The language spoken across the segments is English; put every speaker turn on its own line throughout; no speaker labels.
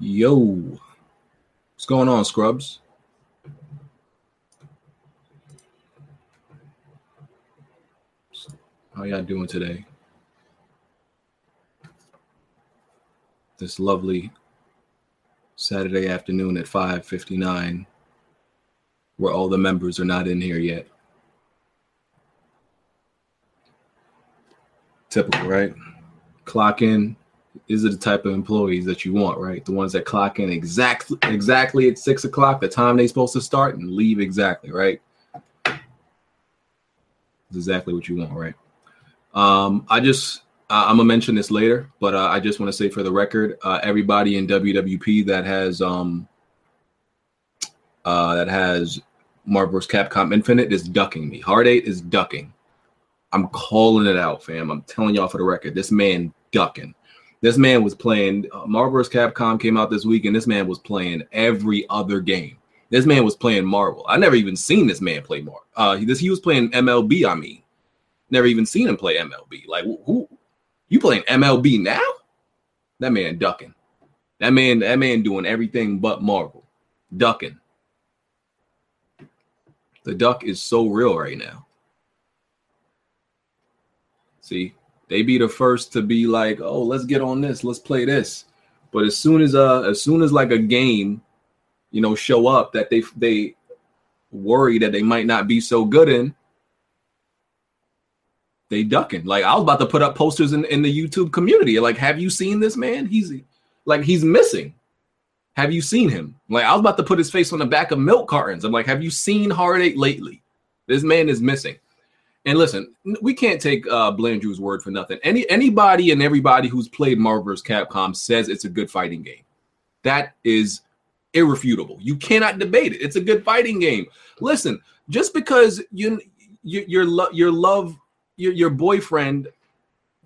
Yo, what's going on, Scrubs? How y'all doing today? This lovely Saturday afternoon at 5:59, where all the members are not in here yet. Typical, right? Clock in. These are the type of employees that you want, right? The ones that clock in exactly exactly at six o'clock, the time they're supposed to start, and leave exactly, right? That's exactly what you want, right? Um, I just I- I'm gonna mention this later, but uh, I just want to say for the record, uh, everybody in WWP that has um uh that has Marvel's Capcom Infinite is ducking me. Hard Eight is ducking. I'm calling it out, fam. I'm telling y'all for the record, this man ducking. This man was playing uh, Marvel's Capcom came out this week, and this man was playing every other game. This man was playing Marvel. I never even seen this man play Marvel. Uh, he, this he was playing MLB. I mean, never even seen him play MLB. Like who, who you playing MLB now? That man ducking. That man, that man doing everything but Marvel. Ducking. The duck is so real right now. See, they be the first to be like, oh, let's get on this, let's play this. But as soon as uh as soon as like a game, you know, show up that they they worry that they might not be so good in, they ducking. Like I was about to put up posters in, in the YouTube community. Like, have you seen this man? He's like he's missing. Have you seen him? Like I was about to put his face on the back of milk cartons. I'm like, have you seen Heartache lately? This man is missing. And listen, n- we can't take uh Blandrew's word for nothing. Any anybody and everybody who's played Marvel vs. Capcom says it's a good fighting game. That is irrefutable. You cannot debate it. It's a good fighting game. Listen, just because you, you your lo- your love your your boyfriend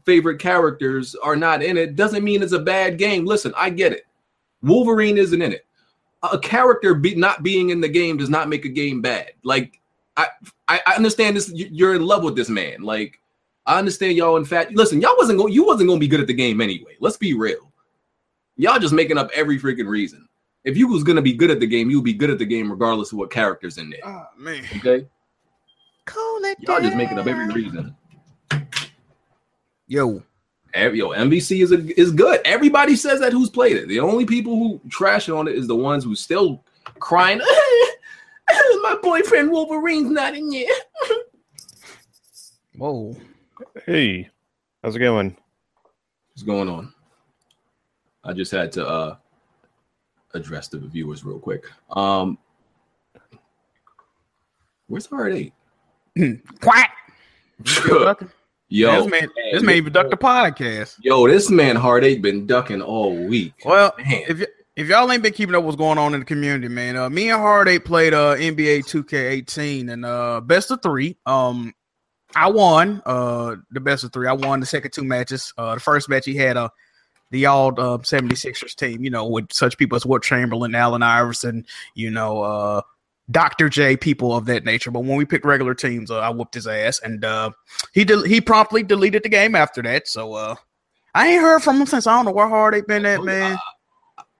favorite characters are not in it doesn't mean it's a bad game. Listen, I get it. Wolverine isn't in it. A character be, not being in the game does not make a game bad. Like I I, I understand this. you- You're in love with this man. Like I understand y'all. In fact, listen, y'all wasn't going. You wasn't going to be good at the game anyway. Let's be real. Y'all just making up every freaking reason. If you was going to be good at the game, you'd be good at the game regardless of what characters in there.
Oh man.
Okay,
Cool it
y'all just making up every reason.
Yo,
Every, yo, MVC is a, is good. Everybody says that who's played it. The only people who trashing on it is the ones who still crying. My boyfriend Wolverine's not in it.
whoa.
Hey, how's it going?
What's going on? I just had to uh address the viewers real quick. Um Where's Hard Eight?
Quack.
yo,
this man, this man even ducked the podcast.
yo, this man Hard Eight been ducking all week.
Well,
Man.
if y- if y'all ain't been keeping up what's going on in the community, man, uh, me and Hard Eight played uh NBA 2K18 and uh best of three. Um, I won uh the best of three. I won the second two matches. Uh, the first match he had uh the all uh, 76ers team, you know, with such people as Wood Chamberlain, Allen Iverson, you know, uh Dr. J, people of that nature. But when we picked regular teams, uh, I whooped his ass, and uh, he del- he promptly deleted the game after that. So uh, I ain't heard from him since I don't know where hard they been at,
Oh,
man.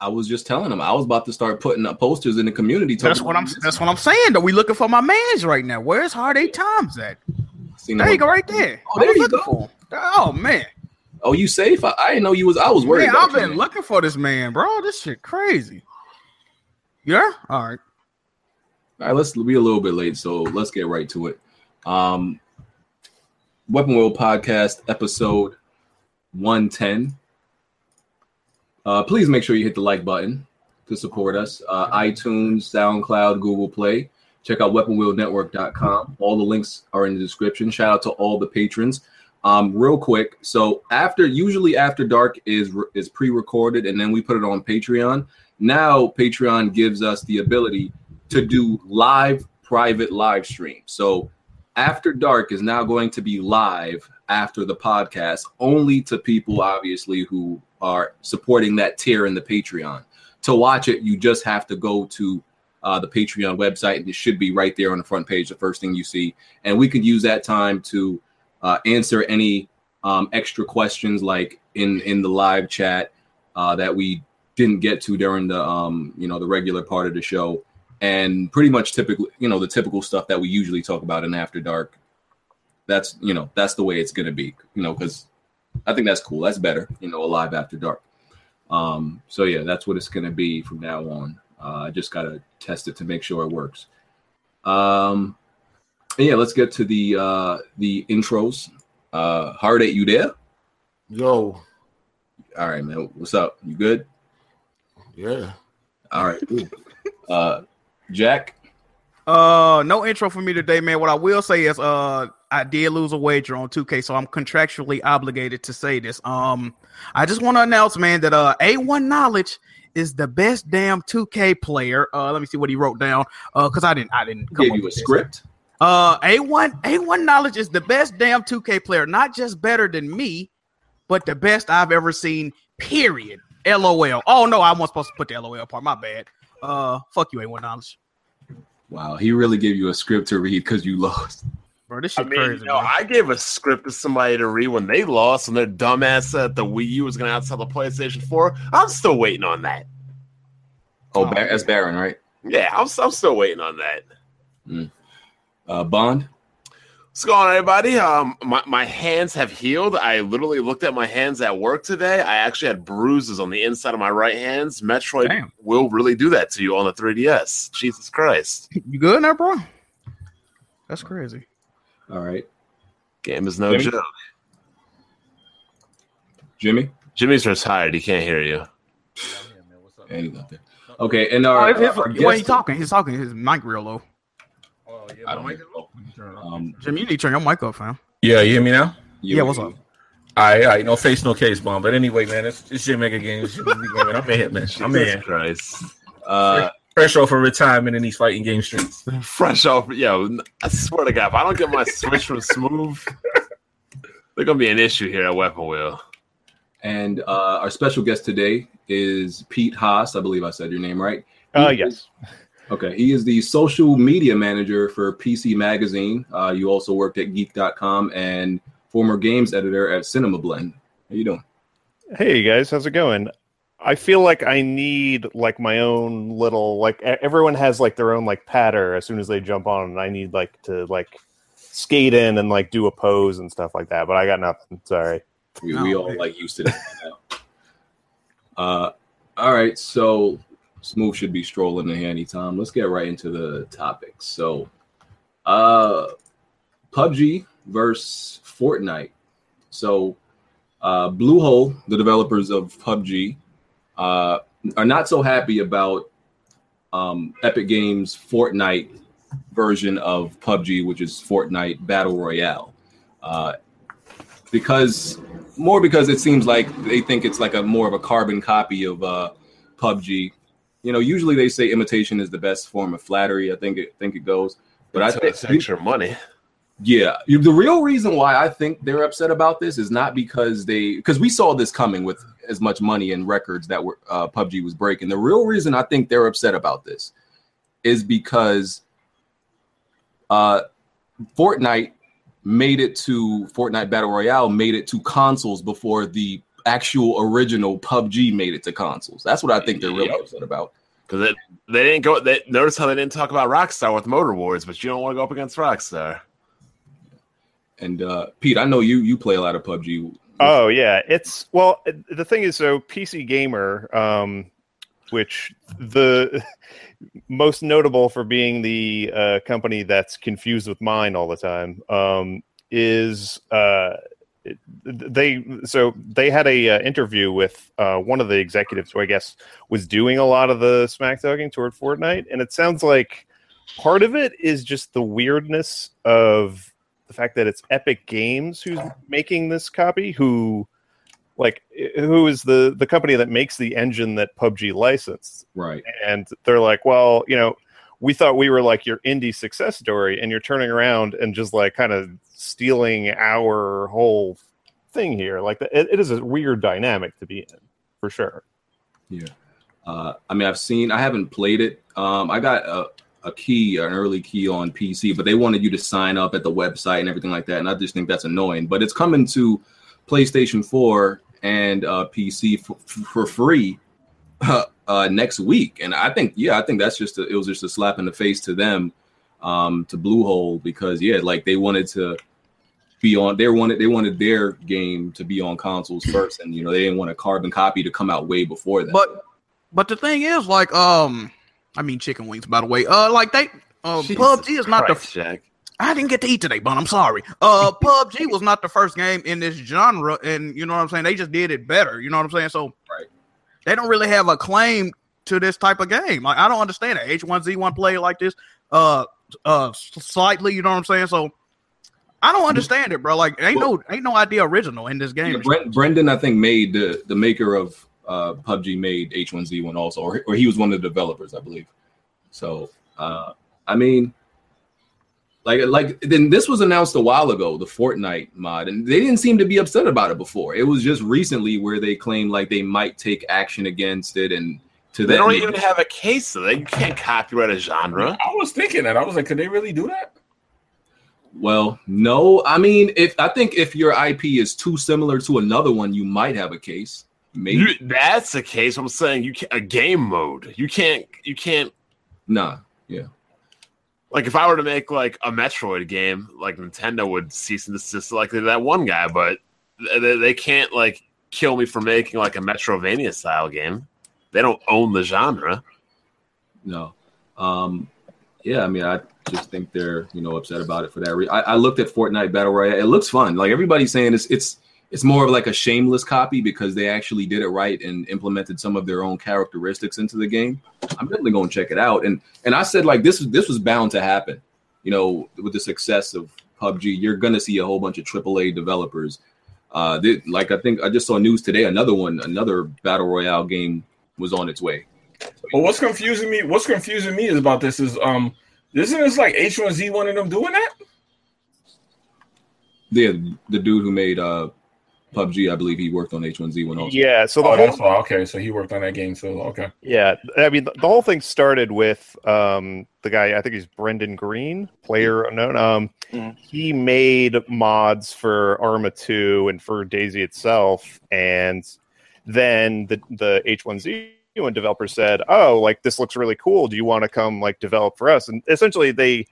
I was just telling him I was about to start putting up posters in the community.
That's
talking
what I'm.
about this.
That's what I'm saying. Though we looking for my man's right now. Where's Hard Eight Times at?
Seen him
There you
on-
go, right there.
Oh,
I
there
was
you
looking
go.
for him. Oh man,
Oh, you safe? I, I didn't know you was. I was worried.
man,
about
I've
you,
been
man.
looking for this man, bro. This shit crazy. Yeah. All right.
All right, let's be a little bit late, so let's get right to it. Um, Weapon Wheel Podcast, episode 110. Uh, please make sure you hit the like button to support us. Uh, iTunes, SoundCloud, Google Play. Check out weaponwheelnetwork.com. All the links are in the description. Shout out to all the patrons. Um, real quick, so after usually after dark is is pre-recorded and then we put it on Patreon. Now Patreon gives us the ability to do live private live stream. So after dark is now going to be live after the podcast, only to people obviously who are supporting that tier in the Patreon. To watch it, you just have to go to uh, the Patreon website, and it should be right there on the front page, the first thing you see. And we could use that time to uh, answer any um, extra questions, like in in the live chat uh, that we didn't get to during the um you know the regular part of the show, and pretty much typically you know the typical stuff that we usually talk about in After Dark. That's you know that's the way it's gonna be you know because I think that's cool. That's better you know a live After Dark. Um, so yeah, that's what it's gonna be from now on. Uh, I just gotta test it to make sure it works. Um, and yeah, let's get to the uh, the intros. Uh, Hard eight, you there?
Yo,
All right, man. What's up? You good?
yeah.
All right. Uh, Jack.
Uh, no intro for me today, man. What I will say is, uh, I did lose a wager on 2K, so I'm contractually obligated to say this. Um, I just want to announce, man, that uh, A1 Knowledge is the best damn 2K player. Uh, let me see what he wrote down. Uh, cause I didn't, I didn't
gave
up
you a
with this.
script.
Uh, A1 A1 Knowledge is the best damn 2K player, not just better than me, but the best I've ever seen. Period. LOL. Oh no, I wasn't supposed to put the LOL part. My bad. Uh, fuck you, A1 Knowledge,
Wow, he really gave you a script to read because you lost.
bro. This
I
shit
mean,
crazy.
you know,
man.
I gave a script to somebody to read when they lost, and their dumbass said the Wii U was going to outsell the PlayStation 4. I'm still waiting on that.
Oh,
Oh,
Bar- that's Baron, right?
Yeah, I'm, I'm still waiting on that.
Uh, Bond.
What's going on, everybody? Um, my, my hands have healed. I literally looked at my hands at work today. I actually had bruises on the inside of my right hands. Metroid
Damn.
will really do that to you on the 3DS. Jesus Christ.
You good now, bro? That's crazy.
All right,
Game is no
Jimmy?
joke.
Jimmy.
Jimmy's retired. He can't hear you.
And he's up there. Okay, and our,
oh, his,
our
his, when he's
guest-
talking, he's talking. His mic real low.
I don't Um,
Jim, you need to turn your mic up, fam.
Yeah, you hear me now?
you-
Yeah, what's up?
All right, all right. No face, no case, bomb. But anyway, man, it's, it's Jim Mega Games. Jim Mega Games. I'm in, man.
Jesus
I'm in.
Christ.
Uh,
Fresh off of retirement in these fighting game streets.
Fresh off, yo! I swear to God, if I don't get my switch from smooth, there's gonna be an issue here at Weapon Wheel.
and uh, our special guest today is Pete Haas. I believe I said your name right.
Uh, yes.
Okay, he is the social media manager for PC Magazine. Uh, you also worked at Geek.com and former games editor at Cinema Blend. How you doing?
Hey guys, how's it going? I feel like I need like my own little like e- everyone has like their own like patter as soon as they jump on, and I need like to like skate in and like do a pose and stuff like that. But I got nothing. Sorry.
We, we
No.
all like used to that. now. uh, all right, so Smooth should be strolling in here anytime. Let's get right into the topics. So, uh, PUBG versus Fortnite. So, uh, Bluehole, the developers of PUBG, uh, are not so happy about um, Epic Games' Fortnite version of PUBG, which is Fortnite Battle Royale, uh, because more because it seems like they think it's like a more of a carbon copy of uh, PUBG. You know, usually they say imitation is the best form of flattery. I think it think it goes, but I
It's
think
it's extra money.
yeah, you- the real reason why I think they're upset about this is not because they because we saw this coming with as much money and records that were uh, PUBG was breaking. The real reason I think they're upset about this is because uh, Fortnite made it to Fortnite Battle Royale made it to consoles before the actual original PUBG made it to consoles. That's what I think they're really
Yep.
upset about.
Because they didn't go. They, notice how they didn't talk about Rockstar with Motor Wars, but you don't want to go up against Rockstar.
And uh, Pete, I know you you play a lot of PUBG.
Oh yeah, it's well. The thing is, so PC Gamer, um, which the most notable for being the uh, company that's confused with mine all the time, um, is uh, it- they. So they had a uh, interview with uh, one of the executives, who I guess was doing a lot of the smack talking toward Fortnite, and it sounds like part of it is just the weirdness of the fact that it's Epic Games who's making this copy, who like who is the the company that makes the engine that PUBG licensed,
Right.
and they're like, well, you know, we thought we were like your indie success story, and you're turning around and just like kind of stealing our whole thing here. Like it, it is a weird dynamic to be in, for sure.
Yeah. Uh, I mean, I've seen, I haven't played it. Um, I got a, a key, an early key on PC, but they wanted you to sign up at the website and everything like that. And I just think that's annoying. But it's coming to PlayStation 4 and uh, PC for, for free uh, next week. And I think, yeah, I think that's just a, it was just a slap in the face to them, um, to Bluehole because yeah, like they wanted to be on they wanted they wanted their game to be on consoles first, and you know they didn't want a carbon copy to come out way before that.
But but the thing is, like, um, I mean, chicken wings. By the way, uh, like they, uh, PUBG is not the.
Christ, Jack.
I didn't get to eat today, but I'm sorry. Uh, PUBG was not the first game in this genre, and you know what I'm saying. They just did it better. You know what I'm saying. So
Right.
they don't really have a claim to this type of game. Like I don't understand it. H1Z1 play like this, uh, uh, slightly. You know what I'm saying. So I don't understand it, bro. Like ain't no ain't no idea original in this game.
Yeah, Bren- Brendan, I think, made the the maker of uh, PUBG made H1Z1 also, or or he was one of the developers, I believe. So uh, I mean, like like then this was announced a while ago, the Fortnite mod, and they didn't seem to be upset about it before. It was just recently where they claimed like they might take action against it, and to
They
that
don't
end-
even have a case, so they can't copyright a genre.
I was thinking that. I was like, could they really do that?
Well, no. I mean, if I think if your IP is too similar to another one, you might have a case. Maybe
You- that's the case. I'm saying you can't, a game mode. You can't. You can't.
nah.
Like if I were to make like a Metroid game, like Nintendo would cease and desist like they did that one guy, but th- they, they can't like kill me for making like a Metrovania style game. They don't own the genre.
no. Um, yeah, I mean, I just think they're you know upset about it for that reason. I, I looked at Fortnite Battle Royale. It looks fun. Like everybody's saying, it's it's it's more of like a shameless copy because they actually did it right and implemented some of their own characteristics into the game. I'm definitely going to check it out. And and I said like this this was bound to happen. You know, with the success of PUBG, you're going to see a whole bunch of AAA developers. Uh, they, like I think I just saw news today. Another one, another battle royale game was on its way.
But what's confusing me? What's confusing me is about this is um, isn't this like H one Z one of them doing that?
the the dude who made uh PUBG, I believe he worked on H1Z1 also.
Yeah, so the
Oh,
whole
that's why. Okay, so he worked on that game. So okay,
Yeah, I mean the the whole thing started with um, the guy. I think he's Brendan Green, player unknown. Um,
Mhm.
He made mods for Arma Two and for Daisy itself, and then the the H one Z one developer said, "Oh, like this looks really cool. Do you want to come like develop for us?" And essentially, they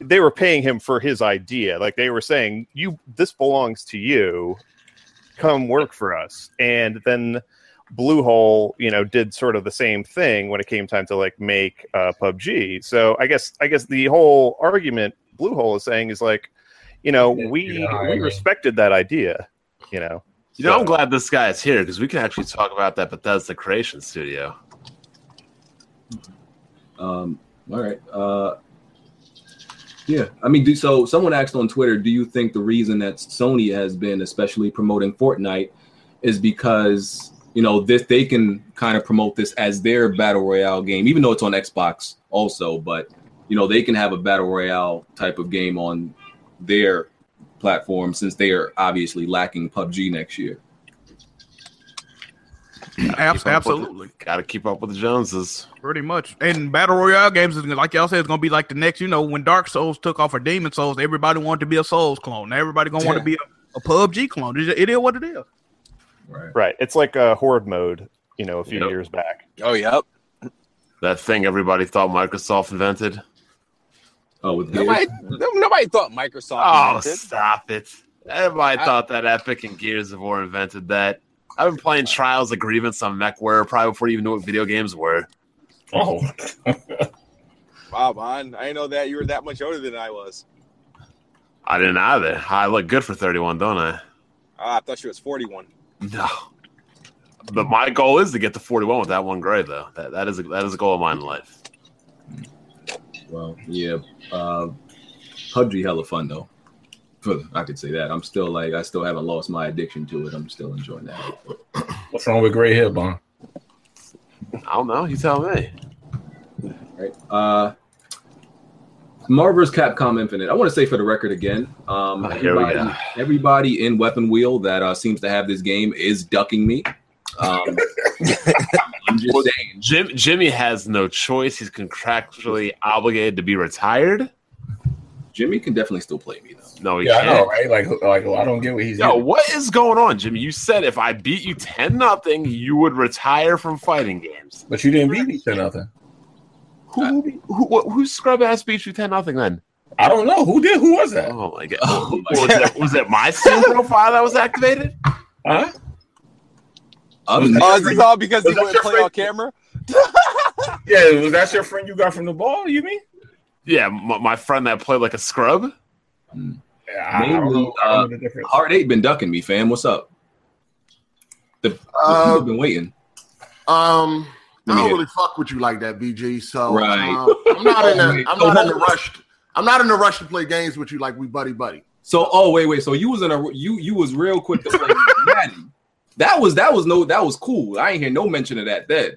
they were paying him for his idea. Like they were saying, "You, this belongs to you. Come work for us." And then Bluehole, you know, did sort of the same thing when it came time to like make uh, PUBG. So I guess I guess the whole argument Bluehole is saying is like, you know,
Yeah,
we
yeah, I
we
agree.
respected that idea, you know.
You know, I'm glad this guy is here because we can actually talk about that Bethesda creation studio.
Um, all right. Uh, yeah, I mean, do, so someone asked on Twitter, do you think the reason that Sony has been especially promoting Fortnite is because you know this they can kind of promote this as their battle royale game, even though it's on Xbox also, but you know they can have a battle royale type of game on their platform since they are obviously lacking PUBG next year.
Abs-
Keep up with it.
absolutely.
Got to keep up with the Joneses.
Pretty much. And battle royale games is like y'all said, it's gonna be like the next, you know, when Dark Souls took off or Demon Souls, everybody wanted to be a Souls clone. Now everybody gonna want to be a, a PUBG clone. It is- it is what it is.
Right.
Right. It's like a horde mode, you know, a few
Yep.
years back.
Oh, yep.
That thing everybody thought Microsoft invented.
Oh, with Gears?
Nobody, nobody thought Microsoft.
Oh,
invented.
stop it. Everybody
I-
thought that Epic and Gears of War invented that. I've been playing Trials of Grievance on MechWarrior probably before you even knew what video games were.
oh,
wow, man. I didn't know that you were that much older than I was.
I didn't either. I look good for 31, don't I?
Ah, I thought you was 41.
No. But my goal is to get to 41 with that one grade, though. That, that is a, that is a goal of mine in life.
Well, yeah, uh, PUBG hella fun though. For- I could say that. I'm still like I still haven't lost my addiction to it. I'm still enjoying that.
what's wrong with gray hair, Bon?
I don't know. You tell me.
Right. Uh, Marvel vs. Capcom Infinite. I want to say for the record again, um,
Oh, here we
everybody,
go.
everybody in Weapon Wheel that uh, seems to have this game is ducking me. Um, I'm just saying.
Jim, Jimmy has no choice. He's contractually obligated to be retired.
Jimmy can definitely still play me though.
No, he
yeah, I
can't.
know, right? Like, like I don't get what he's.
Yo,
getting.
what is going on, Jimmy? You said if I beat you ten nothing, you would retire from fighting games.
but you didn't beat me to nothing.
Who who, be- who, who, who scrub ass beat you ten nothing then?
I don't know who did. Who was that?
Oh my god! was, that, was that my Steam profile that was activated?
Huh?
Other
Oh, is this all because he
Was that
wouldn't
your
play
friend?
on camera?
Yeah, was that your friend you got from the ball? You mean?
Yeah, my, my friend that played like a scrub.
Yeah, I, I don't know, I don't know the difference.
Hard eight been ducking me, fam. What's up?
Uh,
I've been waiting.
um, Uh, I
Let me
don't
get-
really fuck with you like that, BG. So
Right.
um, I'm not in
Oh, wait.
the I'm
So
not in
hold
the
on.
rush. I'm not in the rush to play games with you like we buddy buddy.
So oh wait wait so you was in a you you was real quick to play Madden. That was that was no that was cool. I ain't hear no mention of that then.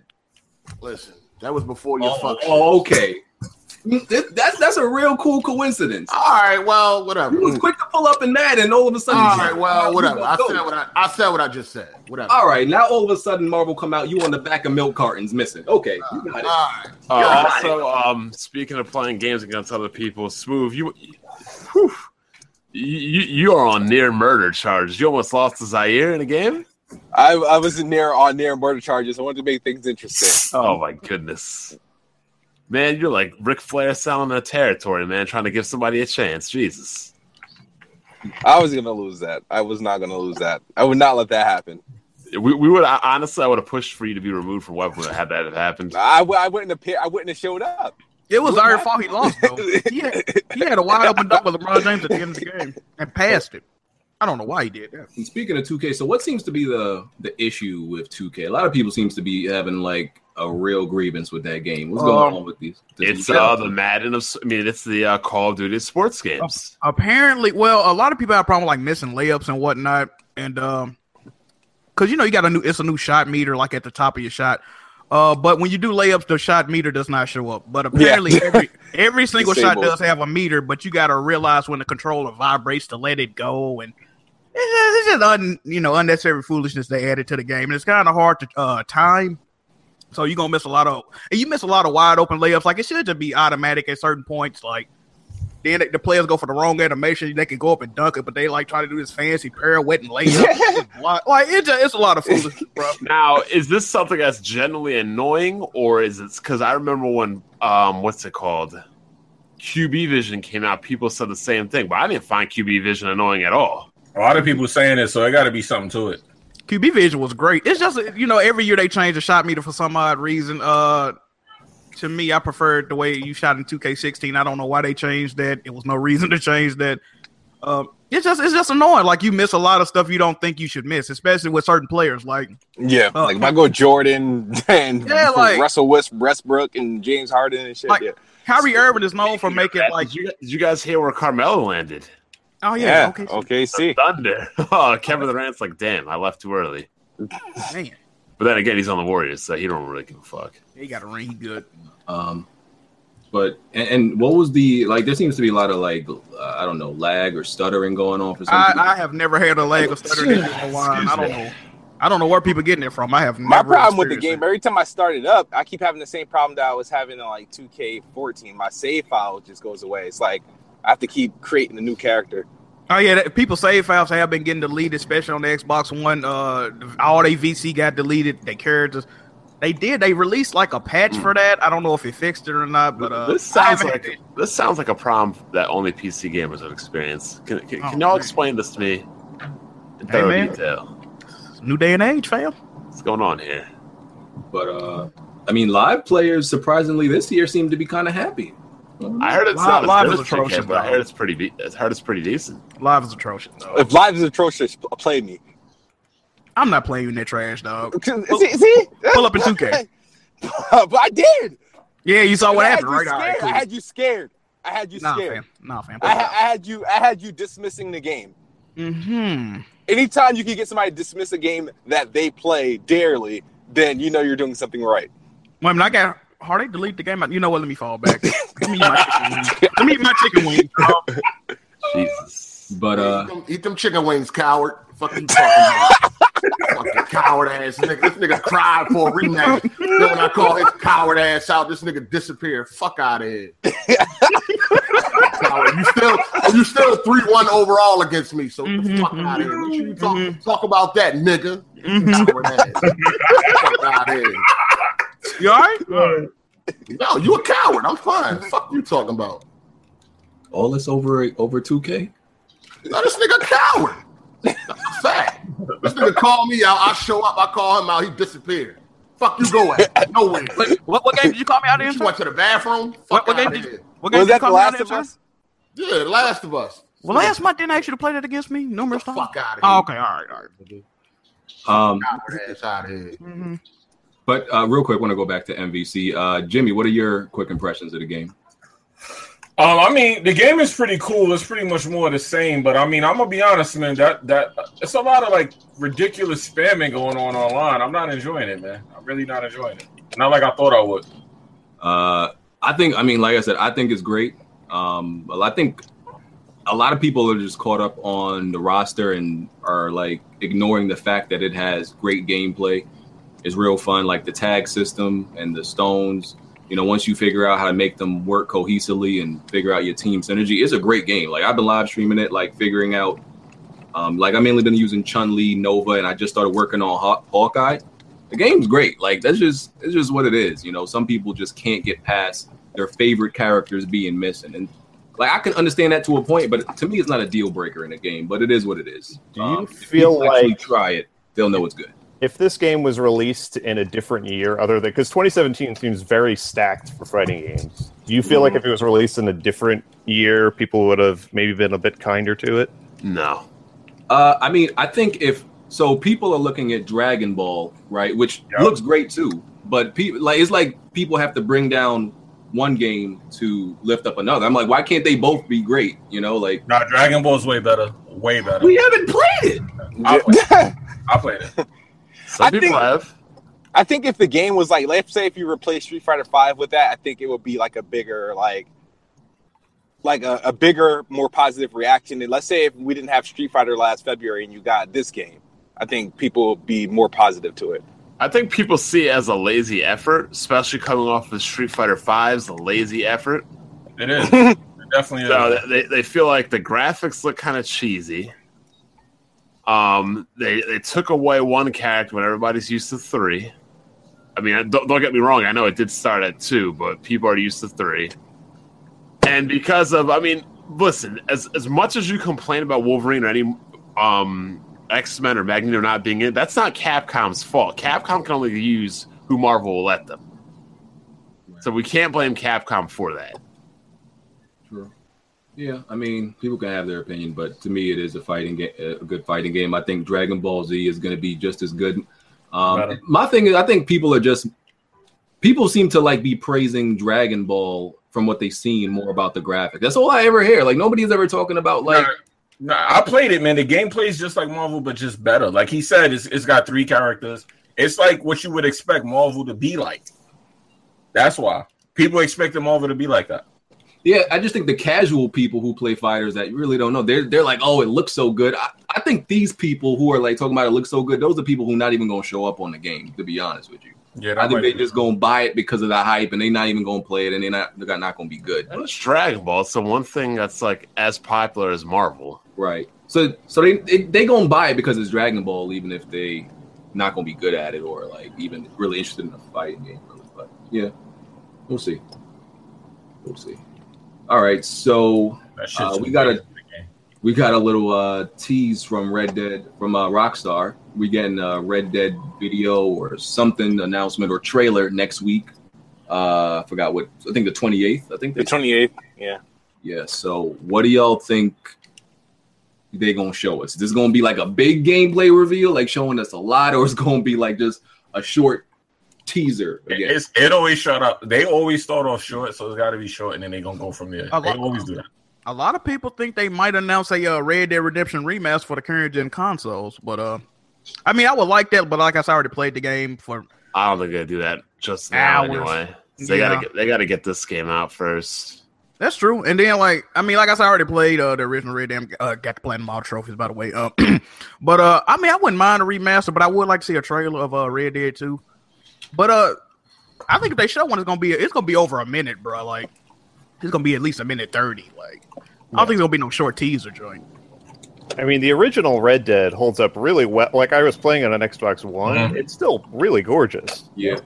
Listen, that was before your
Oh,
fuck.
oh, okay. Th- That's that's a real cool coincidence.
All right, well, whatever.
You was quick to pull up in that, and all of a sudden,
All right, well, whatever. I
Go.
said what I, I said what I just said. Whatever.
All right, now all of a sudden, Marvel come out. You on the back of milk cartons missing. Okay, you got it.
All right.
Uh,
God.
also, um, speaking of playing games against other people, smooth you. whew. You, you you are on near murder charge. You almost lost to Zaire in a game.
I, I was in there on there murder charges. I wanted to make things interesting.
Oh my goodness, man! You're like Ric Flair selling their territory, man, trying to give somebody a chance. Jesus,
I was gonna lose that. I was not gonna lose that. I would not let that happen.
we, we would I, honestly, I would have pushed for you to be removed from Webber had that happened.
I, w- I wouldn't appear. I wouldn't have showed up.
It was our fault he lost, though. He had, he had a wide open dunk with LeBron James at the end of the game and passed it. I don't know why he did that.
And Speaking of 2K, so what seems to be the the issue with 2K? A lot of people seems to be having like a real grievance with that game. What's going
Um,
on with these? this
It's
game?
uh, the Madden of. s- I mean, it's the uh, Call of Duty sports games.
Apparently, well, a lot of people have a problem with, like missing layups and whatnot, and um, because you know you got a new it's a new shot meter like at the top of your shot. Uh, but when you do layups, the shot meter does not show up. But apparently, every every single shot
Disabled.
does have a meter. But you got to realize when the controller vibrates to let it go, and it's just, it's just un, you know unnecessary foolishness they added to the game, and it's kind of hard to uh, time. So you're gonna miss a lot of and you miss a lot of wide open layups. Like it should just be automatic at certain points. Like then the players go for the wrong animation, they can go up and dunk it, but they like try to do this fancy pirouette and layup. Block. like it's just, it's a lot of foolishness, bro.
Now, is this something that's generally annoying, or is it because I remember when um, what's it called? QB Vision came out. People said the same thing, but I didn't find QB Vision annoying at all.
A lot of people saying it, so it got to be something to it.
QB vision was great. It's just you know every year they change the shot meter for some odd reason. Uh, to me, I preferred the way you shot in 2K16. I don't know why they changed that. It was no reason to change that. Um, it's just it's just annoying. Like you miss a lot of stuff you don't think you should miss, especially with certain players. Like
Yeah,
Oh.
like if I go Jordan and
Yeah, like-
Russell West, Westbrook and James Harden and shit.
Like-
yeah.
Kyrie Irving is known for making like
did you, did you guys hear where Carmelo landed?
oh yeah,
yeah.
okay, so-
Okay, see.
Thunder. Oh, Kevin Durant's like, damn, I left too early.
man,
But then again, he's on the Warriors, so he don't really give a fuck.
he got a ring he good.
Um, but and, and what was the like? There seems to be a lot of like uh, I don't know lag or stuttering going on for some.
I,
people.
I have never had a leg of stutter in a line. I don't know. I don't know where people getting it from. I have
My
never
problem with the game,
experienced
every time I start it up, I keep having the same problem that I was having on like 2K14. My save file just goes away. It's like I have to keep creating a new character.
it. Oh yeah, that, people save files have been getting deleted, especially on the Xbox One. Uh, all they VC got deleted. They characters. They did. They released like a patch for that. I don't know if it fixed it or not, but uh,
this
I
sounds
haven't-
like this sounds like a problem that only PC gamers have experienced. Can, can,
Oh,
can y'all
man.
explain this to me in
Hey,
thorough
man.
detail?
new day and age, fam.
What's going on here?
But uh, I mean, live players surprisingly this year seem to be kind of happy.
I heard it's
Live-
not
live is
as good as 2K,
atrocious,
but I
though.
heard it's pretty. Be- I heard it's pretty decent.
Live is atrocious.
If live is atrocious, p- play me.
I'm not playing you in that trash, dog.
See, see?
pull up in 2K.
but I did.
Yeah, you saw Oh, what
I had
happened,
you
right? All right,
scared.
cool.
I had you scared. I had you
Nah,
scared.
fam. Nah, fam.
I, ha- I had you. I had you dismissing the game.
hmm
Anytime you can get somebody to dismiss a game that they play dearly, then you know you're doing something right.
Wait a minute, I got heartache. Delete the game. You know what? Let me fall back. Let me eat my chicken wing. Let me eat my chicken wing. dog.
Jesus.
But uh,
eat, them, eat them chicken wings, coward. Fuck you talking about. Fucking coward ass nigga. This nigga cried for a rematch. then when I call his coward ass out, this nigga disappeared. Fuck out of here. Coward. you still you still three one overall against me. So get the fuck out of here. Make sure you talk, talk about that nigga. Coward ass. fuck out of here.
You all right?
No, you a coward. I'm fine. Fuck you talking about.
All this over over 2K.
No, this nigga a coward. That's a fact. This nigga called me out. I show up. I call him out. He disappeared. Fuck you go at. Nowhere.
Wait, what, what game did you call me out
You
of?
went to the bathroom. Fuck
What- what
outta
game did-
here.
What game
Was
did you
that the
call me out
last
of?
of
son?
us?
Yeah, The Last of Us.
Well, last month didn't I ask you to play that against me
Get
numerous
the
times.
fuck out
Oh,
of
okay, all right, all right.
Um,
here. Get your ass out of here.
Mhm.
but uh, real quick, want to go back to MVC. Uh, Jimmy, what are your quick impressions of the game?
Um, I mean, the game is pretty cool. It's pretty much more the same, but I mean, I'm gonna be honest, man. That that it's a lot of like ridiculous spamming going on online. I'm not enjoying it, man. I'm really not enjoying it. Not like I thought I would.
Uh, I think, I mean, like I said, I think it's great. Um, well, I think a lot of people are just caught up on the roster and are like ignoring the fact that it has great gameplay. It's real fun, like the tag system and the stones. You know, once you figure out how to make them work cohesively and figure out your team synergy, it's a great game. Like I've been live streaming it, like figuring out. Um, like I mainly been using Chun Li, Nova, and I just started working on Haw- Hawkeye the game's great. Like that's just it's just what it is. You know, some people just can't get past their favorite characters being missing, and like I can understand that to a point, but to me, it's not a deal breaker in the game. But it is what it is.
Do you
if
feel
people Um, actually
like-
try it? They'll know it's good.
if this game was released in a different year other than because 2017 seems very stacked for fighting games do you feel like if it was released in a different year people would have maybe been a bit kinder to it
No.
Uh, I mean, I think if so, people are looking at Dragon Ball, right, which
Yeah.
looks great too. But people like it's like people have to bring down one game to lift up another. I'm like, why can't they both be great? You know, like
Nah, Dragon Ball's way better. Way better.
we haven't played it.
I played it. I played it.
Some
I
people
think-
have.
I think if the game was like, let's say if you replace Street Fighter Five with that, I think it would be like a bigger, like, like a, a bigger, more positive reaction. And let's say if we didn't have Street Fighter last February and you got this game, I think people would be more positive to it.
I think people see it as a lazy effort, especially coming off of Street Fighter V's a lazy effort.
It is. It definitely is.
So they, they feel like the graphics look kind of cheesy. Um, they they took away one character when everybody's used to three. I mean, I- don't, don't get me wrong. I know it did start at two, but people are used to three. And because of, I mean, listen, as as much as you complain about Wolverine or any um, X Men or Magneto not being in, it, that's not Capcom's fault. Capcom can only use who Marvel will let them. So we can't blame Capcom for that.
True. Yeah, I mean, people can have their opinion, but to me, it is a fighting game, a good fighting game. I think Dragon Ball Z is going to be just as good. Um,
Better.
my thing is, I think people are just people seem to like be praising Dragon Ball from what they've seen more about the graphic. That's all I ever hear. Like nobody's ever talking about like
Nah, nah, I played it, man. The gameplay is just like Marvel, but just better. Like he said, it's, it's got three characters. It's like what you would expect Marvel to be like. That's why people expect the Marvel to be like that.
Yeah, I just think the casual people who play fighters that you really don't know, they're they're like, oh, it looks so good. I, I think these people who are like talking about it looks so good, those are people who not even gonna show up on the game, to be honest with you.
Yeah,
I think they just gonna buy it because of the hype and they not even gonna play it and they're not they're not gonna be good.
And it's Dragon Ball. It's the one thing that's like as popular as Marvel.
Right. So so they they, they gonna buy it because it's Dragon Ball, even if they not gonna be good at it or like even really interested in the fighting game, really. But yeah. We'll see. We'll see. All right, so
That shit's
Uh, we got a we got a little uh, tease from Red Dead from uh, Rockstar. We getting a Red Dead video or something announcement or trailer next week. Uh, I forgot what I think the twenty eighth. I think
The
they
twenty eighth, yeah.
yeah. So what do y'all think they gonna show us? Is this gonna be like a big gameplay reveal, like showing us a lot, or is gonna be like just a short teaser?
It,
Again?
it's, it always shut up. They always start off short, so it's got to be short, and then they gonna go from there.
I
They
like-
always do that.
A lot of people think they might announce a uh, Red Dead Redemption remaster for the current gen consoles, but uh, I mean, I would like that, but like I said, I already played the game for.
I don't think they do that just now
Hours.
anyway. They
Yeah.
gotta get they gotta get this game out first.
That's true. And then, like, I mean, like I said, I already played uh, the original Red Dam. Uh, got to play them all trophies, by the way. Uh, but uh, I mean, I wouldn't mind a remaster, but I would like to see a trailer of uh, Red Dead 2. But uh, I think if they show one, it's gonna be it's gonna be over a minute, bro. Like, it's gonna be at least a minute thirty. Like, I don't think there'll be no short teaser joint.
I mean, the original Red Dead holds up really well. Like I was playing it on Xbox One, it's still really gorgeous.
Yeah.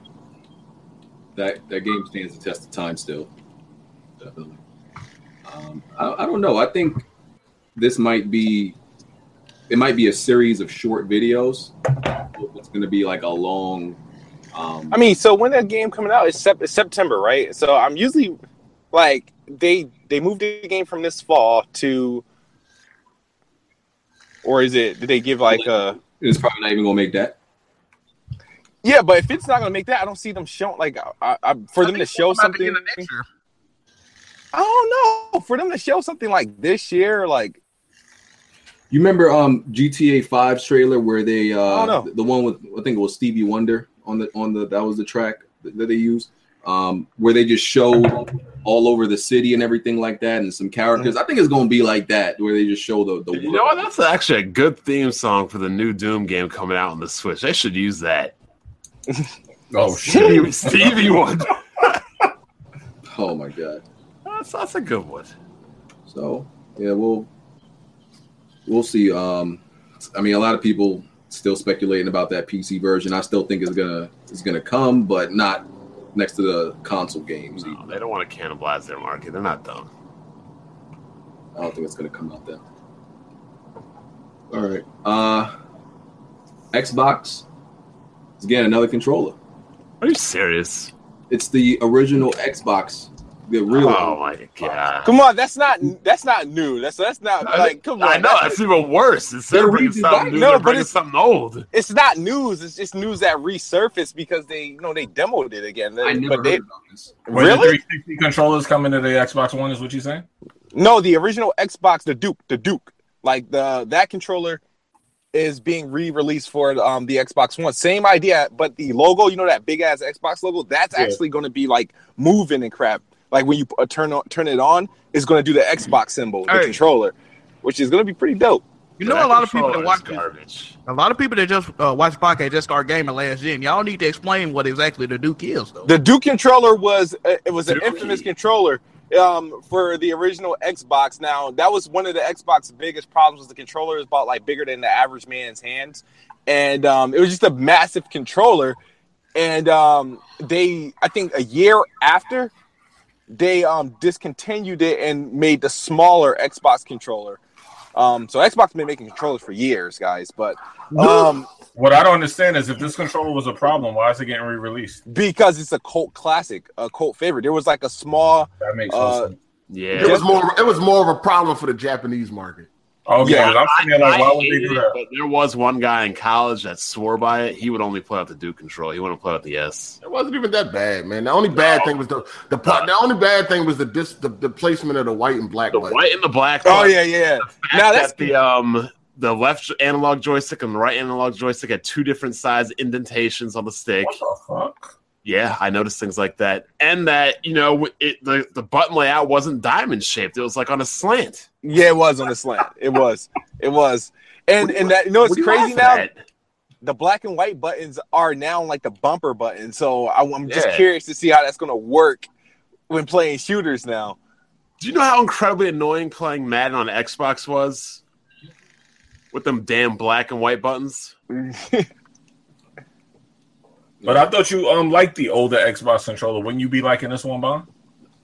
That that game stands the test of time still. Definitely. Um, I, I don't know. I think this might be it might be a series of short videos. It's going to be like a long. Um,
I mean, so when that game coming out? It's, sep- it's September, right? So I'm usually like they they moved the game from this fall to, or is it? Did they give like a?
it's probably not even going to make that.
Yeah, but if it's not gonna make that, I don't see them showing like I, I, for them to show
About the
something.
end of next year.
I don't know for them to show something like this year, like
You remember um GTA 5's trailer where they uh
Oh, no.
th- the one with I think it was Stevie Wonder on the on the that was the track th- that they used um where they just showed all over the city and everything like that and some characters. I think it's going to be like that where they just show the the
Mm-hmm. You know what? That's actually a good theme song for the new Doom game coming out on the Switch. They should use that.
Oh shit!
Stevie, Stevie one.
Oh my god.
That's, that's a good one.
So, yeah, we'll we'll see um I mean a lot of people still speculating about that PC version. I still think it's going to it's going to come but not next to the console games.
No, they don't want to cannibalize their market. They're not dumb.
I don't think it's going to come out then. All right. Uh Xbox is getting another controller.
Are you serious?
It's the original Xbox. The real.
Oh my god.
come on, that's not that's not new. That's that's not like come on.
I know
that's-
that's even worse. Instead
They're
of bringing something
redesigning-
new,
No,
they're
but
bringing
it's-
something old.
it's not news. It's just news that resurfaced because they, you know, they demoed it again.
I never
but
heard
they,
about this.
Were the
really?
360 controllers coming to the Xbox One is what you saying?
No, the original Xbox, the Duke, the Duke, like the that controller is being re-released for um the Xbox One. Same idea, but the logo, you know, that big ass Xbox logo, that's
Yeah.
actually going to be like moving and crap. Like when you uh, turn on, turn it on, it's going to do the Xbox symbol, the
Hey.
controller, which is going to be pretty dope.
You know,
That
a lot of people that
controller
watch
is
this,
garbage.
a lot of people that just uh, watch the podcast just start gaming last gen. Y'all need to explain what exactly the Duke is, though.
The Duke controller was uh, it was an
Duke.
infamous controller um, for the original Xbox. Now that was one of the Xbox's biggest problems was the controller is about like bigger than the average man's hands, and um, it was just a massive controller. And um, they, I think, a year after they um, discontinued it and made the smaller Xbox controller. Um, so Xbox been making controllers for years, guys, but um,
What I don't understand is if this controller was a problem, why is it getting re-released?
because it's a cult classic, a cult favorite. There was like a small
That makes
Uh,
no sense.
Yeah.
It was more. It was more of a problem for the Japanese market.
Okay,
yeah,
'cause Oh, I'm sitting there like,
I
why would they
hated
do
it,
that?
but there was one guy in college that swore by it. He would only play out the Duke control. He wouldn't play out the S.
It wasn't even that bad, man. The only bad thing was the the pla- the only bad thing was the dis, the, the placement of the white and black.
The
button.
white and the black.
Oh yeah, yeah. yeah. Now
that's
that's
the um the left analog joystick and the right analog joystick had two different size indentations on the stick.
What the fuck?
Yeah, I noticed things like that, and that you know it the the button layout wasn't diamond shaped. It was like on a slant.
yeah. It was on the slant. It was. It was. And and that you know
What
it's
do you
crazy
laugh
now.
at?
The black and white buttons are now like the bumper button. So I, am just
Yeah.
curious to see how that's gonna work when playing shooters now.
Do you know how incredibly annoying playing Madden on Xbox was with them damn black and white buttons?
But I thought you um liked the older Xbox controller. Wouldn't you be liking this one, Bon?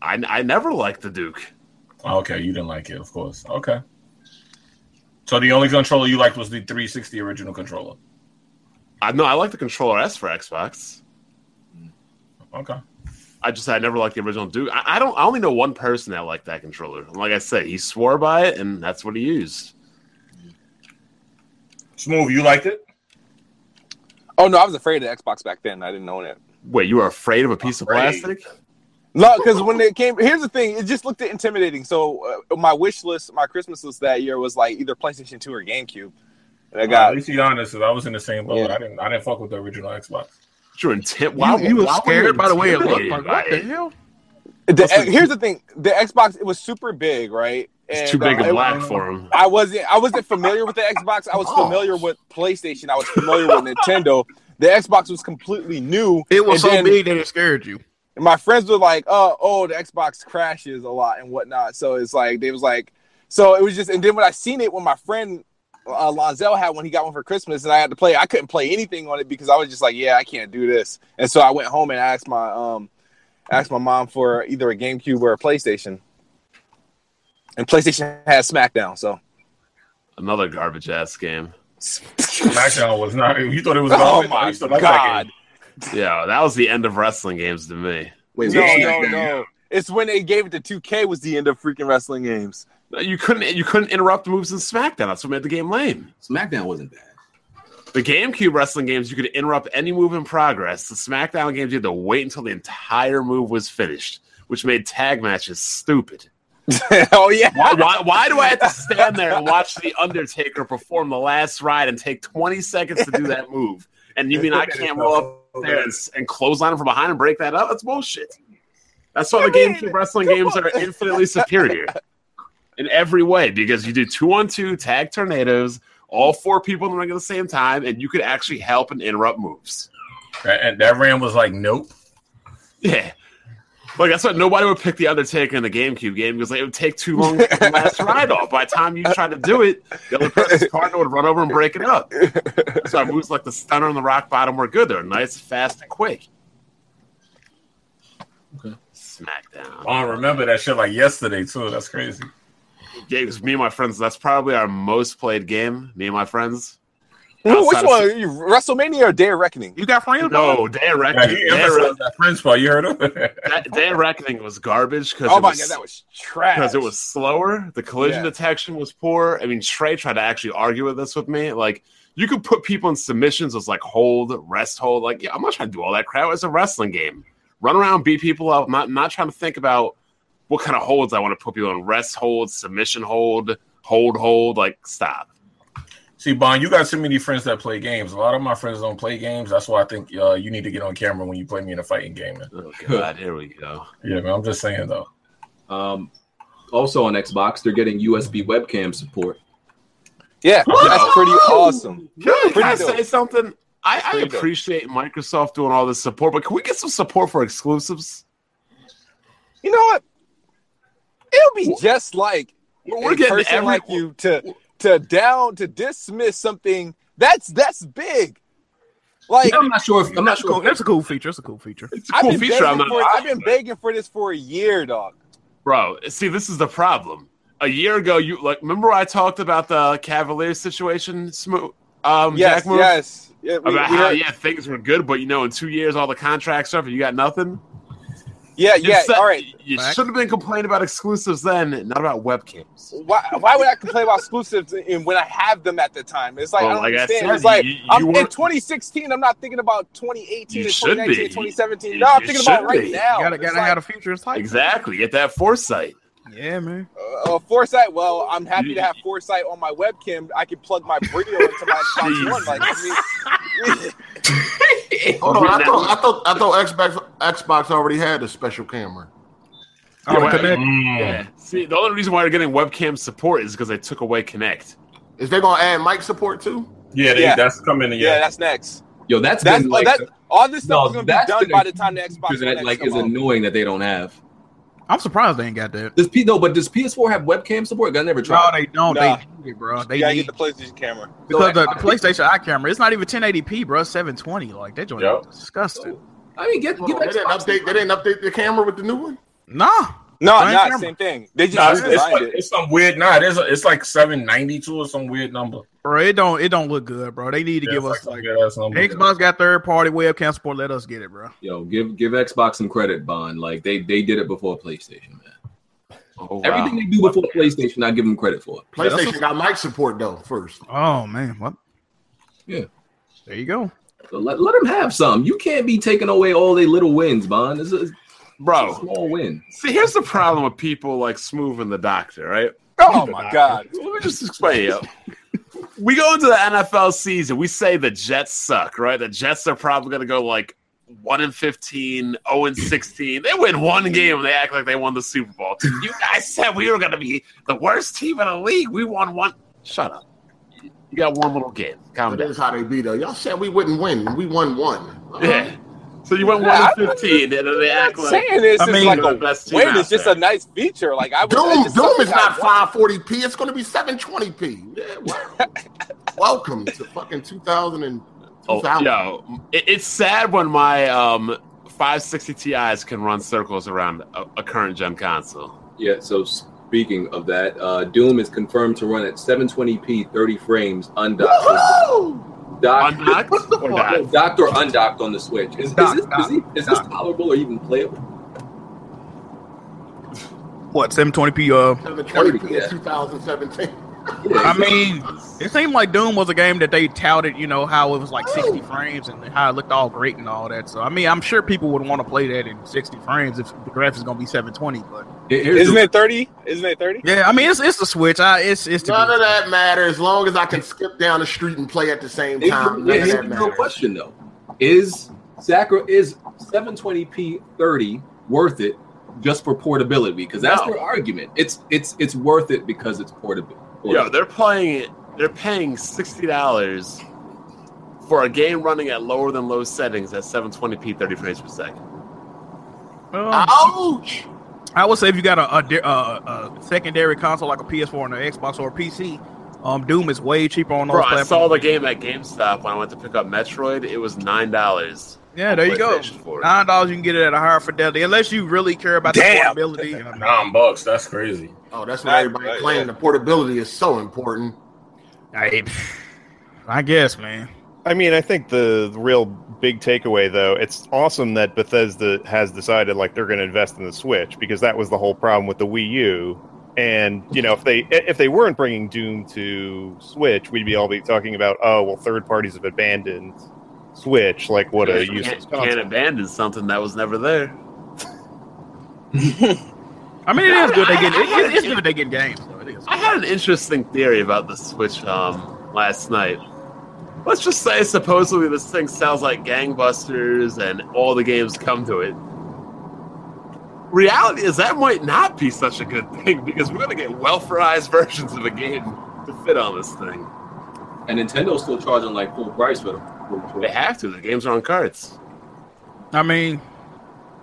I I never liked the Duke.
Oh, Okay, you didn't like it, of course. Okay. So the only controller you liked was the 360 original controller.
I no, I like the controller S for Xbox.
Okay.
I just I never liked the original Duke. I, I don't. I only know one person that liked that controller. And Like I said, he swore by it, and that's what he used.
Smooth, you liked it?
Oh no, I was afraid of Xbox back then. I didn't own it.
Wait, you were afraid of a piece of
Afraid.
plastic?
No, because when it came, here's the thing: it just looked intimidating. So uh, my wish list, my Christmas list that year was like either PlayStation Two or GameCube, and I
At
got
least be honest, 'cause I was in the same boat.
Yeah.
I didn't. I didn't fuck with the original Xbox.
You were intent.
Wow,
Wow,
you, you were scared by the way it looked. Like, what the
it?
hell?
The,
Listen.
here's the thing: the Xbox it was super big, right?
It's
And,
too big
uh,
a
it-
black for him.
I wasn't I wasn't familiar with the Xbox. I was
Oh.
familiar with PlayStation. I was familiar with Nintendo. The Xbox was completely new.
It was
And
so
then-
big that it scared you.
And my friends were like, "Oh, oh, the Xbox crashes a lot and whatnot." So it's like they was like, so it was just. And then when I seen it, when my friend uh, Lonzel had one, he got one for Christmas, and I had to play. I couldn't play anything on it because I was just like, "Yeah, I can't do this." And so I went home and asked my um, asked my mom for either a GameCube or a PlayStation. And PlayStation had SmackDown, so
Another garbage ass game.
SmackDown was not. You thought it was.
oh
garbage? I
my
used to like that
god.
game.
Yeah, that was the end of wrestling games to me.
Wait,
No,
what's
no,
that?
no. It's when they gave it to 2K was the end of freaking wrestling games.
You couldn't you couldn't interrupt moves in SmackDown. That's what made the game lame.
SmackDown wasn't bad.
The GameCube wrestling games, you could interrupt any move in progress. The SmackDown games, you had to wait until the entire move was finished, which made tag matches stupid.
oh yeah.
Why, why, why do I have to stand there and watch The Undertaker perform the last ride and take 20 seconds to do that move? And you mean I can't roll up there and, and clothesline him from behind and break that up? That's bullshit. That's why the GameCube wrestling games are infinitely superior in every way because you do two on two tag tornadoes, all four people in the ring at the same time, and you could actually help and interrupt moves.
That, and that Ram was like, nope.
Yeah. Like that's what nobody would pick the Undertaker in the GameCube game because like, it would take too long to get the last ride off. By the time you tried to do it, the other person's partner would run over and break it up. So our moves like the stunner and the rock bottom were good. They're nice, fast, and quick.
Okay.
SmackDown.
I remember that shit like yesterday too. That's crazy.
Yeah, because me and my friends, that's probably our most played game. Me and my friends.
Who-
Outside
Which
of-
one? You- WrestleMania or Day of Reckoning?
You got friends?
No, Day of
Like,
Reckoning.
he
Day of,
emphasized that French part. You heard him?
that- Day of Reckoning was garbage because
Oh my god, that was trash.
because it was slower. The collision
Yeah.
detection was poor. I mean, Trey tried to actually argue with this with me. Like, you could put people in submissions as like hold, rest hold. Like, yeah, I'm not trying to do all that crap. It's a wrestling game. Run around, beat people up. I'm not not trying to think about what kind of holds I want to put people in. Rest hold, submission hold, hold hold. Like, stop.
See, Bon, you got too many friends that play games. A lot of my friends don't play games. That's why I think uh, you need to get on camera when you play me in a fighting game. man.
Oh God, here we go.
Yeah, man. I'm just saying though.
Um, also on Xbox, they're getting USB webcam support.
yeah, that's pretty awesome.
Can, can I
Pretty dope.
say something? I, I
Pretty dope.
appreciate Microsoft doing all this support, but can we get some support for exclusives?
You know what? It'll be just like
We're,
a
we're getting
person
every
like you to to down to dismiss something that's that's big. Like
I'm not sure. If, I'm not
That's cool.
sure.
That's a cool feature. That's a cool feature.
It's a
I've,
cool
been
feature. I'm
begging
not,
for, I've been begging for this for a year, dog.
Bro, see, this is the problem. A year ago, you like remember I talked about the Cavaliers situation, Smo- um,
Yes,
Jack move
yes. Yeah, we-
about how
we heard-
yeah things were good, but you know in two years all the contracts are up and you got nothing.
yeah, yeah.
you said-
all right.
you
Back.
should have been complaining about exclusives then, not about webcams.
Why, why would I complain about exclusives and when I have them at the time? It's like
Well,
I don't
Oh, like I
understand.
said,
it's like
you- you
I'm in
weren't-
2016. I'm not thinking about 2018,
You
and
should be.
2019,
You-
2017.
you-
No, I'm
you
thinking about
should
right
be.
now.
You gotta,
It's
gotta
like,
have a future. It's tight.
Exactly, get that foresight.
Yeah, man.
uh, uh, foresight. Well, I'm happy
You-
to have foresight on my webcam. I can plug my Brio into my Xbox One. Like, I mean,
Hold on, I thought I thought I thought Xbox Xbox already had a special camera.
I would
Yeah,
connect.
Mm.
Yeah. See, the only reason why they're getting webcam support is because they took away Connect.
Is they gonna add mic support too?
Yeah, they,
Yeah.
that's coming. in,
yeah,
Yeah,
that's next.
Yo, that's
That's oh,
been like
that.
uh,
All this
No,
stuff is going to be
that's
done
the
by the time the Xbox
because
One
that
X
like
come
is
out.
annoying that they don't have.
I'm surprised they ain't got that.
Does P no? But does PS4 have webcam support? I never
No,
tried.
they don't.
Nah.
They need it, bro. They
You gotta
need
get the PlayStation camera.
because the, the
I-
PlayStation Eye camera. It's not even 1080p, bro. It's 720. Like that joint
Yep.
is disgusting.
I mean, get,
Hold
get
on, They didn't
Xbox.
update. They didn't update the camera with the new one.
Nah.
No,
Same
not
camera.
same thing. They
Nah, it's,
just
it's,
designed
like,
it.
it's some weird. Nah, it's, it's like 792 or some weird number.
Bro, it don't it don't look good, bro. They need to
Yeah,
give
it's
us
some
like
weird-ass number.
Xbox got third party webcam support. Let us get it, bro.
Yo, give give Xbox some credit, Bond. Like they they did it before PlayStation, man.
Oh, wow.
Everything they do before PlayStation, I give them credit for.
Yeah, that's
PlayStation got mic support though first.
Oh man, what?
Yeah.
There you go.
So let, let them have some. You can't be taking away all their little wins, Bond. It's a, it's a
bro.
small win.
See, here's the problem with people like Smooth and the Doctor, right?
Oh my god.
Let me just explain you. we go into the NFL season. We say the Jets suck, right? The Jets are probably going to go like one and 15, 0 and 16. They win one game and they act like they won the Super Bowl. You guys said we were going to be the worst team in the league. We won one. Shut up. You got one little game. Calm
That
down.
is how they beat us. Y'all said we wouldn't win. and We won one. Uh-huh.
Yeah. So you went one
Yeah,
and fifteen, and then they
I'm
act
not
like
saying this
I
is
mean-
like
you're the
a
best team.
win.
out
It's just
there.
a nice feature. Like I was,
Doom,
it's just
Doom
something
is
I
not
want.
540p. It's going to be 720p. Yeah, wow. Welcome to fucking 2000 and
Oh,
2000.
yo, it, it's sad when my um 560 Ti's can run circles around a, a current gen console.
Yeah, so speaking of that, uh, Doom is confirmed to run at 720p, 30 frames, undocked.
Woohoo!
Docked-
Undocked or not?
Docked or undocked on the Switch. Is, is
Docked,
this, is,
docked,
he- is this
docked.
tolerable or even playable?
What 720p? Uh,
720p
Yeah.
in 2017.
I mean, it seemed like Doom was a game that they touted. You know how it was like 60 frames and how it looked all great and all that. So I mean, I'm sure people would want to play that in 60 frames if the graphics gonna be 720. But
Here- here's
Isn't
the-
it thirty? Isn't it thirty?
yeah, I mean, it's it's the Switch. I it's it's
None of
the
that matters. As long as I can skip down the street and play at the same
Here's
time,
the-
none of
here's
that
the real
matters.
question though: Is Sakura is 720p 30 worth it just for portability? Because that's
No.
their argument. It's it's it's worth it because it's portable.
Yo, they're playing it. They're paying sixty dollars for a game running at lower than low settings at 720p, 30 frames per second.
Well,
Ouch!
I would say if you got a, a, di- uh a secondary console like a PS4 and an Xbox or a PC, um, Doom is way cheaper on those
Bro, I
platforms.
saw the game at GameStop when I went to pick up Metroid. It was nine dollars.
yeah, there you go. Nine dollars, you can get it at a higher fidelity, unless you really care about
Damn.
the portability. I mean,
Nine bucks. That's crazy.
Oh, that's what
That-
everybody
uh,
claimed.
yeah.
The portability is so important.
I, I guess, man.
I mean, I think the, the real big takeaway, though, it's awesome that Bethesda has decided like they're going to invest in the Switch because that was the whole problem with the Wii U. And you know, if they if they weren't bringing Doom to Switch, we'd be all be talking about oh well, third parties have abandoned Switch. Like what a useless
can't, can't
console.
abandon something that was never there.
I mean, it is good. They get
I- I- I-
it, it's good. They get games. Though. It is.
I had an interesting theory about the Switch um, last night. Let's just say supposedly this thing sells like gangbusters and all the games come to it. Reality is that might not be such a good thing because we're going to get welferized versions of a game to fit on this thing.
and Nintendo's still charging like full price for them.
They have to. The games are on carts.
I mean,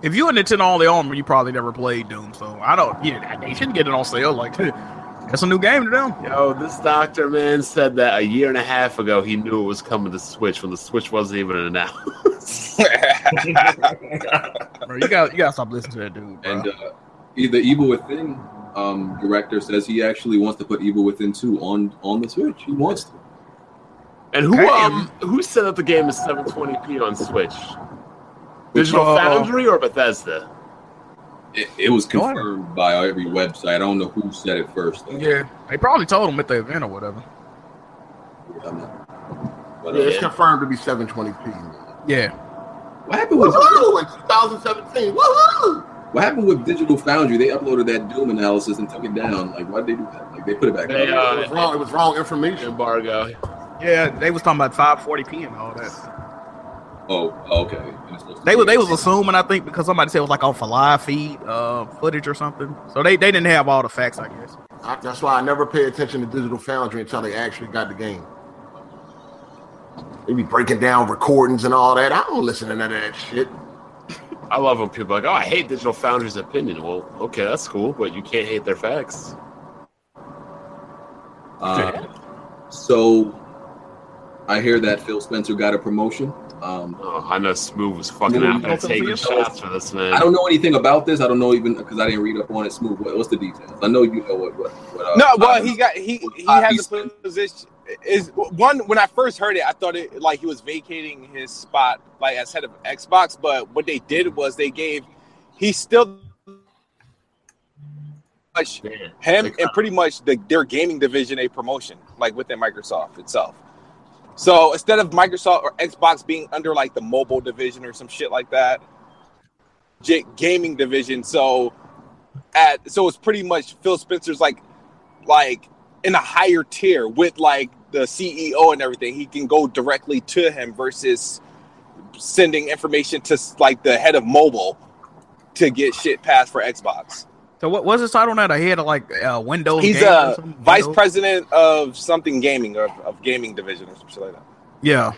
if you and Nintendo all the armor, you probably never played Doom. So I don't. Yeah, they shouldn't get it on sale. Like that's a new game to them.
Yo, this doctor man said that a year and a half ago he knew it was coming to Switch when the Switch wasn't even announced.
Bro, you got you got to stop listening to that dude. Bro.
And uh, e- the Evil Within um, director says he actually wants to put Evil Within 2 on on the Switch. He wants to.
And who
Damn.
um who said that the game is 720p on Switch? Digital
Uh,
Foundry or Bethesda?
It, it was
Go on.
confirmed by every website. I don't know who said it first. though.
yeah, they probably told him at the event or whatever.
I'm not. But, uh,
It's
Yeah.
confirmed to be 720p.
Yeah,
What happened with
Woohoo! In 2017. Woohoo!
What happened with Digital Foundry? They uploaded that Doom analysis and took it down. Like, why'd they do that? Like, they put it back
They,
up.
uh,
it was wrong. It was wrong information.
Embargo.
yeah, they was talking about 540p and all that.
Oh, okay. And it's supposed to
They
be-
was they was assuming I think because somebody said it was like off a live feed uh footage or something. So they they didn't have all the facts, I guess.
I, that's why I never pay attention to Digital Foundry until they actually got the game. They be breaking down recordings and all that. I don't listen to none of that shit.
I love when people are like, oh, I hate Digital Foundry's opinion. Well, okay, that's cool, but you can't hate their facts.
Uh, so, I hear that Phil Spencer got a promotion. Um,
Oh, I know Smooth was fucking
You
out there
don't think
taking
so?
shots for this man.
I don't know anything about this. I don't know even because I didn't read up on it. Smooth. What, what's the details? I know you know what. what, what uh,
No, well,
Bobby-
he got he he
Uh,
has
he's-
a position. Is one when I first heard it, I thought it like he was vacating his spot like as head of Xbox. But what they did was they gave he still much
Man.
him and pretty much the, their gaming division a promotion like within Microsoft itself. So instead of Microsoft or Xbox being under like the mobile division or some shit like that, j- gaming division. So at so it's pretty much Phil Spencer's like like in a higher E tier with like the CEO and everything. He can go directly to him versus sending information to like the head of mobile to get shit passed for Xbox.
So what was his title now? I had like uh, Windows.
He's
Games or
a
something?
vice
Windows?
president of something gaming or of gaming division or something like that.
Uh, Yeah,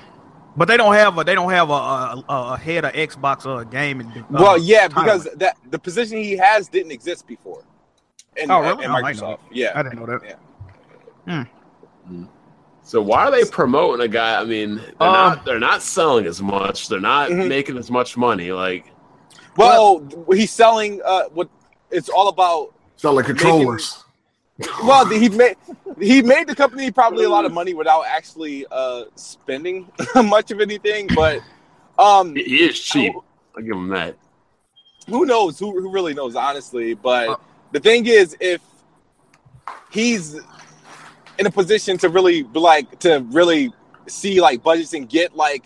but they don't have a they don't have a a, a a head of Xbox or a game. And, uh,
well, yeah,
title.
because that the position he has didn't exist before. In,
Oh, really?
in
Oh, I know.
Microsoft. Yeah.
I didn't know that.
So why are they promoting a guy? I mean, they're
Um,
not they're not selling as much. They're not
Mhm.
making as much money. Like
Well, he's selling uh what it's all about
Selling controllers.
well he made he made the company probably a lot of money without actually uh spending much of anything but um
he- he is cheap. I give him that.
who knows who, who really knows honestly but the thing is if he's in a position to really be like to really see like budgets and get like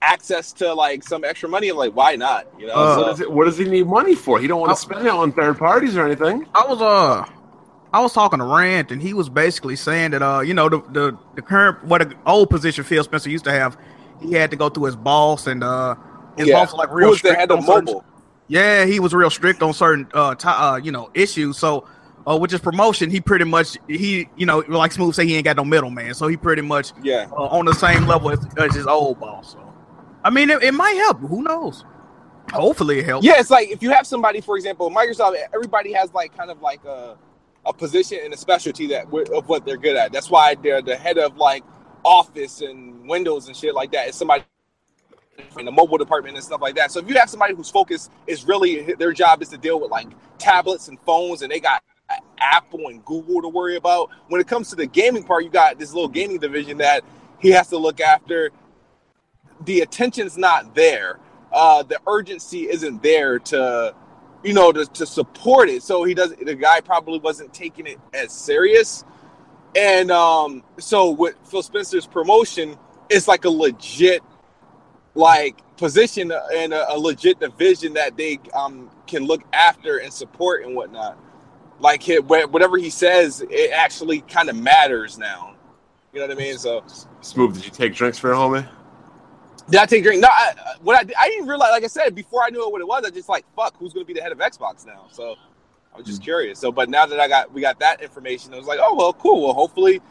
access to like some extra money like why not you know
Uh,
So-
what, does it, what does he need money for? He don't want to spend it on third parties or anything.
I was uh I was talking to Rand and he was basically saying that uh you know the the, the current what the old position Phil Spencer used to have he had to go through his boss and uh his
Yeah.
boss was like
who
real
was the
strict
head
on
of
certain-
mobile
yeah he was real strict on certain uh, ti uh you know issues so uh with his promotion he pretty much he you know like smooth say he ain't got no middleman so he pretty much
yeah
uh, on the same level as, as his old boss so I mean it, it might help who knows hopefully it helps
Yeah, it's like if you have somebody, for example, Microsoft, everybody has like kind of like a, a position and a specialty that of what they're good at. That's why they're the head of like Office and Windows and shit like that. It's somebody in the mobile department and stuff like that. So if you have somebody whose focus is really their job is to deal with like tablets and phones, and they got Apple and Google to worry about. When it comes to the gaming part, you got this little gaming division that he has to look after. The attention's not there uh, the urgency isn't there to, you know, to, to support it. So he doesn't. The guy probably wasn't taking it as serious. And um, so with Phil Spencer's promotion, it's like a legit, like position and a, a legit division that they um, can look after and support and whatnot. Like hit whatever he says, it actually kind of matters now. You know what I mean? So.
Smooth. Did you take drinks for your homie?
Did I take green? No, I, I- what I, did- I didn't realize, like I said, before I knew what it was, I just like, fuck, who's going to be the head of Xbox now? So I was just
Hmm.
curious. So, but now that I got, we got that information, I was like, oh, well, cool. Well, hopefully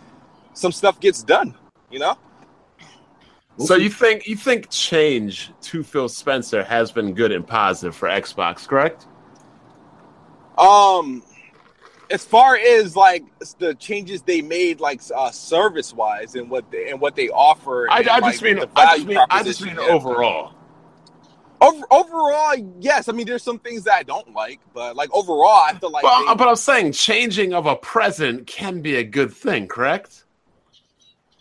some stuff gets done, you know?
So you think you think change to Phil Spencer has been good and positive for Xbox, correct?
Um, as far as like the changes they made, like uh, service wise and what they, and what they offer,
I,
and,
I
like,
just mean
the
I
value
just mean I just
proposition,
mean
yeah.
overall.
Over, overall, yes. I mean, there's some things that I don't like, but like overall, I feel like
Well,
they-
but I'm saying changing of a president can be a good thing, correct?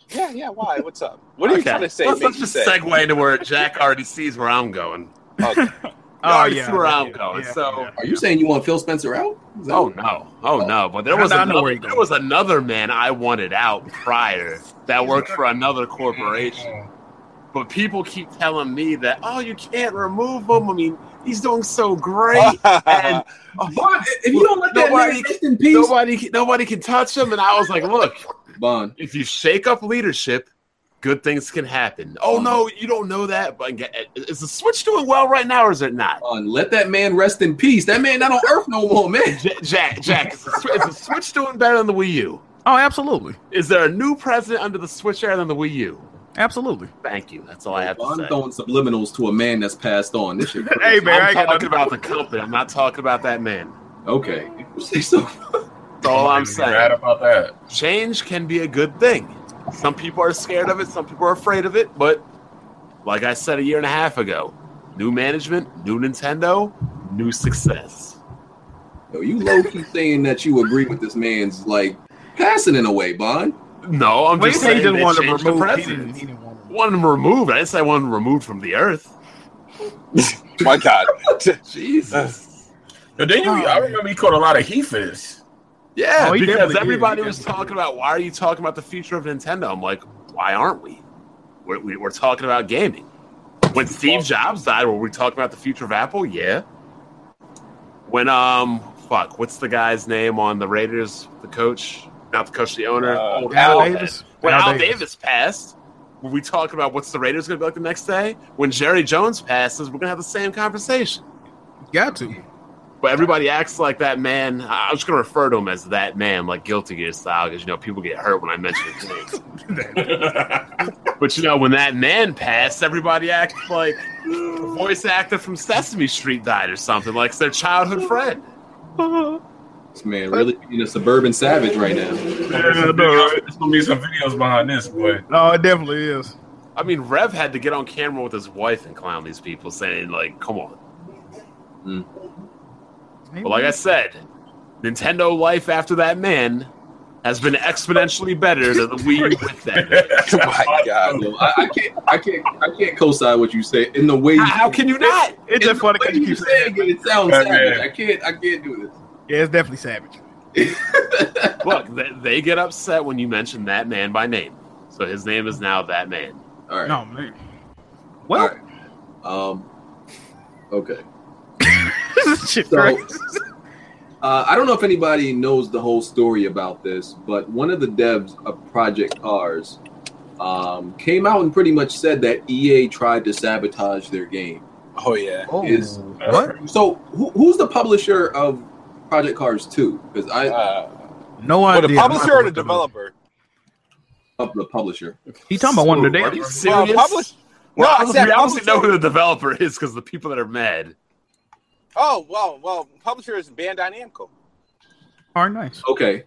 yeah, yeah. Why? What's up? What are you
Okay.
trying to say?
Let's,
make
let's
you
just
say?
segue into where Jack already sees where I'm going.
Okay.
You
Oh,
already
yeah,
see where
yeah,
I'm going.
yeah,
so,
Are you saying you want Phil Spencer out? Is that
oh
what-
no, oh no. But there
I
was
know where
another,
you're
there
going.
was another man I wanted out prior that worked for another corporation. But people keep telling me that oh, you can't remove him. I mean, he's doing so great.
Oh,
And
Oh,
Bond, if you don't let that
Nobody-
nigga rest in peace,
nobody, nobody can touch him. And I was like, look,
Bond.
if you shake up leadership, good things can happen. Oh
Uh-huh.
no, you don't know that. But is the Switch doing well right now, or is it not?
Bond, let that man rest in peace. That man not on Earth no more, man.
J- Jack, Jack, is the, Swi- is the Switch doing better than the Wii U?
oh absolutely
Is there a new president under the Switch era than the Wii U?
absolutely
Thank you. That's all I have to
Bond
say.
throwing subliminals to a man that's passed on. This shit. crazy.
Hey, man. I
I'm
ain't got
talking
nothing-
about the company. I'm not talking about that man.
Okay. You say so.
That's all I'm
Mad
saying.
about that.
Change can be a good thing. Some people are scared of it. Some people are afraid of it. But like I said a year and a half ago, new management, new Nintendo, new success.
Yo, you low key saying that you agree with this man's like passing in a way, Bond.
No, I'm
Well,
just
he said
saying
he didn't
they
want to
changed
remove.
the
He didn't,
president.
he didn't want to.
Wanted him removed. I didn't say I wanted him removed from the earth.
My God. Uh,
Jesus.
But then you, I remember he caught a lot of heifers.
Yeah,
Oh, he
because
definitely did.
everybody
He
was
definitely
talking about why are you talking about the future of Nintendo? I'm like, why aren't we? We're, we, we're talking about gaming. When Steve Jobs died, were we talking about the future of Apple? Yeah. When um, fuck, what's the guy's name on the Raiders? The coach, not the coach, the owner.
Uh,
Oh,
Al
Al
Davis?
When
Al
Al
Davis.
Davis passed, Were we talking about what's the Raiders going to be like the next day? When Jerry Jones passes, we're going to have the same conversation.
Got to.
But everybody acts like that man. I- I'm just going to refer to him as that man, like Guilty Gear style, because you know people get hurt when I mention his name. But you know when that man passed, everybody acts like the voice actor from Sesame Street died or something, like it's their childhood friend.
This man really being a suburban savage right now.
There's gonna be some videos behind this, boy.
No, it definitely is.
I mean, Rev had to get on camera with his wife and clown these people, saying like, "Come on." But like I said, Nintendo life after that man has been exponentially better than the Wii U with that. Man.
Oh my god, yo, I, I can't, I can't, I can't co-sign what you say in the way. You,
How, how can you not?
in
It's just
the
funny
way
because you
you
keep saying.
saying it. It sounds
That
savage.
man.
I can't, I can't do this.
Yeah, it's definitely savage.
Look, they, they get upset when you mention that man by name. So his name is now that man.
All right.
No man. Well,
Um. Okay.
this is shit
So,
crazy.
Uh, I don't know if anybody knows the whole story about this, but one of the devs of Project Cars um, came out and pretty much said that EA tried to sabotage their game.
Oh yeah.
Oh,
is-
what?
So, who, who's the publisher of Project Cars 2? Because I,
Uh,
No
well,
idea.
the publisher or the developer?
of the publisher.
He talking about one of the
Are you
devs.
Well,
serious?
publish-
Well,
No, I
obviously,
said
we obviously know
publisher.
who the developer is because the people that are mad.
Oh well, well, publisher is Bandai Namco.
Are nice.
Okay,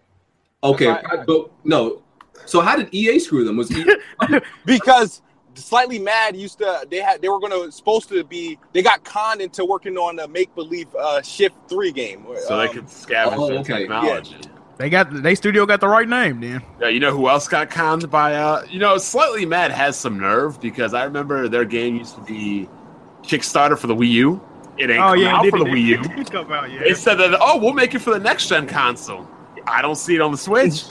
okay,
That's right.
but no. So, how did EA screw them? Was E EA,
because slightly mad used to they had they were gonna supposed to be they got conned into working on a make believe uh shift three game
So they
Um,
could scavenge
oh,
their
okay.
technology.
They got they studio got the right name then.
Yeah, you know who else got conned by uh you know, Slightly Mad has some nerve because I remember their game used to be Kickstarter for the Wii U. It
Oh,
ain't come out for the Wii U.
come out, yeah.
They said that oh we'll make it for the next gen console. I don't see it on the Switch.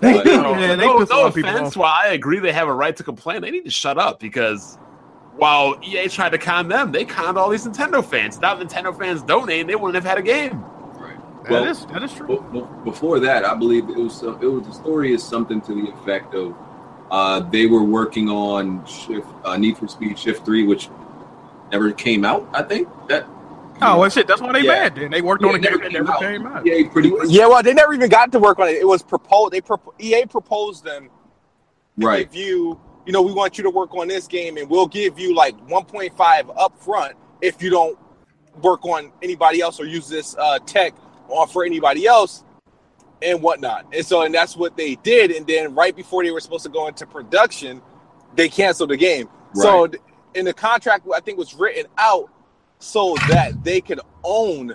They
Like,
do,
No,
man. They
no,
piss a
no
lot of people
offense.
off.
While I agree they have a right to complain, they need to shut up because while EA tried to con them, they conned all these Nintendo fans. Without Nintendo fans donating, they wouldn't have had a game.
Well-
that is that is true.
Be- be- before that, I believe it was some- it was the story is something to the effect of uh, they were working on shift, uh, Need for Speed Shift Three, which never came out. I think that
Oh well, shit. That's why they
Yeah.
bad. Then they worked
Yeah,
on a
it never
game that
came
never
out.
came out.
EA E pretty
yeah well they never even got to work on it it was proposed they propo- ea proposed them to
right.
give you you know we want you to work on this game and we'll give you like 1.5 up front if you don't work on anybody else or use this uh tech on for anybody else and whatnot and so and that's what they did and then right before they were supposed to go into production they canceled the game so th- in the contract i think was written out so that they could own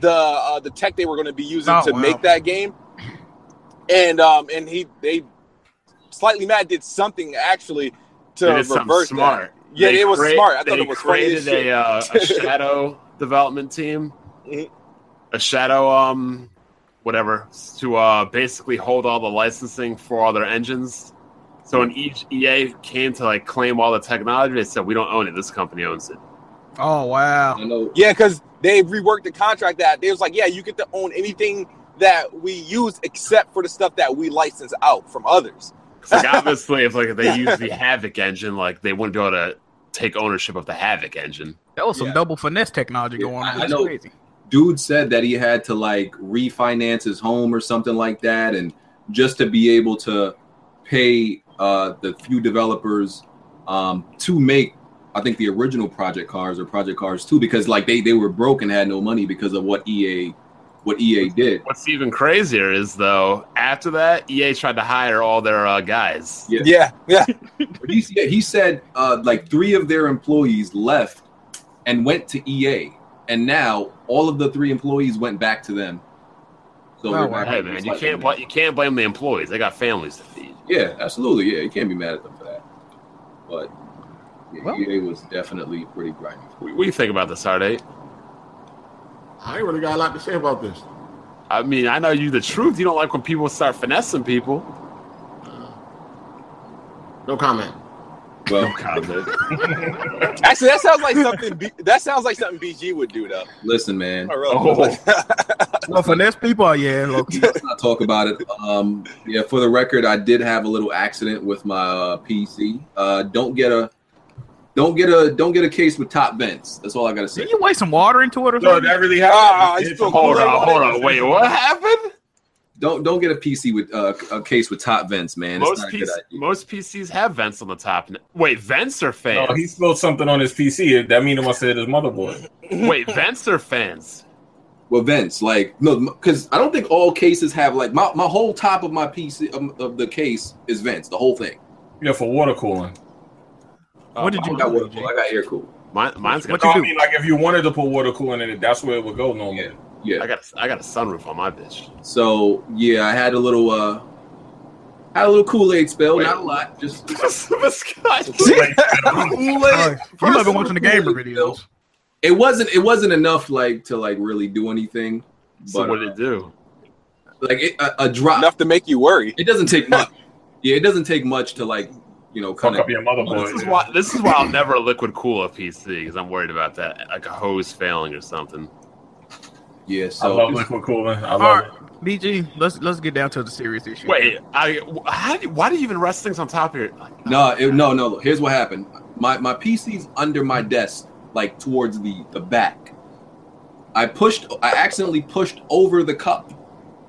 the uh, the tech they were going to be using
Oh,
to
wow.
make that game and um and he they slightly mad did something actually to
They did something
reverse
smart.
that. Yeah,
They
it was
crea-
smart. I thought
they
it was funny.
created
as shit.
a, uh, a shadow development team,
Mhm.
a shadow um whatever to uh basically hold all the licensing for all their engines. So when each EA came to like claim all the technology, they said we don't own it. This company owns it.
Oh wow.
I know.
Yeah, because they reworked the contract that they was like, yeah, you get to own anything that we use except for the stuff that we license out from others.
'Cause, like obviously, if like they use the Havoc engine, like they wouldn't be able to take ownership of the Havoc engine.
That was some
Yeah.
double finesse technology
Yeah,
going
I- I
on. That's
know.
crazy.
Dude said that he had to like refinance his home or something like that, and just to be able to pay uh, the few developers um, to make. I think the original Project Cars or Project Cars 2 because like they they were broke and had no money because of what EA what EA did.
What's even crazier is though, after that, EA tried to hire all their uh, guys.
Yeah.
Yeah, yeah.
He, yeah, he said uh, like three of their employees left and went to EA, and now all of the three employees went back to them. So
Oh,
they're
wow.
back
Hey
at
man,
this
you
like-
can't bl- you can't blame the employees. They got families to feed.
Yeah, absolutely. Yeah, you can't be mad at them for that. But yeah,
Well-
EA was definitely pretty grimy.
What what do you think about this, Hard
I ain't really got a lot to say about this.
I mean, I know you the truth. You don't like when people start finessing people.
No comment.
Well,
Oh,
Actually, that sounds like something. B- that sounds like something BG would do, though.
listen, man.
Or, uh,
Oh.
No, finesse people are yeah. Look,
Let's not talk about it. Um, yeah, for the record, I did have a little accident with my uh, PC. Uh, don't get a, don't get a, don't get a case with top vents. That's all I gotta say.
did you waste some water into it or
Yo,
something?
that really
Ah,
happened.
it's still
Hold
Kool-Aid
on, hold on. Wait, what happened?
Don't don't get a PC with uh, a case with top vents, man. It's
most
not a good
PC,
idea.
most PCs have vents on the top. Wait, vents or
No,
fans?
he spilled something on his PC. That means it must have hit his motherboard.
Wait, vents or fans?
Well, vents like no, because I don't think all cases have like my, my whole top of my PC of, of the case is vents. The whole thing.
Yeah, for water cooling.
What did
I
you
got
do,
water cool. I got air cool.
Mine, mine's got.
What
No,
you
I
do?
mean, like if you wanted to put water cooling in it, that's where it would go normally.
Yeah. Yeah.
I got. a- I got a sunroof on my bitch.
So yeah, I had a little uh, had a little Kool Aid spell. Not a lot, just.
Oh, you love been watching the gamer videos.
it wasn't it wasn't enough like to like really do anything but
so what did it do?
like it, a, a drop
Enough to make you worry.
it doesn't take much yeah it doesn't take much to like you know
Fuck
kind
up
of
your
This is
motherboard.
why. This is why I'll never liquid cool a PC because I'm worried about that, like a hose failing or something.
yeah
I
so
love liquid cooling. I love
All right,
it.
BG, let's let's get down to the serious issue.
Wait, I. How, do you- why do you even rest things on top of your? Like,
no it, no no look, here's what happened my my pc's under my desk like towards the the back i pushed i accidentally pushed over the cup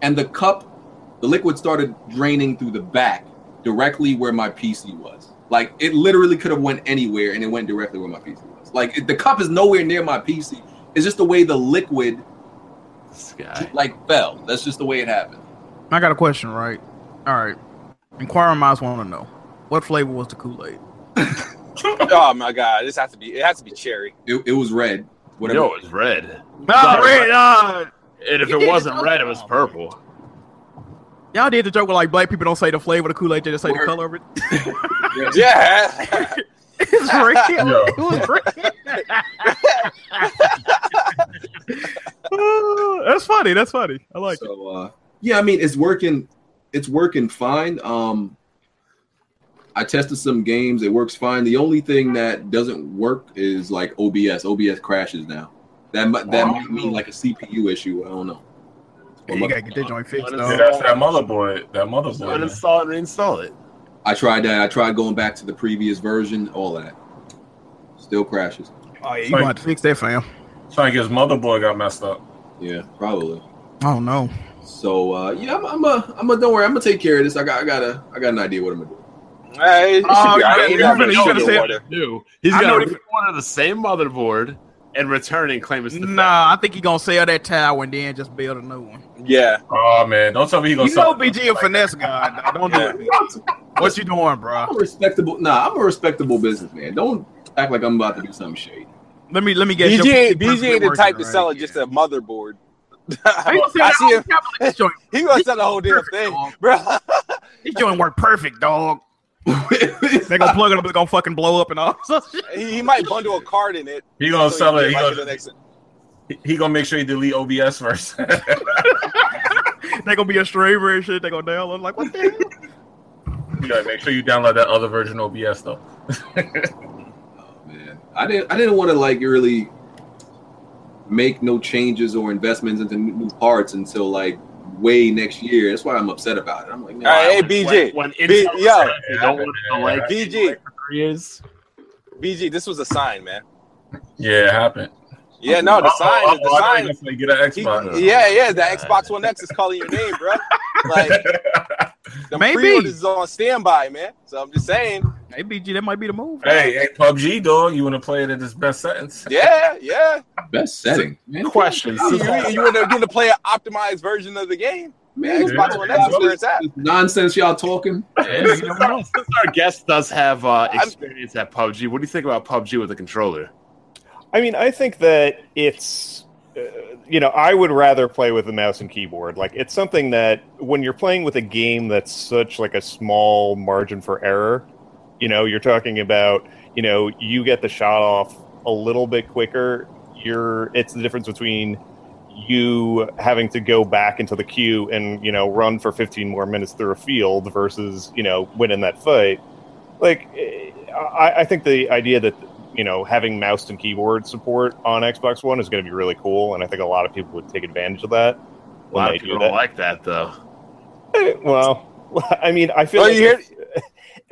and the cup the liquid started draining through the back directly where my pc was like it literally could have went anywhere and it went directly where my pc was like it, the cup is nowhere near my pc it's just the way the liquid
this guy.
like fell that's just the way it happened
I got a question, right? All right, inquiring minds want to know what flavor was the Kool Aid.
Oh my god, this has to be. It has to be cherry.
it, it was red whatever
No, it was red.
Nah, red,
And if
You
it
did
wasn't
it
red, it
all.
was purple.
Y'all did the joke where like black people don't say the flavor of the Kool Aid, they just say the
Word.
color of it.
Yeah.
It's red.
Yo.
It was red. Oh, that's funny. That's funny. I like it.
so, Uh, yeah, I mean, it's working. It's working fine. Um, I tested some games. It works fine. The only thing that doesn't work is like OBS. OBS crashes now. That might that might mean like a CPU issue. I don't know.
Yeah, you gotta get that joint fixed.
Yeah,
Though.
that's that motherboard. That motherboard.
Just
man.
uninstall it and reinstall it.
I tried that. I tried going back to the previous version. All that still crashes.
Oh yeah, you gonna have to fix that, fam.
Trying to get his motherboard got messed up.
Yeah, probably.
Oh no.
So uh, yeah, I'm, I'm a I'm a don't worry. I'm gonna take care of this. I got I got a I got an idea what I'm gonna do.
Hey, it should be
Oh,
all right.
you
It
gotta-
should
you
be
gotta say it.
water.
New. He's
I know
gonna
what he-
order the same motherboard and return and claim it's the
Nah, I think he gonna sell that tower and then just build a new one.
Yeah.
Oh man, don't tell me he gonna
You know
sell.
BG a finesse guy. dog. Don't do it. BG. What you doing, bro?
I'm a respectable. Nah, I'm a respectable businessman. Don't act like I'm about to do something shady.
Let me let me get
BG, ain't-
your
BG ain't the type to sell it just a motherboard. I
I
see him.
"Oh, This joint,
He gonna sell the whole damn thing, bro.
this joint work perfect, dog. They gonna plug it up, it's gonna fucking blow up and all.
He, he might bundle a card in it.
He gonna
so
sell
he
it. He
can get, like, the
gonna,
next-
he gonna make sure he delete OBS first.
they gonna be a streamer and shit. They gonna download like what the hell?
Yeah, make sure you download that other version of OBS though.
man. I didn't I didn't want to like really make no changes or investments into new new parts until like way next year. That's why I'm upset about it. I'm like, man,
All right, hey,
When-
BG.
When, when
B-
Intel
yo.
said they don't want to
Yeah.
delay
BG,
for three years.
BG, this was a sign, man.
Yeah, it happened.
Yeah, no, the sign,
Oh, oh, oh,
the
I thought you
sign.
were uh, gonna Get an
He,
Xbox.
yeah, yeah, the Xbox One X is calling your name, bro. Like, the
Maybe.
pre-orders is on standby, man. So I'm just saying,
Hey BG, that might be the move.
Hey, hey, PUBG dog, you want to play it at its best sentence?
yeah, yeah.
best setting. Man,
Question.
You, you, you want to get to play an optimized version of the game?
man,
Xbox
this-
One X is
where it's at.
this nonsense y'all talking.
Yeah.
You never know.
Since our guest does have uh,
I'm-
experience at PUBG, what do you think about PUBG with a controller?
I mean, I think that it's, uh, you know, I would rather play with a mouse and keyboard. Like, it's something that when you're playing with a game that's such like a small margin for error, you know, you're talking about, you know, you get the shot off a little bit quicker. You're, it's the difference between you having to go back into the queue and you know run for 15 more minutes through a field versus you know winning that fight. Like, eh, I, I think the idea that you know, having mouse and keyboard support on Xbox One is going to be really cool, and I think a lot of people would take advantage of that.
A lot
they
of
do
people
that.
don't like that though.
Eh, Well, I mean, I feel.
Are
like
Oh, you
if-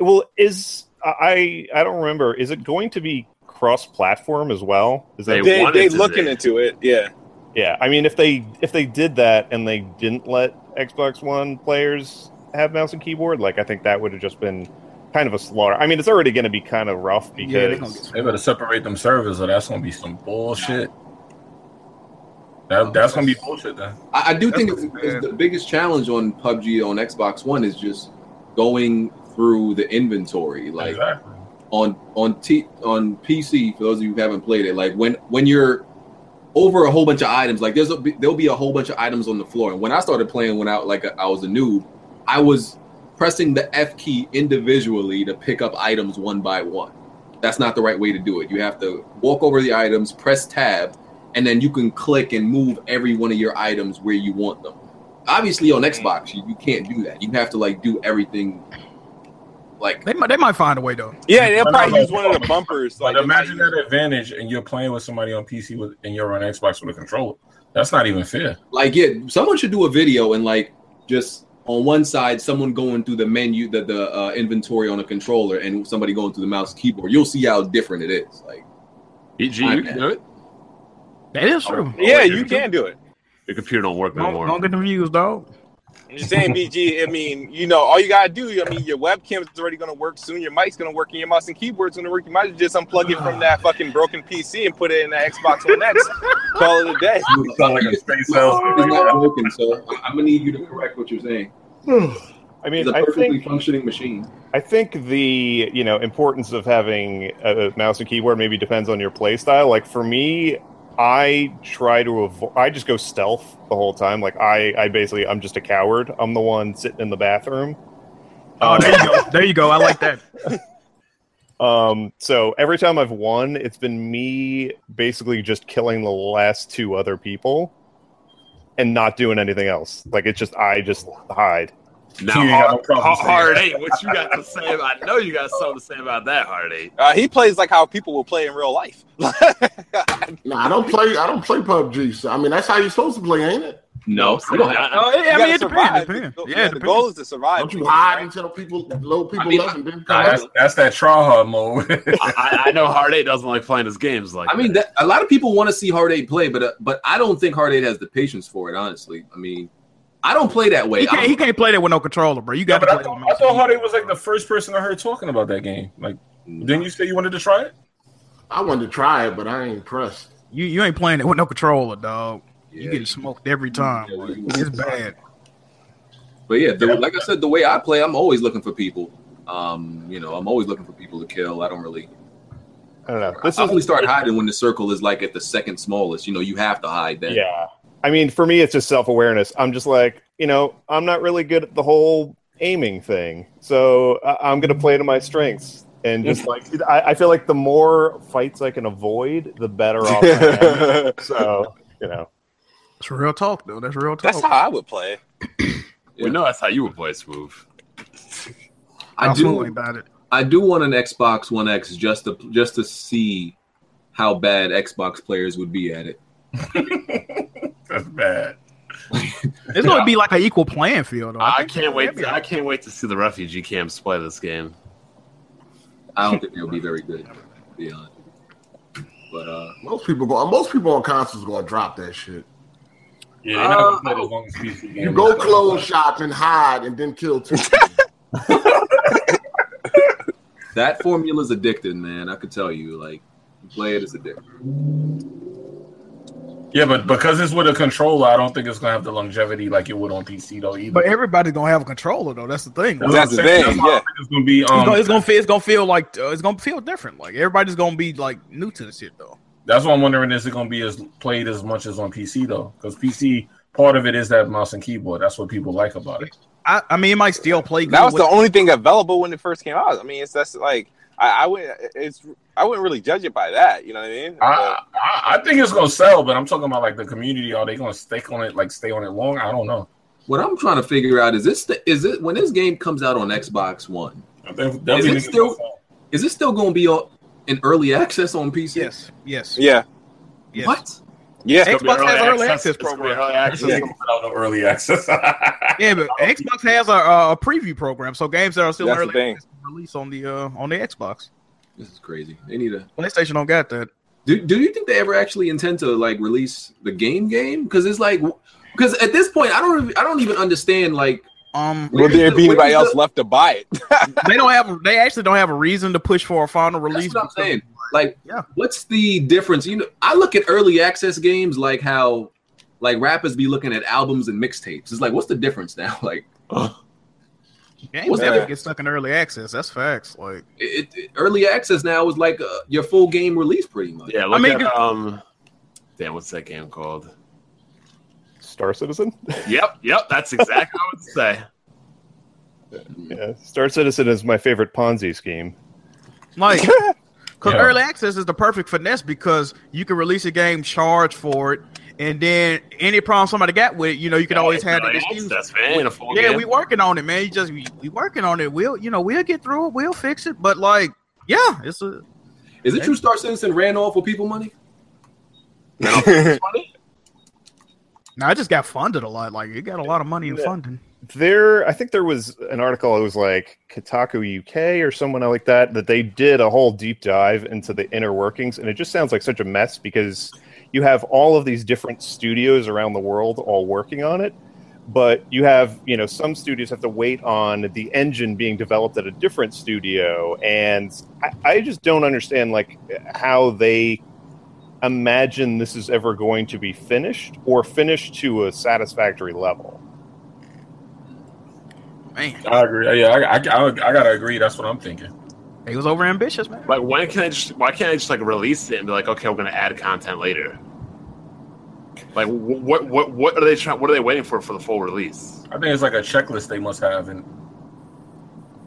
well, is I I don't remember. Is it going to be cross-platform as well? Is that
They
They
wanted
they
to
looking
be.
into it. Yeah.
yeah? I mean, if they if they did that and they didn't let Xbox One players have mouse and keyboard, like I think that would have just been kind of a slaughter. I mean, it's already going to be kind of rough
Yeah, they gonna
because
get
They better separate them servers, or that's gonna be some bullshit. That, that's gonna be bullshit then.
I, I do think it's,
That's what-
it's the biggest challenge on PUBG on Xbox One is just going through the inventory. Like
exactly.
on on T on PC, for those of you who haven't played it, like when when you're over a whole bunch of items, like there's a, there'll be a whole bunch of items on the floor. And when I started playing, when I like I was a noob, I was pressing the F key individually to pick up items one by one. That's not the right way to do it. You have to walk over the items, press tab, and then you can click and move every one of your items where you want them. Obviously, on Xbox, you, you can't do that. You have to like do everything like
They might, they might find a way though.
Yeah, they'll
But
probably
I'm
use
like-
one of the bumpers.
Like,
Like
imagine that advantage, and you're playing with somebody on PC with, and you're on Xbox with a controller. That's not even fair.
like yeah someone should do a video and like just on one side someone going through the menu the, the uh, inventory on a controller and somebody going through the mouse keyboard you'll see how different it is like
PG,
My
you can
bad.
do it.
That is true.
Yeah, you can do it.
Your computer don't work no
Don't,
more.
don't get the views, dog.
I'm just saying, BG. I mean, you know, all you gotta do. I mean, your webcam's already gonna work soon. Your mic's gonna work, and your mouse and keyboard's gonna work. You might just unplug it from that fucking broken PC and put it in the Xbox One X. Call it a day.
You sound like a space salesman.
it's not broken so I- i'm gonna need you to correct what you're saying
I mean,
it's a
I
perfectly
think
functioning machine
I think the you know importance of having a mouse and keyboard maybe depends on your play style. Like for me, I try to avoid. I just go stealth the whole time. Like I, I basically I'm just a coward. I'm the one sitting in the bathroom.
Oh, there you go. There you go. I like that.
Um, so every time I've won, it's been me basically just killing the last two other people and not doing anything else. Like it's just I just hide.
Now,
You have
hard,
a problem saying
hard
that.
eight. What you got to say? about- I know you got something to say about that hard eight.
Uh, he plays like how people will play in real life.
No, I don't play. I don't play PUBG. So I mean, that's how you're supposed to play, ain't it?
no you don't have
Oh, yeah, I
You
mean, it
gotta
depends.
survive.
depends.
The-
Yeah, it
the
depends.
goal is to survive.
Don't you hide until people, low people
mean,
left, and then
Nah,
come
that's,
out?
that's that tryhard mode.
I, I- I know hard eight doesn't like playing his games like.
I mean, that, a lot of people want to see Hard Eight play, but uh, but I don't think Hard Eight has the patience for it. Honestly, I mean, I don't play that way.
He can't,
I'm-
he can't play that with no controller, bro. You
Yeah,
got
but I
to play
thought,
with
I
mouse.
thought Hardy was like the first person I heard talking about that game. Like, didn't you say you wanted to try it?
I wanted to try it, but I ain't pressed.
You you ain't playing it with no controller, dog.
Yeah.
You get smoked every time.
Yeah,
boy.
you-
It's bad.
But yeah, the, like I said, the way I play, I'm always looking for people. Um, you know, I'm always looking for people to kill. I don't really.
I don't know. This
I
is
only start hiding when the circle is like at the second smallest. You know, you have to hide then.
Yeah. I mean, for me, it's just self awareness. I'm just like, you know, I'm not really good at the whole aiming thing. So I- I'm going to play to my strengths. And just like, I-, I feel like the more fights I can avoid, the better off I am. So, you know,
It's real talk, though. That's real talk.
That's how I would play.
we know that's how you would play smooth.
I
I'm
do.
fooling about it.
I do want an Xbox One X just to just to see how bad Xbox players would be at it.
That's bad.
It's going to be like an equal playing field. Though.
I
think
can't
that'll
wait.
be
To, I can't wait to see the refugee camps play this game.
I don't think they'll be very good, to be honest. But uh,
Most people go. Most people on consoles going to drop that shit.
Yeah, you're not gonna play the longest PC game.
You go clothes shop and hide, and then kill two. people.
that formula's addicted, man. I could tell you, like, you play it is addicted.
Yeah, but because it's with a controller, I don't think it's gonna have the longevity like it would on PC though either.
But everybody's going to have a controller, though. That's the thing.
what
That's
I'm
the
saying.
thing,
That's why I
yeah.
think it's gonna be.
it's
Um,
gonna, it's gonna feel it's gonna feel like uh, it's gonna feel different. Like everybody's gonna be like new to this shit though.
that's why I'm wondering is it gonna be as played as much as on PC though? Because PC part of it is that mouse and keyboard. That's what people like about it.
I, I mean, it might still play. good
That was
with-
the only thing available when it first came out. I mean, it's that's like I, I would. It's I wouldn't really judge it by that. You know what I mean?
Ah.
I, I I think it's gonna sell, but I'm talking about like the community. Are they gonna stick on it? Like stay on it long? I don't know.
What I'm trying to figure out is this: the, is it when this game comes out on Xbox One?
I think
Is it
definitely
still- Is it still going to be on in early access on PC?
yes, yes,
But, yeah.
yes.
What?
Yeah.
Xbox
It's gonna be
has
early
early access
It's gonna be
program.
early access.
Coming out of early access.
Yeah, but Xbox has a, a preview program, so games that are still
That's the
early
thing.
access can release on the uh, on the Xbox.
This is crazy. They need a.
PlayStation don't got that.
Do, do you think they ever actually intend to like release the game game? Because it's like, because at this point, I don't, I don't even understand. Like,
Um,
Will there
where's
be anybody
the-
else left to buy it?
they don't have. They actually don't have a reason to push for a final
That's
release.
what I'm
because-
saying. Like,
Yeah.
what's the difference? You know, I look at early access games like how, like rappers be looking at albums and mixtapes. It's like, what's the difference now? Like,
Games
Yeah.
never get stuck in early access. That's facts. Like
it, it- early access now is like uh, your full game release, pretty much.
Yeah, look
I mean,
at um. Damn, what's that game called?
Star Citizen.
Yep, yep, that's exactly what I would say.
Yeah, Star Citizen is my favorite Ponzi scheme.
Like, because
Yeah.
early access is the perfect finesse because you can release a game, charge for it, and then any problem somebody got with it, you know, you can always have an
Early
excuse.
access, man. a full
Yeah,
game.
we working on it, man. You just we, we working on it. We'll you know we'll get through it. We'll fix it. But like, yeah, it's a
Is it true Star Citizen ran off with people money?
now. I just got funded a lot. Like, it got a lot of money in
Yeah.
funding.
There, I think there was an article. It was like Kotaku UK or someone like that that they did a whole deep dive into the inner workings, and it just sounds like such a mess because you have all of these different studios around the world all working on it, but you have you know some studios have to wait on the engine being developed at a different studio, and I, I just don't understand like how they imagine this is ever going to be finished or finished to a satisfactory level.
Man,
I agree. Yeah, I, I, I, I gotta agree. That's what I'm thinking.
they was over ambitious, man.
Like, when can I just? Why can't I just like release it and be like, okay, we're gonna add content later? Like, wh- what what what are they trying? What are they waiting for for the full release?
I think it's like a checklist they must have, and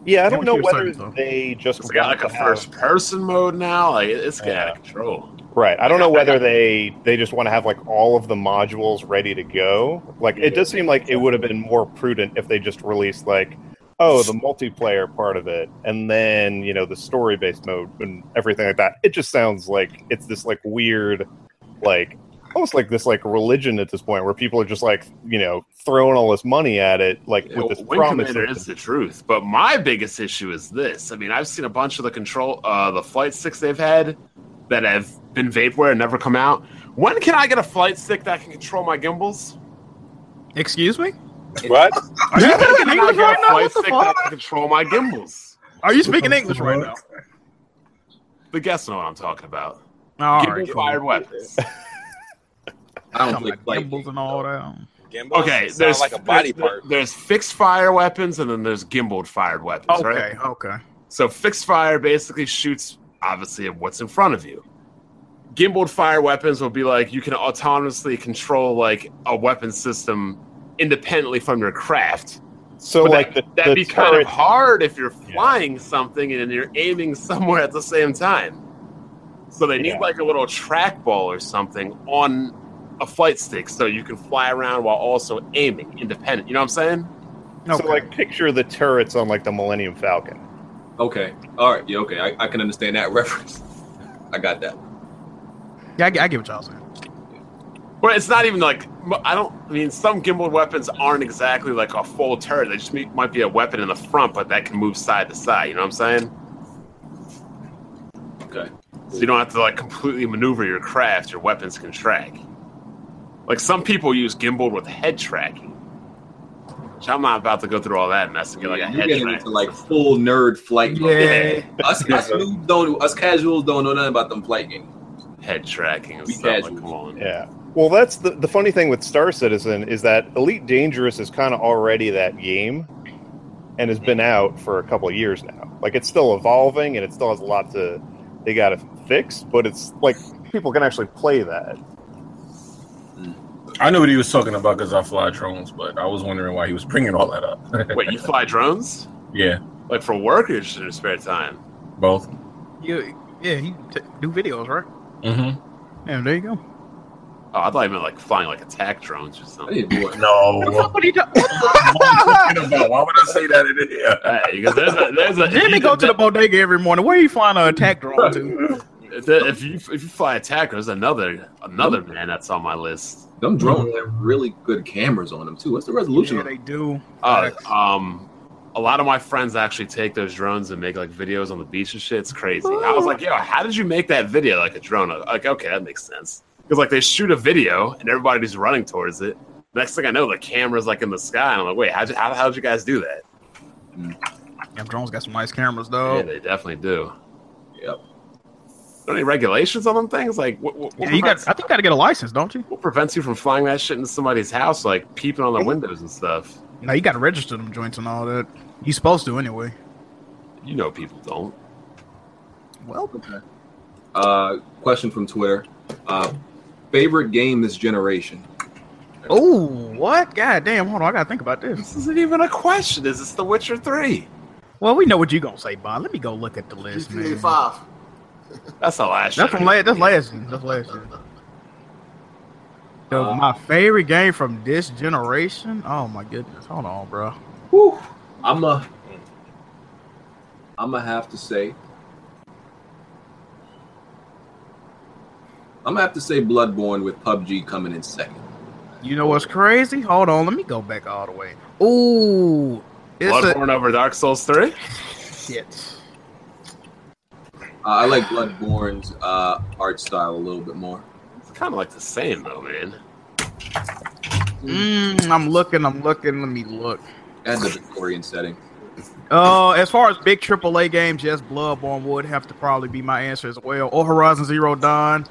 Yeah, I
Yeah,
don't
what
know
you were saying,
whether
though.
they just
It's got
want
like a
to have-
first person mode now. Like, it's got out of control.
right. I don't know whether they they just want to have like all of the modules ready to go. Like it does seem like it would have been more prudent if they just released like oh the multiplayer part of it and then you know the story based mode and everything like that. It just sounds like it's this like weird like almost like this like religion at this point where people are just like you know throwing all this money at it like with this
Wing
promise
Commander
of-
is the truth, but my biggest issue is this. I mean, I've seen a bunch of the control, uh, the flight sticks they've had that have been vaporware and never come out. When can I get a flight stick that can control my gimbals?
Excuse me.
what?
Are you speaking
When can I
English
get
right
a
now? What
flight
the
stick that
fuck?
can control my gimbals?
Are you speaking English right now?
The guests know what I'm talking about.
All
Give
right,
me
cool.
fired weapons.
I don't
Talking
think
about
like
gimbals and all that.
Gimbal?
Okay,
Sound
there's
like a body
there's-
part.
There's fixed fire weapons and then there's gimbaled fired weapons, right?
Okay, okay.
So fixed fire basically shoots obviously at what's in front of you. Gimbaled fire weapons will be like you can autonomously control like a weapon system independently from your craft.
so
But
like
that,
the,
that'd
the
be kind of
turret-
hard if you're flying something and you're aiming somewhere at the same time. So they need
Yeah.
like a little trackball or something on a flight stick so you can fly around while also aiming independent. You know what I'm saying?
Okay.
So like picture the turrets on like the Millennium Falcon.
okay, all right, yeah, okay, I, I can understand that reference. I got that.
yeah, I, get- I get what y'all saying.
Well, it's not even like I don't. I mean, some gimbal weapons aren't exactly like a full turret. They just meet, might be a weapon in the front, but that can move side to side. You know what I'm saying?
Okay,
So you don't have to like completely maneuver your craft. Your weapons can track. Like some people use gimbal with head tracking, which I'm not about to go through all that mess and get like a
you're
head
getting
track.
into like full nerd flight. mode.
Yeah.
Us, us noobs don't, us casuals don't know nothing about them flight games.
head tracking and
We
stuff. Like,
casuals.
come on.
Yeah. Well, that's the the funny thing with Star Citizen is that Elite Dangerous is kind of already that game, and has been
Mm.
out for a couple of years now. Like it's still evolving, and it still has a lot to they got to fix. But it's like people can actually play that.
I knew what he was talking about because I fly drones, but I was wondering why he was bringing all that up.
Wait, you fly drones?
yeah,
Like for work or just in your spare time?
both.
You, yeah, you t- do videos, right?
Mm-hmm.
Yeah, there you go.
Oh, I thought you meant like flying like attack drones or
I
something.
didn't do it.
No.
What are you ta-
Talking about, why would I say that in here?
Hey, because there's a, there's a
Jimmy go to the bodega every morning. Where you find an attack drone to?
If, the, if you if you fly attacker, there's another another man that's on my list.
Them drones have really good cameras on them too. What's the resolution?
Yeah,
on
they do.
Uh, um, a lot of my friends actually take those drones and make like videos on the beach and shit. It's crazy. I was like, yo, how did you make that video like a drone? I was Like, okay, that makes sense. Because like they shoot a video and everybody's running towards it. Next thing I know, the camera's like in the sky. And I'm like, wait, how'd you, how how'd you guys do that?
Damn, drones got some nice cameras
Yeah,
though.
they definitely do.
Yep.
Are there any regulations on them things? Like, what, what, what
Yeah, you got.
prevents-
I think you got to get a license, don't you?
what prevents you from flying that shit into somebody's house, like peeping on their windows and stuff?
No, you got to register them joints and all that. You supposed to anyway.
You know, people don't.
Well,
Uh, question from Twitter. Uh, favorite game this generation?
oh, what? God damn! Hold on, I gotta think about this.
This isn't even a question. Is this The Witcher Three?
Well, we know what you gonna say, Bond. Let me go look at the list, man.
GTA Five.
That's the last.
That's
shit.
from last. That's last. Year. That's last. Year. So, my favorite game from this generation. Oh my goodness! Hold on, bro.
Whew. I'm a. I'm gonna have to say. I'm gonna have to say Bloodborne with PUBG coming in second.
You know what's crazy? Hold on. Let me go back all the way. Ooh, it's
Bloodborne over Dark Souls Three.
a shit.
Uh, I like Bloodborne's uh, art style a little bit more.
It's kind of like the same though, man.
Mm, I'm looking. I'm looking. Let me look.
It had the Victorian setting.
Uh, as far as big AAA games, yes, Bloodborne would have to probably be my answer as well, or Horizon Zero Dawn.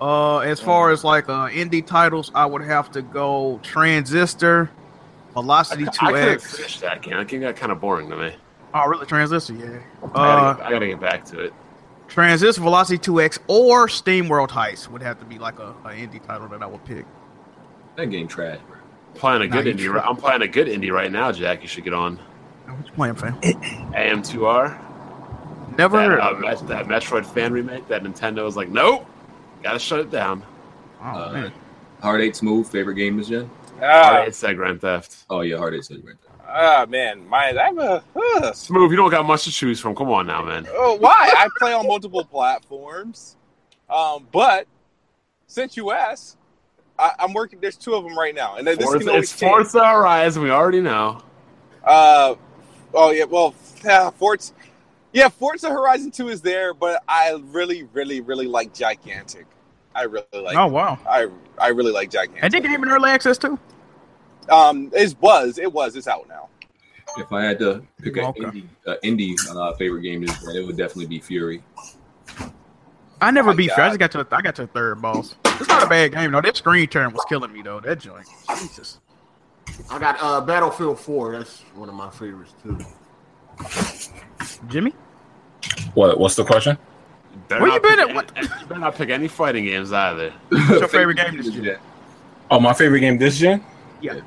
Uh, as far as like uh indie titles, I would have to go Transistor, Velocity
I
Two
couldn't
X.
finish that game. That game got kind of boring to me.
Oh, really? Transistor, yeah.
I gotta,
Uh,
get, I gotta get back to it.
Transistor, Velocity Two X, or Steam World Heist would have to be like a, a indie title that I would pick.
That game trash.
Playing a
Nah,
good
you tripping.
indie. ri- I'm playing a good indie right now, Jack. You should get on
Now, What you playing, fam?
AM2R.
Never
That,
heard.
uh,
of it.
Met- that Metroid fan remake that Nintendo was like, nope, gotta shut it down.
Oh,
uh,
man.
Heart Eight's move. Favorite game this gen?
Alright,
Ah,
it's that Grand Theft.
Oh yeah, Heart Eight's right there.
ah, man, mine. I'm a. Uh,
Smooth, you don't got much to choose from. Come on now, man.
oh, why? I play on multiple platforms, um, but since you asked, I, I'm working. There's two of them right now, and this can
Forza,
always
it's
change.
Forza Horizon. We already know.
Uh, oh yeah, well, uh, Forza, yeah, Forza Horizon Two is there, but I really, really, really like Gigantic. I really like.
oh wow.
I I really like Gigantic.
And they gave it early access too.
Um, it was, it was, it's out now.
If I had to pick an
Okay.
indie, uh, indie uh, favorite game this gen, it would definitely be Fury.
I never
My
beat. Fury. I just
God.
got to. I got to the third boss. It's not a bad game though. That screen turn was killing me though. That joint. Jesus.
I got uh, Battlefield Four. That's one of my favorites too.
Jimmy.
What? What's the question?
You better
Where you
not
been
pick
at?
any-
What-
You better not pick any fighting games either.
What's
your favorite game this gen?
Oh, my favorite game this gen.
Yeah.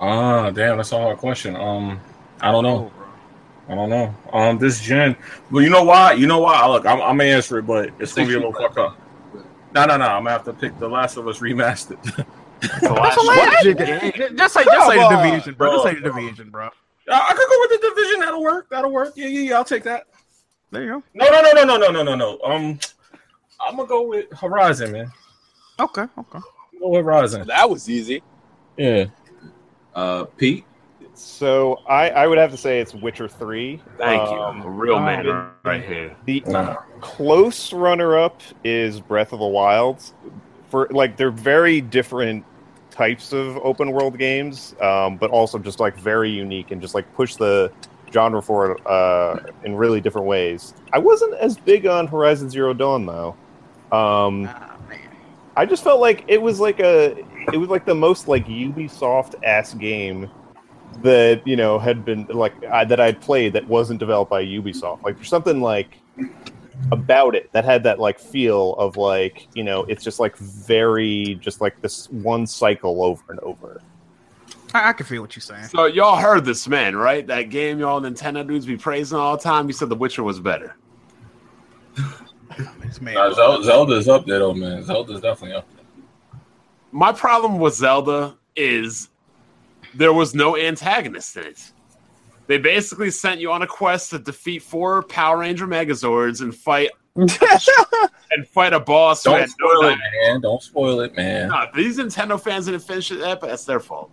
Ah, damn, that's a hard question. Um, I don't
Oh.
know. I don't know. Um, this gen. Well, you know why? You know why? I Look, I'm, I'm gonna answer it, but it's gonna be a little fuck up. No, no, no. I'm gonna have to pick The Last of Us remastered.
It's the
That's
last
a last gen.
game.
Just say, just say the
Come on.
division, bro. Just say the
Bro.
division, bro.
I, I could go with the division. That'll work. That'll work. Yeah, yeah, yeah. I'll take that.
There you
No, no, no, no, no, no, no, no, no. Um, I'm gonna go with Horizon, man.
go. Okay, okay.
Go with Horizon.
That was easy.
Yeah.
Uh, Pete,
So I, I would have to say it's Witcher Three.
Thank you.
Um,
A real
um,
man right here.
The
Nah.
close runner up is Breath of the Wild. For like they're very different types of open world games, um, but also just like very unique and just like push the genre forward uh, in really different ways. I wasn't as big on Horizon Zero Dawn though. Um,
Ah, man.
I just felt like it was like a it was like the most like Ubisoft ass game that you know had been like I, that I'd played that wasn't developed by Ubisoft. Like there's something like about it that had that like feel of like you know it's just like very just like this one cycle over and over.
I, I can feel what you're saying.
So y'all heard this man, right? That game y'all Nintendo dudes be praising all the time. You said The Witcher was better.
It's man.
Nah, Zel- Zelda's up there though, man. Zelda's definitely up.
My problem with Zelda is there was no antagonist in it. They basically sent you on a quest to defeat four Power Ranger Megazords and fight and fight a boss. who
Don't
had no
spoil it,
knowledge.
man. Don't spoil it, man.
No, if these Nintendo fans didn't finish it up. That's their fault.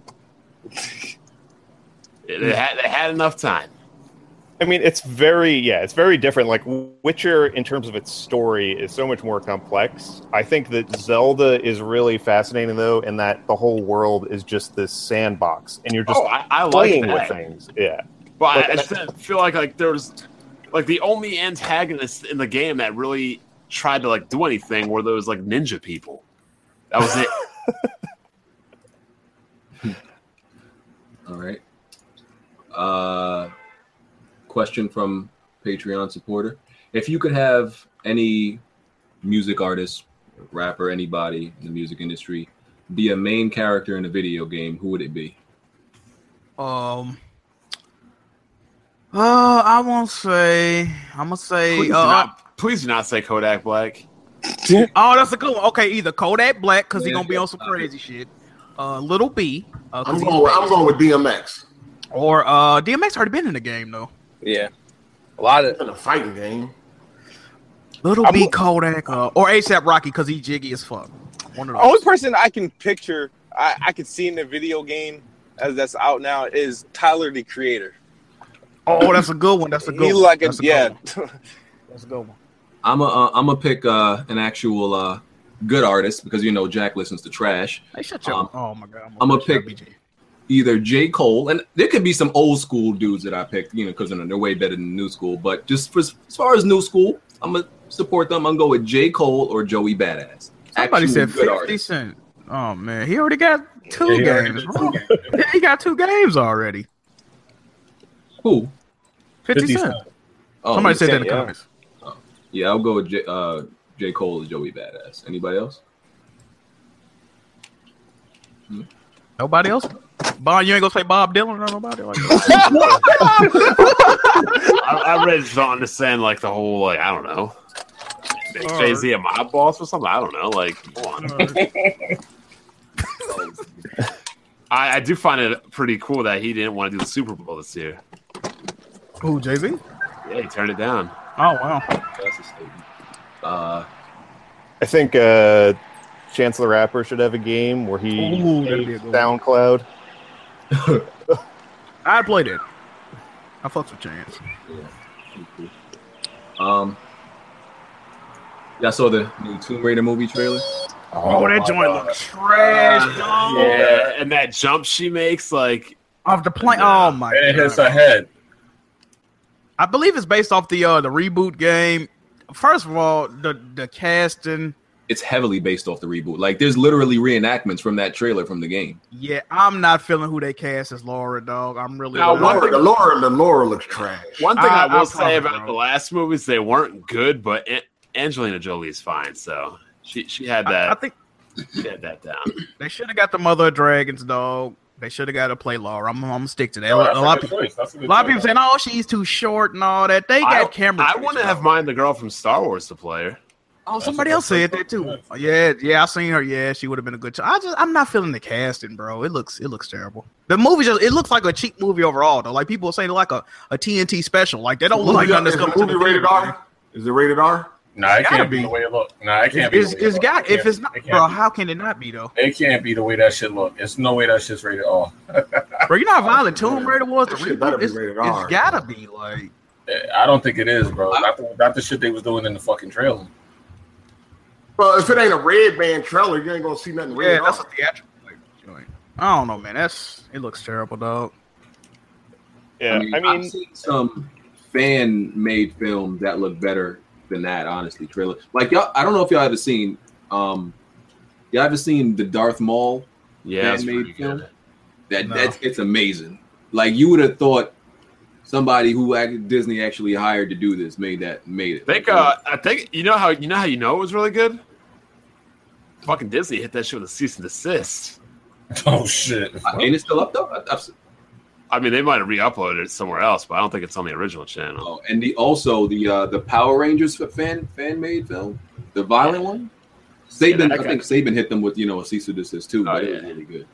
they, had, they had enough time.
I mean, it's very yeah, it's very different. Like Witcher, in terms of its story, is so much more complex. I think that Zelda is really fascinating though, in that the whole world is just this sandbox, and you're just
oh, I, I like
playing
that.
with things. Yeah,
But I,
Like,
I just didn't feel like like there was like the only antagonist in the game that really tried to like do anything were those like ninja people. That was it.
All right. Uh, question from Patreon supporter: If you could have any music artist, rapper, anybody in the music industry be a main character in a video game, who would it be?
Um. Uh, I won't say. I'm gonna say.
Please, do
Uh,
not, please do not say Kodak Black.
oh, that's a good one. Okay, either Kodak Black because he's
Yeah,
gonna be on some crazy shit. Uh, Little B. Uh, 'cause
I'm
he's
going. With,
black.
I'm going with DMX.
Or uh, DMX already been in the game though.
Yeah. A lot of
In a fighting game,
Little
I'm-
B Kodak uh, or ASAP Rocky because he jiggy as fuck. One of those.
only person I can picture I, I could see in the video game as that's out now is Tyler the Creator.
oh, that's a good one. That's a good.
he
one.
like a,
that's good
yeah.
one. That's a good one.
I'm a uh, I'm a pick uh, an actual uh, good artist because you know Jack listens to trash.
Hey, shut your.
Um,
oh my god. I'm,
I'ma
shut up,
pick-
BG.
Either J Cole and there could be some old school dudes that I picked, you know, because they're way better than new school. But just for, as far as new school, I'm gonna support them. I'm gonna go with J Cole or Joey Badass.
Somebody
Actual
said
good
fifty
artists.
cent. Oh man, he already got two
he already
games.
did
bro. Yeah, he got two games already.
Who?
Fifty,
50
cent.
Cent.
Oh,
Somebody said that in the
yeah.
comments.
yeah. I'll go with J, uh, J Cole or Joey Badass. Anybody else?
Nobody else. Bob, you ain't gonna say Bob Dylan or nobody like that.
I, I really just don't understand like the whole like I don't know. Jay Z a mob boss or something? I don't know. Like, come on. I, I do find it pretty cool that he didn't want to do the Super Bowl this year.
Who, Jay Z? Oh
Yeah, he turned it down.
wow.
That's a statement. Uh,
I think uh, Chancellor Rapper should have a game where he
Ooh, that'd be a
saves
good one.
SoundCloud.
I played it. I fucked with Chance.
um, y'all saw the new Tomb Raider movie trailer?
Oh, that joint looks trash. dog.
yeah, and that jump she makes, like,
Off the plane. Oh my
And it hits
god.
her head.
I believe it's based off the uh the reboot game. First of all, the the casting.
It's heavily based off the reboot. Like, there's literally reenactments from that trailer from the game.
Yeah, I'm not feeling who they cast as Laura, dog. I'm really.
Now,
not.
one
Laura, the Laura, the Laura looks trash.
one thing
I-
I,
I
will say
probably
about
won't.
the last movies, they weren't good, but An- Angelina Jolie's fine, so she she had
I, I
that
think
she had that down.
they should have got the Mother of Dragons, dog. They should have got to play Laura. I'm, I'm gonna stick to that. a, lot- Oh, a lot of people, a lot of people saying, "Oh, she's too short and all that." They
I,
got camera.
I
choice,
wouldn't
dog.
have mind the girl from Star Wars to play her.
Oh, somebody else said that too. Yeah, yeah, I seen her. Yeah, she would have been a good. Ch- I just, I'm not feeling the casting, bro. It looks, it looks terrible. The movie just, it looks like a cheap movie overall, though. Like people saying, like a, a TNT special. Like they don't look like nothing
is
that's
the
coming to
movie
the
rated
theater, man.
R? Is it rated R?
Nah, it
gotta
can't be
be.
the way it look. Nah, it can't be.
It's,
the way
it's
it
got.
look. It
If
can't
it's
be.
not,
It can't
bro,
be.
how can it not be though?
It can't be the way that shit look. It's no way that shit's rated R.
Bro, you know how violent Tomb Raider was. The
That shit better
reboot,
be
it's,
rated
it's
R.
gotta be like.
I don't think it is, bro. Not the, not the shit they was doing in the fucking trailer.
Well, if it ain't a red band trailer, you ain't gonna see nothing
Yeah,
rated
that's a
R.
theatrical like, joint. I don't know, man. That's it looks terrible, dog.
Yeah, I mean,
I've seen some fan made films that look better than that, honestly. Trailer, like y'all, I don't know if y'all ever seen, um, y'all ever seen the Darth Maul?
Yeah, it's
Handmade
pretty good.
film? That
No.
that's it's amazing. Like you would have thought somebody who act, Disney actually hired to do this made that made it.
I think uh, I think you know how you know how you know it was really good. Fucking Disney hit that shit with a cease and desist.
Oh shit.
I mean, it's still up though. I, I've, s-
I mean, they might have re-uploaded it somewhere else, but I don't think it's on the original channel.
oh, and the also the uh, the Power Rangers fan fan made film, the violent one. Saban,
that
I
guy-
think Saban hit them with you know a cease and desist too, but it was
yeah.
really good.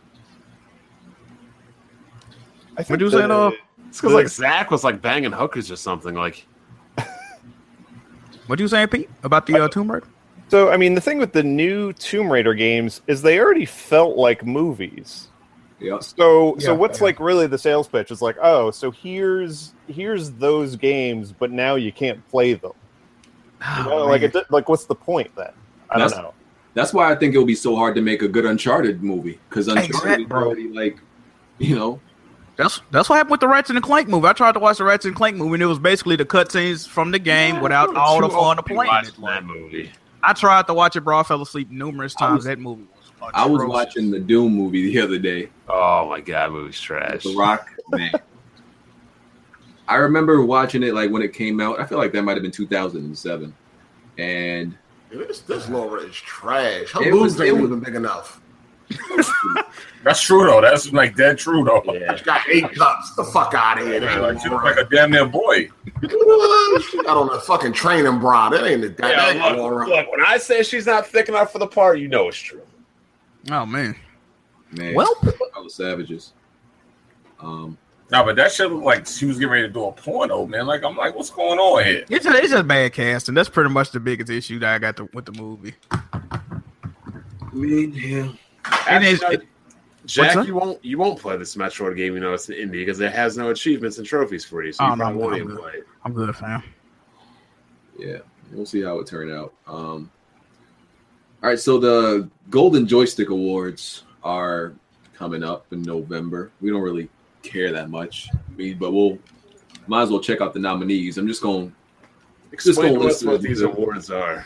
I think
What you saying?
the-
Uh,
It's because like Zach was like banging hookers or something. Like
What you saying, Pete, about the uh, Tomb Raider?
So I mean, the thing with the new Tomb Raider games is they already felt like movies.
Yeah.
So
Yeah,
so what's
yeah.
like really the sales pitch is like, oh, so here's here's those games, but now you can't play them. You know,
Oh,
like
man.
it, like what's the point then? I don't
That's-
know.
That's why I think it'll be so hard to make a good Uncharted movie because Uncharted
Exact,
is
bro.
already like, you know,
That's that's what happened with the Ratchet and Clank movie. I tried to watch the Ratchet and Clank movie, and it was basically the cutscenes from the game without all the fun of playing
Watching
it.
that movie.
I tried to watch it, bro. I fell asleep numerous
I
times.
was-
that movie was
I was
atrocious.
watching the Doom movie the other day.
Oh my god, movie's trash.
The Rock, man. I remember watching it like when it came out. I feel like that might have been 2007, and
This, this Laura is trash. Her
It
boobs
was-
ain't
it was-
even big enough.
That's true though. That's like dead true though.
Yeah.
She got eight cups. The fuck out of here. That
Yeah,
ain't
like, she look
Laura.
like a damn near boy.
she got on a fucking training bra. That ain't a
Yeah,
that ain't
look,
Laura.
look, when I say she's not thick enough for the part, you know it's true.
Oh man.
man,
Well,
I was savages. Um,
Nah, but that shit looked like she was getting ready to do a porno, man. Like I'm like, what's going on here?
it's just, it's just bad casting. That's pretty much the biggest issue that I got to, with the movie.
I mean, yeah.
And it's,
Actually,
it- what's
Jack,
that?
you won't you won't play this Metroid game. You know it's an indie because it has no achievements and trophies for you, so you
Oh, no,
probably won't
I'm
even
good.
play it.
I'm good, fam.
yeah we'll see how it turned out um all right so the golden joystick awards are coming up in november we don't really care that much I mean, but we'll might as well check out the nominees i'm just going
Explain
go
to us
listen to
what
the
these
music.
awards are.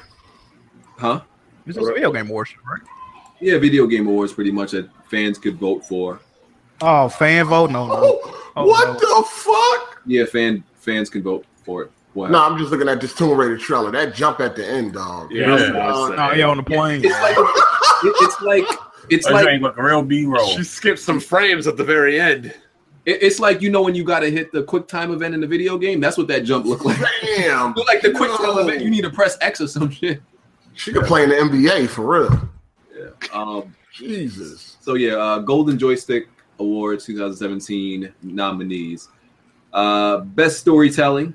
huh
This is video game worship, right?
yeah video game awards pretty much that fans could vote for
Oh, fan vote? No, no.
Oh,
Oh,
what the fuck?
yeah fan fans can vote for it wow
No, I'm just looking at this Tomb Raider trailer. That jump at the end, dog.
Yeah.
That's what I was
No,
saying.
he on the plane.
it's like it- it's like it's
Like,
like
you ain't look real B roll.
She skipped some frames at the very end.
it- it's like you know when you gotta hit the quick time event in the video game that's what that jump looked like
Damn.
Look like the quick time
No.
event you need to press x or some shit
She could play in the NBA for real.
Um,
Jesus.
so yeah, uh, Golden Joystick Awards 2017 nominees: uh, Best Storytelling,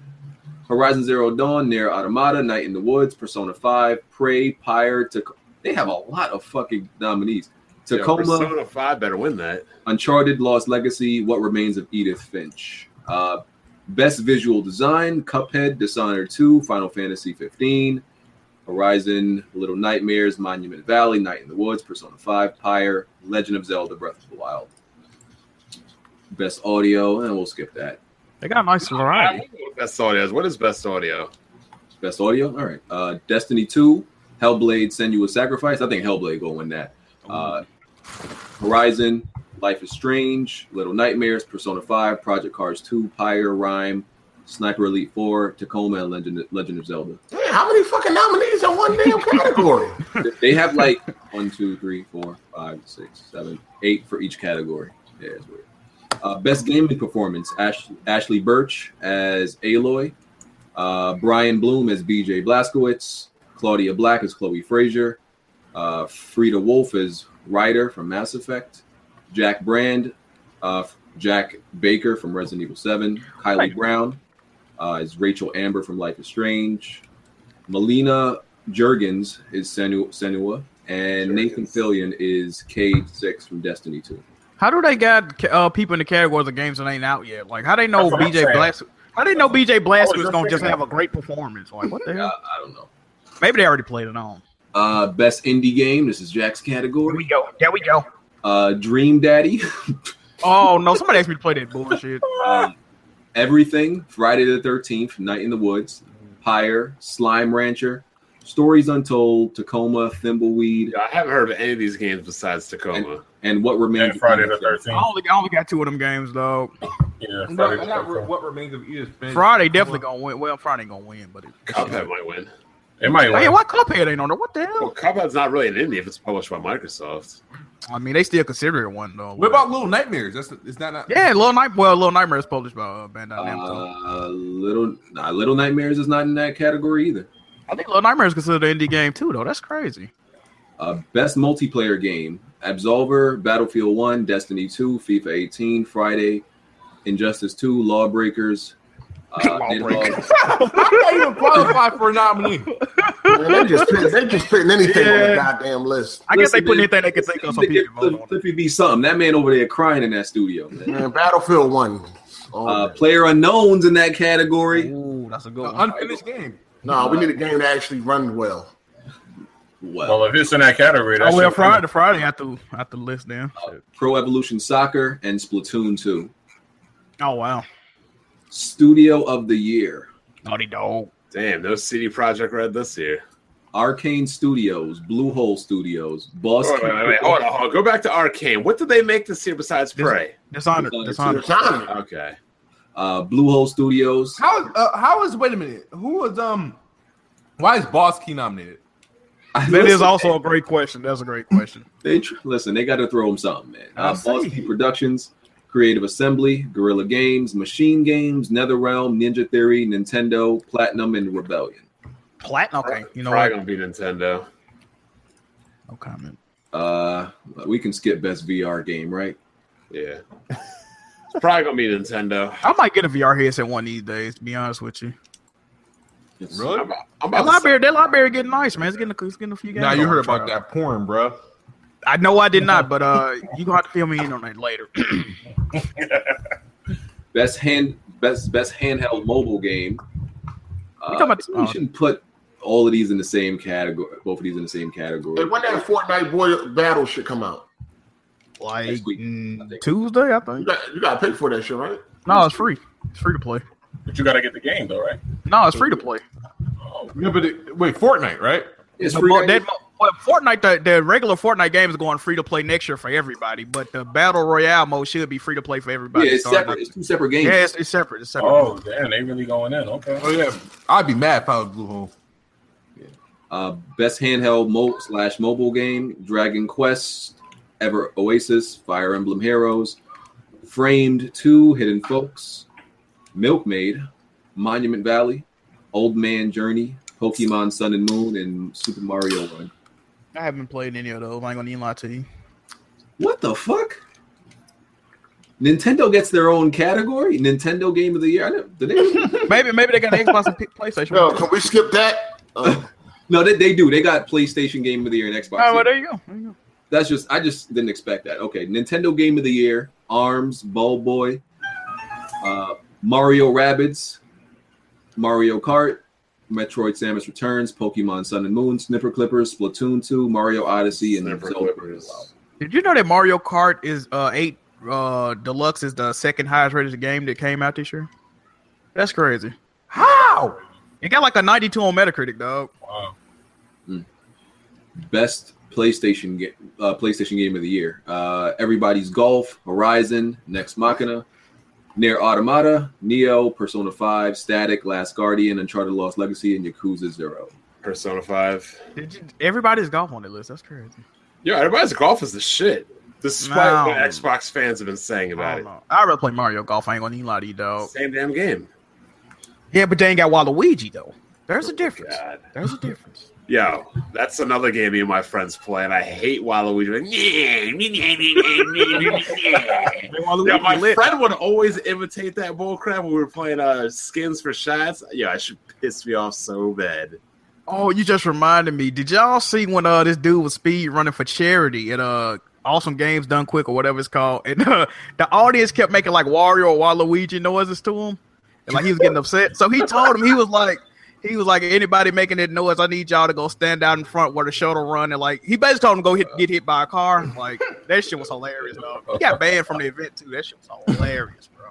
Horizon Zero Dawn, Near Automata, Night in the Woods, Persona 5, Prey, Pyre. Tac- they have a lot of fucking nominees:
Yeah,
Tacoma,
Persona Five better win that.
Uncharted, Lost Legacy, What Remains of Edith Finch. Uh, Best Visual Design, Cuphead, Dishonored 2, Final Fantasy 15, Horizon, Little Nightmares, Monument Valley, Night in the Woods, Persona 5, Pyre, Legend of Zelda, Breath of the Wild. Best Audio, and we'll skip that.
They got a nice
I
variety.
wonder what best audio is. What is best audio?
Best Audio, all right. Uh, Destiny 2, Hellblade, Senua's Sacrifice. I think Hellblade will win that. Uh, Horizon, Life is Strange, Little Nightmares, Persona 5, Project Cars 2, Pyre, Rhyme, Sniper Elite 4, Tacoma, and Legend, Legend of Zelda.
Damn, how many fucking nominees in one damn category?
They- they have like one, two, three, four, five, six, seven, eight for each category. Yeah, it's weird. Uh, best gaming performance: Ash- Ashley Birch as Aloy, uh, Brian Bloom as B.J. Blazkowicz, Claudia Black as Chloe Frazier, uh, Frida Wolf as Ryder from Mass Effect, Jack Brand, uh, Jack Baker from Resident Evil Seven, Kylie Brown uh, is Rachel Amber from Life is Strange, Melina Jurgens is Senu- Senua, and Nathan Fillion is Cade Six from Destiny Two.
How do they got uh, people in the categories of games that ain't out yet? Like, how they know
That's what I'm
BJ
saying.
Blask? How they know BJ
I was
Blazkowicz
just
gonna just
thinking
have a great performance? Like, what the
Uh,
hell?
I don't know.
Maybe they already played it on.
Uh, best indie game. This is Jack's category.
go. There we go.
Uh, Dream Daddy.
Oh no! Somebody asked me to play that bullshit.
Um, everything. Friday the Thirteenth. Night in the Woods. Pyre. Slime Rancher. Stories Untold. Tacoma. Thimbleweed.
Yeah, I haven't heard of any of these games besides Tacoma.
And what remains?
And Friday the Thirteenth.
I only, I only got two of them games though.
Yeah, Friday
I got,
the
I got
13th.
what remains of E Edith Finch.
Friday definitely gonna win. Well, Friday gonna win, but it,
Cuphead Oh. might win.
It might.
Oh,
hey,
win.
why Cuphead ain't on there? What the
Well,
hell?
Cuphead's not really an indie if it's published by Microsoft.
I mean, they still consider it one though.
What about Little Nightmares? That's is that not?
Yeah, Little Night. Well, Little Nightmare is published by uh, Bandai Namco.
Uh, little nah, Little Nightmares is not in that category either.
I think Little Nightmare is considered an indie game too, though. That's crazy.
Uh, best multiplayer game: Absolver, Battlefield One, Destiny Two, FIFA 18, Friday, Injustice Two, Lawbreakers, Uh,
Law
data
break.
logs.
I can't even qualify for a nominee.
Man, they just putting, they just putting anything on the goddamn list.
I guess they
Listen,
put
man,
anything they can think of. Some
Cliffy-
people. to vote on.
Cliffy be something. That man over there crying in that studio. man.
Man, Battlefield One. Oh,
Uh,
man.
player unknowns in that category.
Ooh, that's a good
An
one.
unfinished game.
no, we need a game to actually run well.
Well,
Well, if it's in that category, that's
Oh well,
just-
Friday, Friday at the at the list down.
Pro Evolution Soccer and Splatoon 2.
Oh wow,
Studio of the Year.
naughty dog.
Damn, no CD Project Red this year.
Arcane Studios, Blue Hole Studios, Boss
Hold on, wait, wait, hold on, hold on. Go back to Arcane. What did they make this year besides
This-
Prey?
Dishonored,
Dishonored,
dishonored.
Dishonored.
Okay.
uh, Blue Hole Studios.
How uh, how is wait a minute? Who was um? Why is Boss Key nominated?
That is also a great question. That's a great question.
They tr- listen. They got to throw them something, man.
I
Uh, Boss
see.
Key Productions, Creative Assembly, Guerrilla Games, Machine Games, NetherRealm, Ninja Theory, Nintendo, Platinum, and Rebellion.
Platinum. Okay, you know
Probably
what?
gonna be Nintendo.
No comment.
Uh, we can skip best VR game, right?
Yeah. It's probably gonna be Nintendo.
I might get a VR headset one of these days. To be honest with you,
It's-
Really?
I'm, I'm
that
about to say,
library, that library getting nice, man. It's getting a, it's getting a few games.
Now you
on
heard
trial.
about that porn, bruh.
I know I did not, but uh, you gonna have to fill me in on that later.
Best hand, best best handheld mobile game. Uh,
talking about-
I think we shouldn't put all of these in the same category. Both of these in the same category.
And when that Fortnite boy battle should come out,
like
Next week,
mm,
I think.
Tuesday, I
you
think.
got you got to pay for that shit, right?
No, it's free. It's free to play.
But you got to get the game though, right? Oh.
No, it's free to play.
Yeah, but it, wait, Fortnite, right?
It's
The
free
mo-
right
that
now.
mo- well, Fortnite, the, the regular Fortnite game is going free to play next year for everybody, but the battle royale mode should be free to play for everybody.
yeah, it's
starting-
separate. It's two separate games.
Yeah, it's, it's separate. It's separate.
Oh damn, they really going in. Okay.
Oh yeah, I'd be mad if I was Blue Hole.
Uh, best handheld mo- slash mobile game: Dragon Quest, Ever Oasis, Fire Emblem Heroes, Framed Two, Hidden Folks, Milkmaid, Monument Valley, Old Man Journey, Pokemon Sun and Moon, and Super Mario Run.
I haven't played any of those. I ain't gonna even lie to you.
What the fuck? Nintendo gets their own category. Nintendo Game of the Year. I don't, do they?
Maybe maybe they got an Xbox and P- PlayStation.
No, can we skip that? Uh,
no, they, they do. They got PlayStation Game of the Year and Xbox.
Oh, well, there you go. There you go.
That's just I just didn't expect that. Okay, Nintendo Game of the Year, Arms, Ball Boy, uh, Mario Rabbids, Mario Kart, Metroid: Samus Returns, Pokemon Sun and Moon, Snipper Clippers, Splatoon 2, Mario Odyssey, and
Snipper
Zelda.
Clippers.
Did you know that Mario Kart is uh eight uh deluxe is the second highest rated game that came out this year? That's crazy.
How?
It got like a 92 on Metacritic, dog.
Wow.
Best PlayStation game, uh, PlayStation Game of the Year. Uh, Everybody's Golf, Horizon, Next Machina, Near Automata, Neo, Persona 5, Static, Last Guardian, Uncharted Lost Legacy, and Yakuza Zero.
Persona Five.
Did you, everybody's golf on that list. That's crazy.
Yo, everybody's golf is the shit. This is what
No. Oh,
what Xbox fans have been saying
I
about
don't
it.
know. I'd rather play Mario Golf. I ain't gonna even lie to you, dog.
Same damn game.
Yeah, but they ain't got Waluigi though. There's a difference.
Oh God.
There's a difference.
Yo, that's another game me and my friends play, and I hate Waluigi. Like, "Nyeh, nyeh, nyeh, nyeh, nyeh, nyeh, nyeh." Yeah, my
lit.
friend would always imitate that bullcrap when we were playing uh, skins for shots. Yeah, I should piss me off so bad.
Oh, you just reminded me. Did y'all see when uh this dude was speed running for charity at uh Awesome Games Done Quick or whatever it's called? And uh, the audience kept making like Wario or Waluigi noises to him, and like he was getting upset. So he told him he was like. He was like, anybody making that noise, I need y'all to go stand out in front where the shuttle run, and like he basically told him to go hit, get hit by a car. Like that shit was hilarious, dog. He got banned from the event too. That shit was hilarious, bro.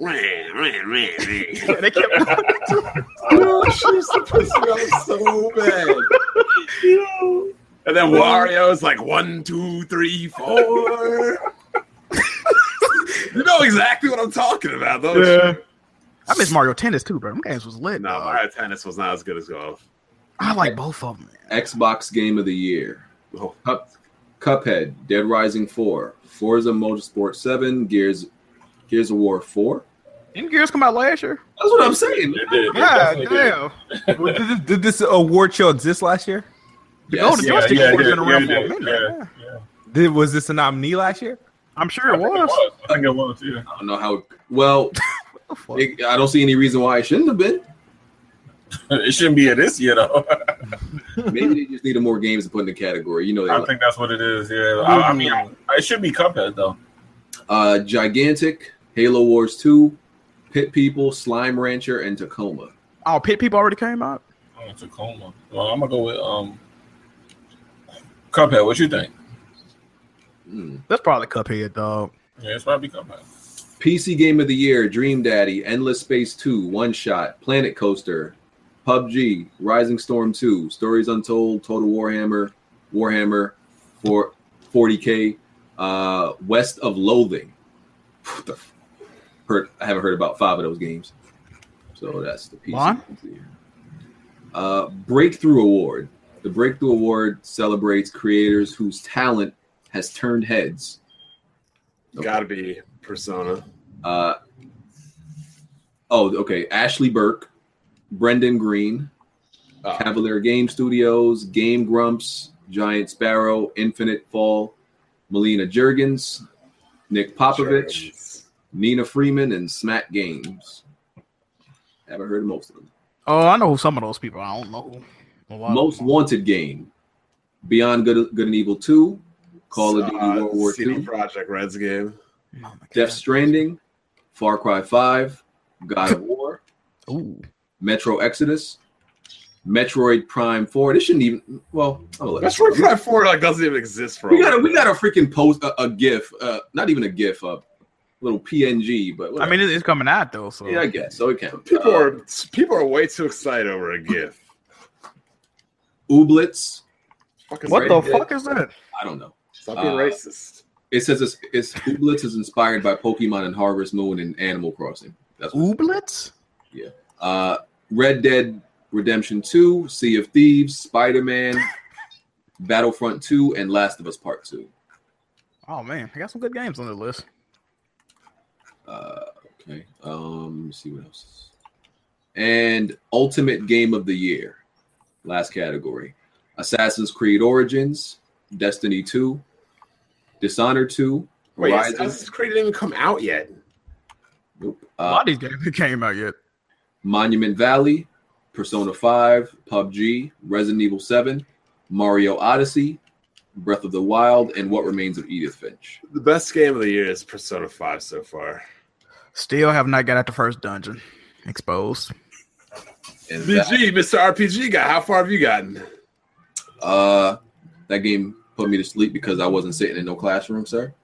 Ran, ran, ran, ran.
They kept
Yo, she used to piss me off so bad. Yo. And then Wario is like one, two, three, four. you know exactly what I'm talking about, though.
Yeah. I miss Mario Tennis too, bro. Them games was lit.
No,
dog.
Mario Tennis was not as good as golf.
I like both of them. Man.
Xbox Game of the Year.
Oh.
Cup, Cuphead, Dead Rising 4, Forza Motorsport 7, Gears Gears of War 4.
Didn't Gears come out last year?
That's what I'm saying. man.
It did. It
Yeah,
definitely did.
damn.
Well, did, this, did this award show exist last year?
The
Yes.
Golden
Yeah,
Joystick
yeah,
has
it
been
did.
around for
Yeah,
a
it did.
minute.
Yeah.
yeah.
Did was this a nominee last year?
I'm sure it
I think it
was.
was. I think it was. Yeah.
I don't know how well
The fuck?
It- I don't see any reason why it shouldn't have been.
it shouldn't be in this year though.
Maybe they just needed more games to put in the category. You know, they
I
like,
think that's what it is. Yeah, I, I mean, I, it should be Cuphead though.
uh, gigantic Halo Wars Two, Pit People, Slime Rancher, and Tacoma.
Oh, pit people already came out.
Oh, Tacoma. Well, I'm gonna go with um, Cuphead. What you think?
Hmm.
That's probably Cuphead, dog.
Yeah, it's probably Cuphead.
PC Game of the Year, Dream Daddy, Endless Space 2, One Shot, Planet Coaster, PUBG, Rising Storm 2, Stories Untold, Total Warhammer, Warhammer, for 40K, uh, West of Loathing. What the f- heard, I haven't heard about five of those games. So that's the PC
Why?
Game of the Year. Uh, Breakthrough Award. The Breakthrough Award celebrates creators whose talent has turned heads.
Gotta be Persona.
Uh, oh, okay. Ashley Burke, Brendan Green,
Oh.
Cavalier Game Studios, Game Grumps, Giant Sparrow, Infinite Fall, Melina Jurgens, Nick Popovich, Nina Freeman, and Smack Games. Haven't heard of most of them.
Oh, I know who some of those people. are. I don't know. who. A lot of
Most
them.
Wanted Game, Beyond Good, Good and Evil 2, Call of Duty
Uh,
World War
CD
II,
Project Red's game.
Oh my God.
Death Stranding, Far Cry 5, God of War,
Ooh.
Metro Exodus, Metroid Prime Four. This shouldn't even. Well, I'll let it-
Metroid Prime Four like doesn't even exist for.
We got a we got a freaking post a, a GIF, uh, not even a GIF, a little PNG. But
I
whatever.
mean, it- it's coming out though. So
yeah, I guess so. It counts.
people
Uh,
are people are way too excited over a GIF.
Ooblets.
Fuck is
what
right?
the
Right.
fuck is that?
I don't know.
Stop being
Uh,
racist.
It says it's, it's Ooblets is inspired by Pokemon and Harvest Moon and Animal Crossing. That's what,
Ooblets?
uh, Red Dead Redemption Two, Sea of Thieves, Spider Man, Battlefront Two, and Last of Us Part Two.
Oh man, I got some good games on the list.
Uh, okay. Um, let me see what else. And ultimate game of the year, last category: Assassin's Creed Origins, Destiny Two, Dishonored Two,
Wait,
Horizon.
Assassin's Creed didn't even come out yet.
Nope.
a
Uh,
lot of these games that came out yet.
Monument Valley, Persona Five, PUBG, Resident Evil Seven, Mario Odyssey, Breath of the Wild, and What Remains of Edith Finch.
The best game of the year is Persona Five so far.
Still have not got out the first dungeon. Exposed.
And that,
BG, Mr. RPG guy, how far have you gotten?
uh, that game put me to sleep because I wasn't sitting in no classroom, sir.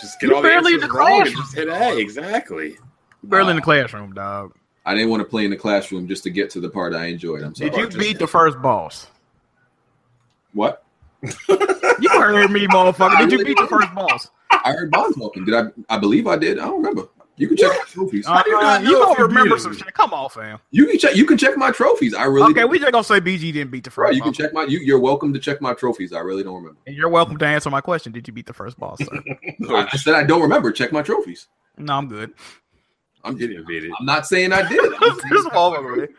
Just get
You
all the
barely
answers
in the
wrong and
classroom.
just hit A. Exactly.
Barely
Uh,
in the classroom, dog.
I didn't want to play in the classroom just to get to the part I enjoyed. I'm sorry.
Did you
Just-
beat the first boss?
what?
You heard me, motherfucker. Did you beat the first boss?
I heard bomb smoking. Did I? I believe I did. I don't remember. You can check my trophies.
Uh,
you not
you
know
don't
if you
remember
beat
some
him?
shit. Come on, fam.
You can check. You can check my trophies. I really.
Okay,
don't-
we just gonna say BG didn't beat the first
Bro, you
boss.
can check my. You, you're welcome to check my trophies. I really don't remember.
And you're welcome to answer my question. Did you beat the first boss, sir? Oh,
I, I said I don't remember. Check my trophies.
no, I'm good.
I'm
You didn't beat it.
I'm not saying I did. I'm
this
saying-
is all over with.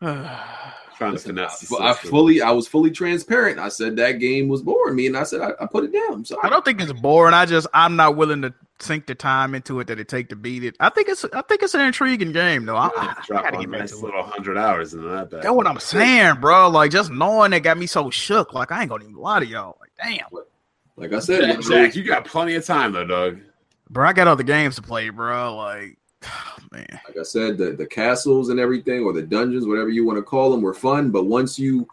trying to
Listen,
finesse the
but I
system.
fully, I was fully transparent. I said that game was boring me, and I said I, I put it down. I'm
I
sorry.
don't think it's boring. I just I'm not willing to sink the time into it that it take to beat it. I think it's I think it's an intriguing game though. I, I, I
drop
gotta
a
get back
nice
to it.
little hundred hours into that. Bad.
That's what I'm saying, bro. Like just knowing that got me so shook. Like I ain't gonna even lie to y'all. Like damn,
Like I said,
Jack,
when-
Jack, you got plenty of time though, Doug.
bro. I got other games to play, bro. Like man,
like I said, the, the castles and everything, or the dungeons, whatever you want to call them, were fun. But once you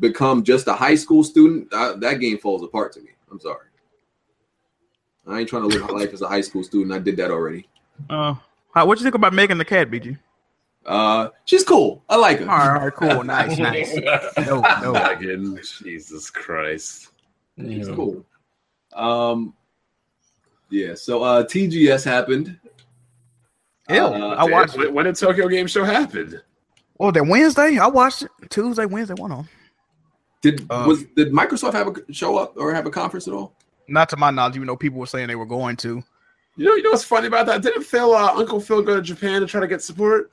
become just a high school student, I, that game falls apart to me. I'm sorry. I ain't trying to live my life as a high school student. I did that already.
uh, how- what you think about making the cat, BG?
Uh, she's cool. I like
All
her.
right, all right, cool, nice, nice. No, no.
Megan, Jesus Christ.
She's cool. Um, yeah. So uh, TGS happened.
Ew,
Uh,
I watched.
When, when did Tokyo Game Show happen?
Oh, that Wednesday, I watched it. Tuesday, Wednesday, one on.
Did
Um,
was did Microsoft have a show up or have a conference at all?
Not to my knowledge, even though people were saying they were going to.
You know, you know what's funny about that? Didn't Phil, uh, Uncle Phil, go to Japan to try to get support?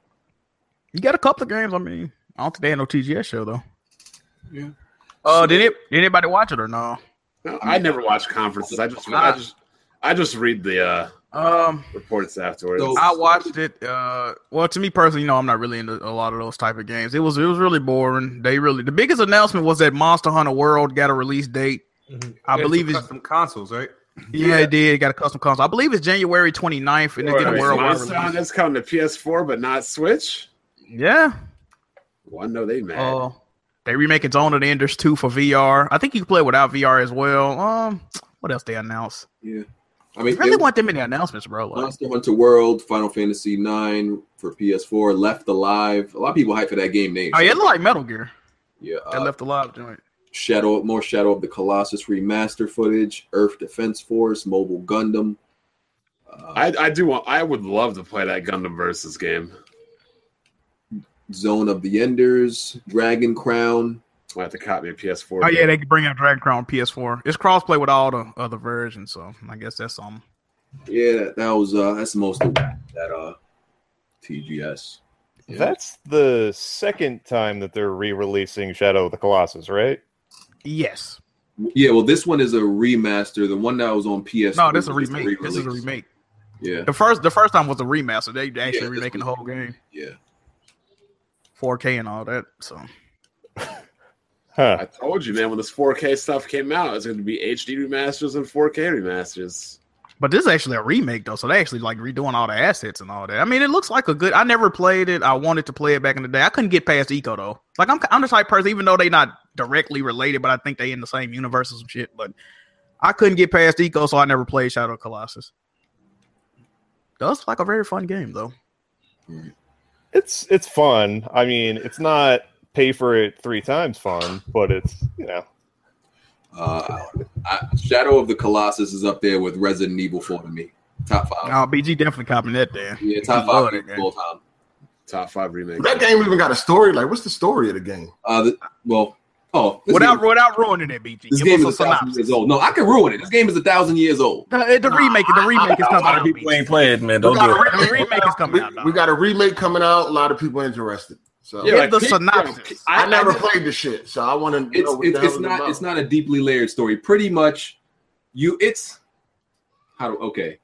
You got a couple of games. I mean, I don't think they had no TGS show though. Yeah. Uh, did it? Did anybody watch it or no?
No, I never watch conferences. I just, I just, I just read the, uh,
Um,
reports afterwards.
So-
I watched it. Uh, well, to me personally, you know, I'm not really into a lot of those type of games. It was it was really boring. They really the biggest announcement was that Monster Hunter World got a release date. I believe it's
some consoles, right?
yeah, it did. It got a custom console. I believe it's January 29th, and they get a
Wait,
worldwide
Monster
release.
Hunter's coming to PS4, but not Switch.
Yeah.
Well, I know they mad.
Uh, they remaking Zone of the Enders 2 for VR. I think you can play without VR as well. Um, what else they announced?
I
They
mean,
really
it-
want that many announcements, bro. Like,
Monster Hunter World, Final Fantasy IX for PS4, Left Alive. A lot of people hype for that game name.
oh yeah, it look like Metal Gear.
yeah.
That
Uh,
left alive joint.
Shadow, more Shadow of the Colossus remaster footage, Earth Defense Force, Mobile Gundam. Uh,
I, I do want. I would love to play that Gundam versus game.
Zone of the Enders, Dragon Crown.
I have to copy a PS4.
Oh yeah,
game.
they could bring out Dragon Crown PS4. It's crossplay with all the other versions, so I guess that's um.
Yeah, that was uh that's most of that, that uh TGS. Yeah.
That's the second time that they're re-releasing Shadow of the Colossus, right?
Yes.
yeah, well this one is a remaster. The one that was on PS4.
No, this is a
was just
remake. This is a
re-release.
remake.
Yeah,
The first, the first time was a remaster. They they
Yeah,
actually
this
remaking the
was-
whole game,
yeah.
4K and all that. So
I
Huh.
told you, man. When this 4K stuff came out, it's going to be HD remasters and 4K remasters.
But this is actually a remake though, so they actually like redoing all the assets and all that. I mean, it looks like a good. I never played it. I wanted to play it back in the day. I couldn't get past Eco though. Like I'm, I'm the type of person, even though they not directly related, but I think they in the same universe or some shit. But I couldn't get past Eco, so I never played Shadow of Colossus. That's like a very fun game though.
It's it's fun. I mean, it's not pay for it three times fun, but it's you know
Uh, I, Shadow of the Colossus is up there with Resident Evil 4 to me. Top five.
Oh, BG definitely copying that there.
yeah, top
love
five
that game.
full time.
Top five remake.
That game even got a story. Like, what's the story of the game?
Uh, the, well, oh, this
Without
game,
without ruining it, BG.
this
Give
game
us
is
a
a thousand
synopsis.
years old. No, I can ruin it. This game is a thousand years old.
The, the remake, the remake is
A
coming
lot of
out.
people
BG.
ain't play it, man.
We
Don't
got,
do
a
it.
remake,
The remake is coming
we,
out.
we
dog.
got a remake coming out. A lot of people interested. So
Give the
pe-
synopsis.
I,
I-
never
I-
played the shit, so I want to.
It's
know what
it's,
the hell
it's not
about.
it's not a deeply layered story. Pretty much, you it's how do okay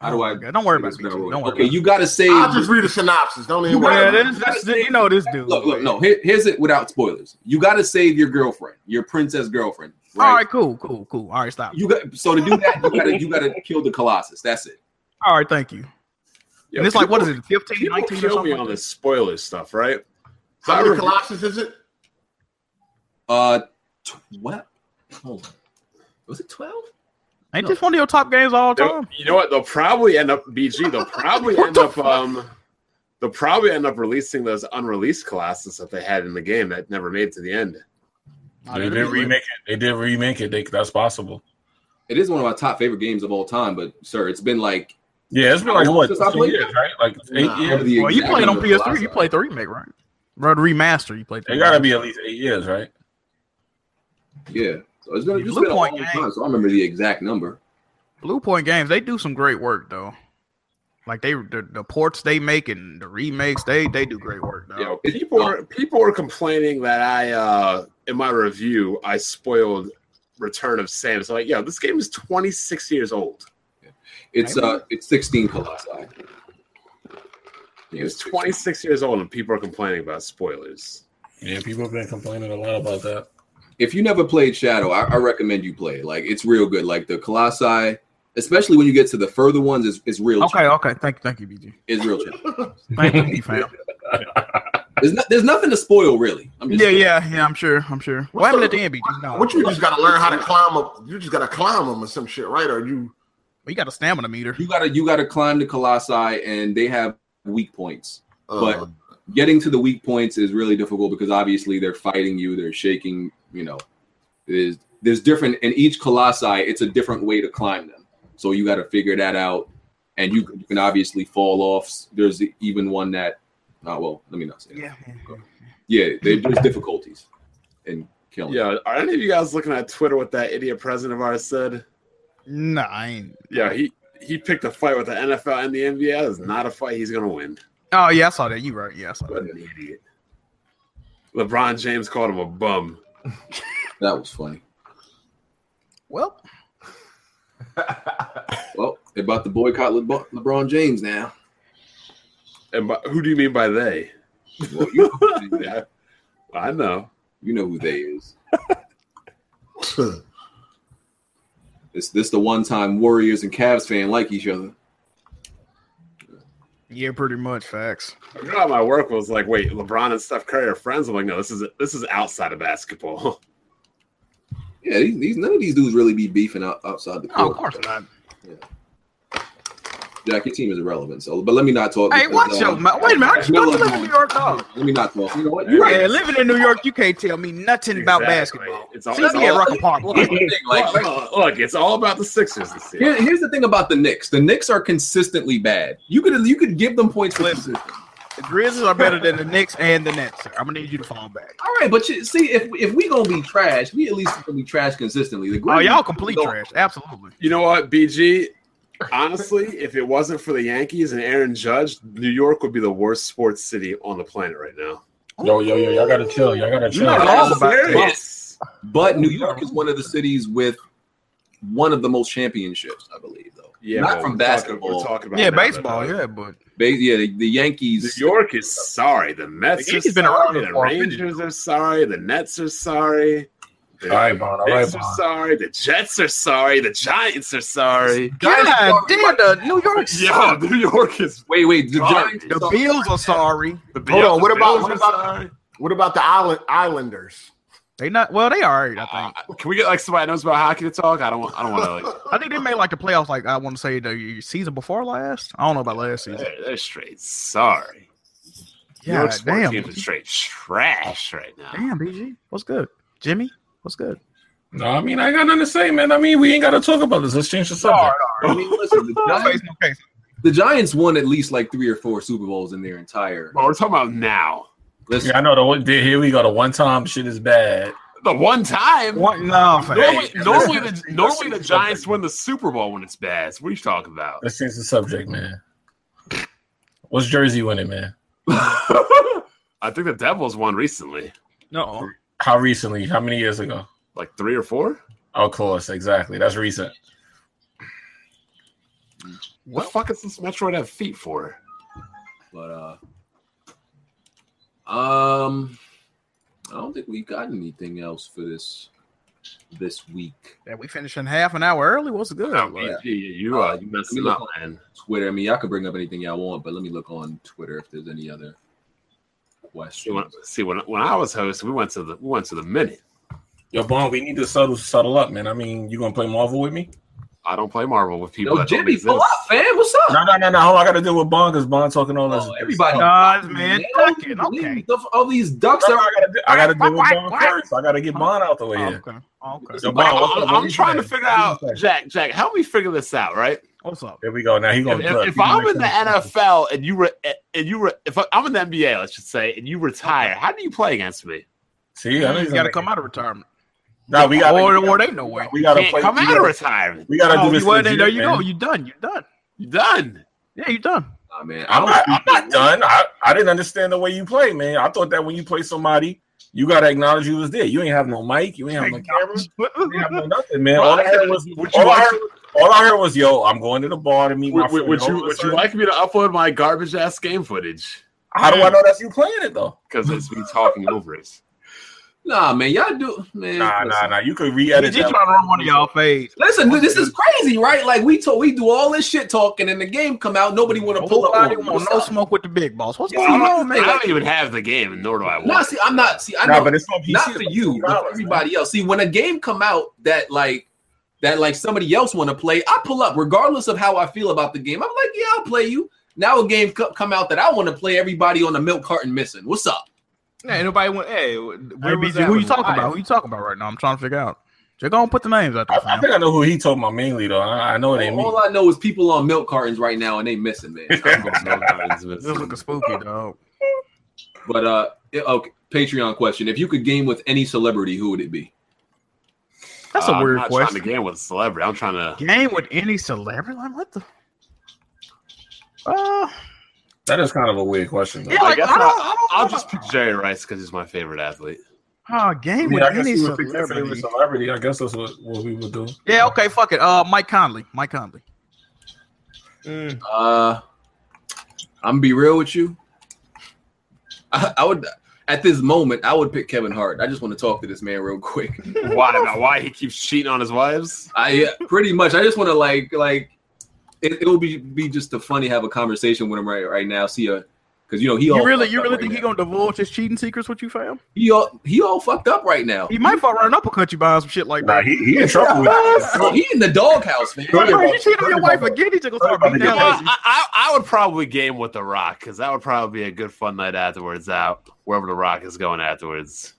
how do
Oh,
I
my God. Don't worry
say this
about it.
without
BG.
ruining-
Don't worry.
okay,
about it.
you got to save.
I'll just read the synopsis. Don't even worry.
Yeah,
about it.
this, this, you know this dude.
Look, look, no. Here, here's it without spoilers. You got to save your girlfriend, your princess girlfriend.
All
Right?
right, cool, cool, cool. All right, stop.
You got so to do that, you gotta you gotta kill the Colossus. That's it.
All right, thank you.
Yo,
and it's like, what is it, 15,
People
19 or
kill
something?
me on
like that?
this spoiler stuff, right? So I
How many
rev-
Colossus is it?
Uh, twelve. Hold on. Was it twelve?
Ain't this one of your top games of all
They'll-
time?
you know what? They'll probably end up BG. They'll probably end up um. They'll probably end up releasing those unreleased Colossus that they had in the game that never made it to the end.
They did remake it. They did remake it. They, that's possible.
It is one of my top favorite games of all time, but sir, it's been like
Yeah, it's been like what two years, right? Like eight
Nah.
years.
the
Well, you
exact
played on
number of
PS3.
Colossi.
You played the remake, right? Or the remaster. You played. the
They gotta
remaster.
be at least eight years, right?
Yeah, so it's been,
You
it's
Blue
been a long
Point game.
time, so I remember the exact number.
Blue Point Games. They do some great work though. Like they the, the ports they make and the remakes they they do great work though.
Yo, people are people are complaining that I uh in my review I spoiled Return of Sam. So like, yo, this game is 26 years old.
It's
Maybe.
uh, it's sixteen Colossi. Yeah,
It's
it's
26 years old, and people are complaining about spoilers.
Yeah, people have been complaining a lot about that.
if you never played Shadow, I, I recommend you play. it. Like it's real good. Like the Colossi, especially when you get to the further ones, is is real.
Okay, okay. Thank you, thank you, BG.
is real. challenging.
Thank you, BG fam.
There's no, there's nothing to spoil really. I'm just
Yeah, yeah, yeah. I'm sure. I'm sure. What happened at the end, BG? No,
What you just got to learn how to climb up. You just got to climb them or some shit, right? Or you
you got a stamina meter.
You gotta you gotta climb the Colossi, and they have weak points.
uh,
But- getting to the weak points is really difficult because obviously they're fighting you, they're shaking, you know. There's there's different in each colossi, it's a different way to climb them. So you got to figure that out, and you, you can obviously fall off. There's even one that, uh, well, let me not say. that.
Yeah.
yeah, there, there's difficulties in killing.
Yeah, are any of you guys looking at Twitter what that idiot president of ours said?
Nah, I ain't.
Yeah, he he picked a fight with the NFL and the NBA. That's not a fight he's gonna win.
Oh yeah, I saw that. You right? Yeah, I saw that.
What an idiot. LeBron James called him a bum.
that was funny.
Well,
Well, They're about to boycott Lebo- LeBron James now.
And by, who do you mean by they?
Well, you, know who they-
Yeah. I know.
you know who they is. It's this the one time Warriors and Cavs fan like each other.
Yeah, pretty much. Facts.
A girl at my work was like, "Wait, LeBron and Steph Curry are friends." I'm like, "No, this is this is outside of basketball."
Yeah, these, these none of these dudes really be beefing out outside the court.
Oh, of course not.
Jack, your team is irrelevant. So, but let me not talk. um,
Hey, watch your mouth. Wait a minute. I- Don't you live in New York? dog?
Let me not talk. You know what?
You
You're right.
yeah, living in New York, you can't tell me nothing about
Exactly.
basketball.
It's all,
See
it's
me at
all-
Rocker Park. Look,
Like,
look, look, it's all about the Sixers this year.
Here- here's the thing about the Knicks. The Knicks are consistently bad. You could you could give them points for
Listen.
consistent.
the Grizzlies are better than the Knicks and the Nets. Sir. I'm gonna need you to fall back.
All right, but you, see, if if we gonna be trash, we at least gonna be trash consistently. The
Oh,
Grizzlies-
y'all complete trash. Absolutely.
You know what, BG? Honestly, if it wasn't for the Yankees and Aaron Judge, New York would be the worst sports city on the planet right now.
Yo, yo, yo, y'all gotta chill. Y'all gotta chill.
not
I'm
wrong about that.
serious.
But
Oh,
New York is one of the cities with one of the most championships, I believe, though.
Yeah,
Not from
but we're talking-
basketball.
we're talking about
Yeah,
now, but,
baseball.
uh,
Yeah, but
Ba- yeah, the, the
New
Yankees.
York is sorry. The Mets
The
are
Yankees been
sorry.
around
The
for a minute.
Rangers are sorry. The Nets are sorry. The
All right, Bond. All right,
Knicks
Bond.
are sorry. The Jets are sorry. The Giants are sorry.
God damn, the New York.
Yo, New York is
Wait, wait, the
Sorry.
Giants.
The Bills are sorry.
the
Hold on, what
the
about-
Bills
what
are
about-
sorry.
What about the island Islanders?
They not well. They are. I think.
Uh, can we get like somebody that knows about hockey to talk? I don't want. I don't want to like.
I think they made like the playoffs. Like I want to say the season before last. I don't know about last season.
They're, they're straight sorry. New
Yeah,
York sports
damn,
teams are straight trash right now.
damn, BG, what's good, Jimmy? What's good?
No, I mean I ain't got nothing to say, man. I mean we ain't gotta talk about this. Let's change the subject.
I mean, listen, the Giants,
Okay,
the Giants won at least like three or four Super Bowls in their entire.
But we're talking about now.
Listen,
Yeah, I know the one day here we go. The one time shit is bad.
The one time.
What? No,
Normally,
fam.
normally the normally the Giants win the Super Bowl when it's bad. So what are you talking about?
Let's change the subject, man. What's Jersey winning, man?
I think the Devils won recently,
no.
How recently? How many years ago?
like three or four.
Of course, exactly. That's recent.
What the fuck is this Metroid have feet for?
But uh, um, I don't think we got anything else for this this week.
Yeah, we finishing half an hour early. What's good?
No, you, you, uh, you messed it up, man.
Twitter. I mean, y'all can bring up anything y'all want, but let me look on Twitter if there's any other
See when,
questions.
see, when when I was host, we went to the we went to the minute.
Yo, Bond, we need to settle settle up, man. I mean, you gonna play Marvel with me?
I don't play Marvel with people.
Yo,
that don't
Jimmy,
exist.
pull up, fam. What's up?
No, no, no, no. Hold on, I gotta deal with Bond because Bond talking all this.
Oh, everybody,
Nah, man, fuck it. Okay.
The- all these ducks
No, no, I
are.
gotta, do- I gotta deal with
Why-
Bond
why-
first. I gotta get Bond out the way.
Oh,
here.
okay. Oh, okay.
Yo,
Like,
Bond, what's
I'm,
up? What
I'm
you
trying to
saying?
figure
What you
out,
saying?
Jack. Jack, help me figure this out, right?
What's up?
There we go. Now he
If,
gonna.
if- if I'm in the NFL and you were and you were if I- I'm in the NBA, let's just say, and you retire, how do you play against me?
see, I know
You
he's
got to
gonna-
come out of retirement.
Nah, we got.
or, or they no way.
We
You
gotta
can't
play.
come
we
out of
gotta-
retirement.
We gotta
Oh,
do this.
well, then,
legit,
there you go.
man.
You done. You done.
You done.
Yeah, you done.
Nah, man, I
I'm
don't.
not, I'm not done. I, I didn't understand the way you play, man. I thought that when you play somebody, you gotta acknowledge you was there. You ain't have no mic, you ain't have no camera, you ain't have no nothing, man. All I heard was
Would you
all I
like-
heard, all I heard was yo, I'm going to the bar to meet my
Would, would-
friend.
would you
All of a
would you
sudden,
like me to upload my garbage ass game footage?
How do I know that's you playing it though?
Because it's me talking over it.
Nah, man, y'all do, man.
Nah,
listen.
nah, nah. You could re-edit
Did you
that.
trying to run one of y'all fades?
Listen, dude, this is crazy, right? Like we talk, we do all this shit talking, and the game come out. Nobody want to pull up.
Nobody
on it.
want no
What's up?
smoke with the big boss. What's
Yeah, I'm-
going on,
I
man?
don't even have the game, nor do I want.
Nah, see, I'm not. See, I know,
Nah, but it's on PC.
not for
it's
you,
$20,
but for
man.
everybody else. See, when a game come out that like that, like somebody else want to play, I pull up regardless of how I feel about the game. I'm like, yeah, I'll play you. Now a game co- come out that I want to play. Everybody on the milk carton missing. What's up?
Yeah, ain't nobody went. Hey, where
Hey,
was
BG,
that
who
with
you talking
Wyatt?
about? Who you talking about right now? I'm trying to figure out. They're gonna put the names out
I,
there.
I
fam.
think I know who he told my mainly though. I, I know it ain't me.
All I know is people on milk cartons right now, and they missing, man. I don't know.
This is looking spooky, dog.
but uh, yeah, okay. Patreon question: If you could game with any celebrity, who would it be?
That's
Uh,
a weird
I'm not
question.
Trying to game with a celebrity, I'm trying to.
game with any celebrity? Like what the? Uh,
That is kind of a weird question. Though.
yeah, like, I,
guess
don't,
I'll-
I don't.
I'll
know.
just pick Jerry Rice because he's my favorite athlete.
uh,
I
game
mean,
with
I guess
any
you would pick your favorite
celebrity.
celebrity. I guess that's what, what we would do.
Yeah, okay, fuck it. Uh, Mike Conley, Mike Conley.
Mm.
Uh, I'm be real with you. I, I would at this moment I would pick Kevin Hart. I just want to talk to this man real quick.
Why about why he keeps cheating on his wives?
I uh, pretty much I just want to like like it, it will be be just to funny have a conversation with him right right now. See a because you know he all
You really,
fucked
you
up
really
right
think
now.
he gonna divulge his cheating secrets with you, fam?
he all he all fucked up right now.
He might fuck right up a country buying some shit like
Nah,
that.
he, he in trouble with
Bro, he in the doghouse, man.
Go
Bro,
ahead.
you cheated on your wife again? He's gonna start beating
Yeah,
Yeah,
down
well,
on you.
I, I, I would probably game with The Rock because that would probably be a good fun night afterwards out wherever The Rock is going afterwards.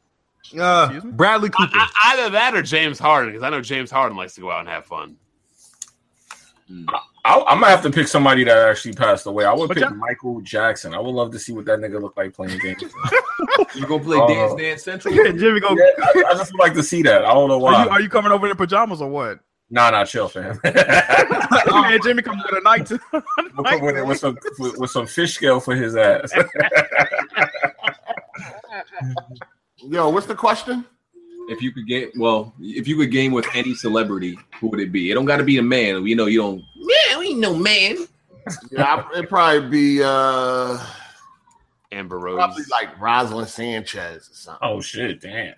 Uh,
Excuse me?
Bradley
I,
Cooper.
I, either that or James Harden because I know James Harden likes to go out and have fun.
I, I'm gonna have to pick somebody that actually passed away. I would
But
pick
y'all-
Michael Jackson. I would love to see what that nigga looked like playing games.
You gonna play
Oh.
Dance Dance Central?
Yeah, Jimmy go.
Yeah, I, I just would like to see that. I don't know
Are you,
why.
are you coming over in pajamas or what?
Nah, nah, chill, fam. we'll
Man, Jimmy coming with a night.
come with, it with some with, with some fish scale for his ass.
Yo, what's the question?
If you could game, well, if you could game with any celebrity, who would it be? It don't got to be a man. We know you don't. Man, we ain't no man.
Yeah, I- it'd probably be uh
Amber Rose.
probably like Rosalind Sanchez or something.
oh shit, damn. Oh.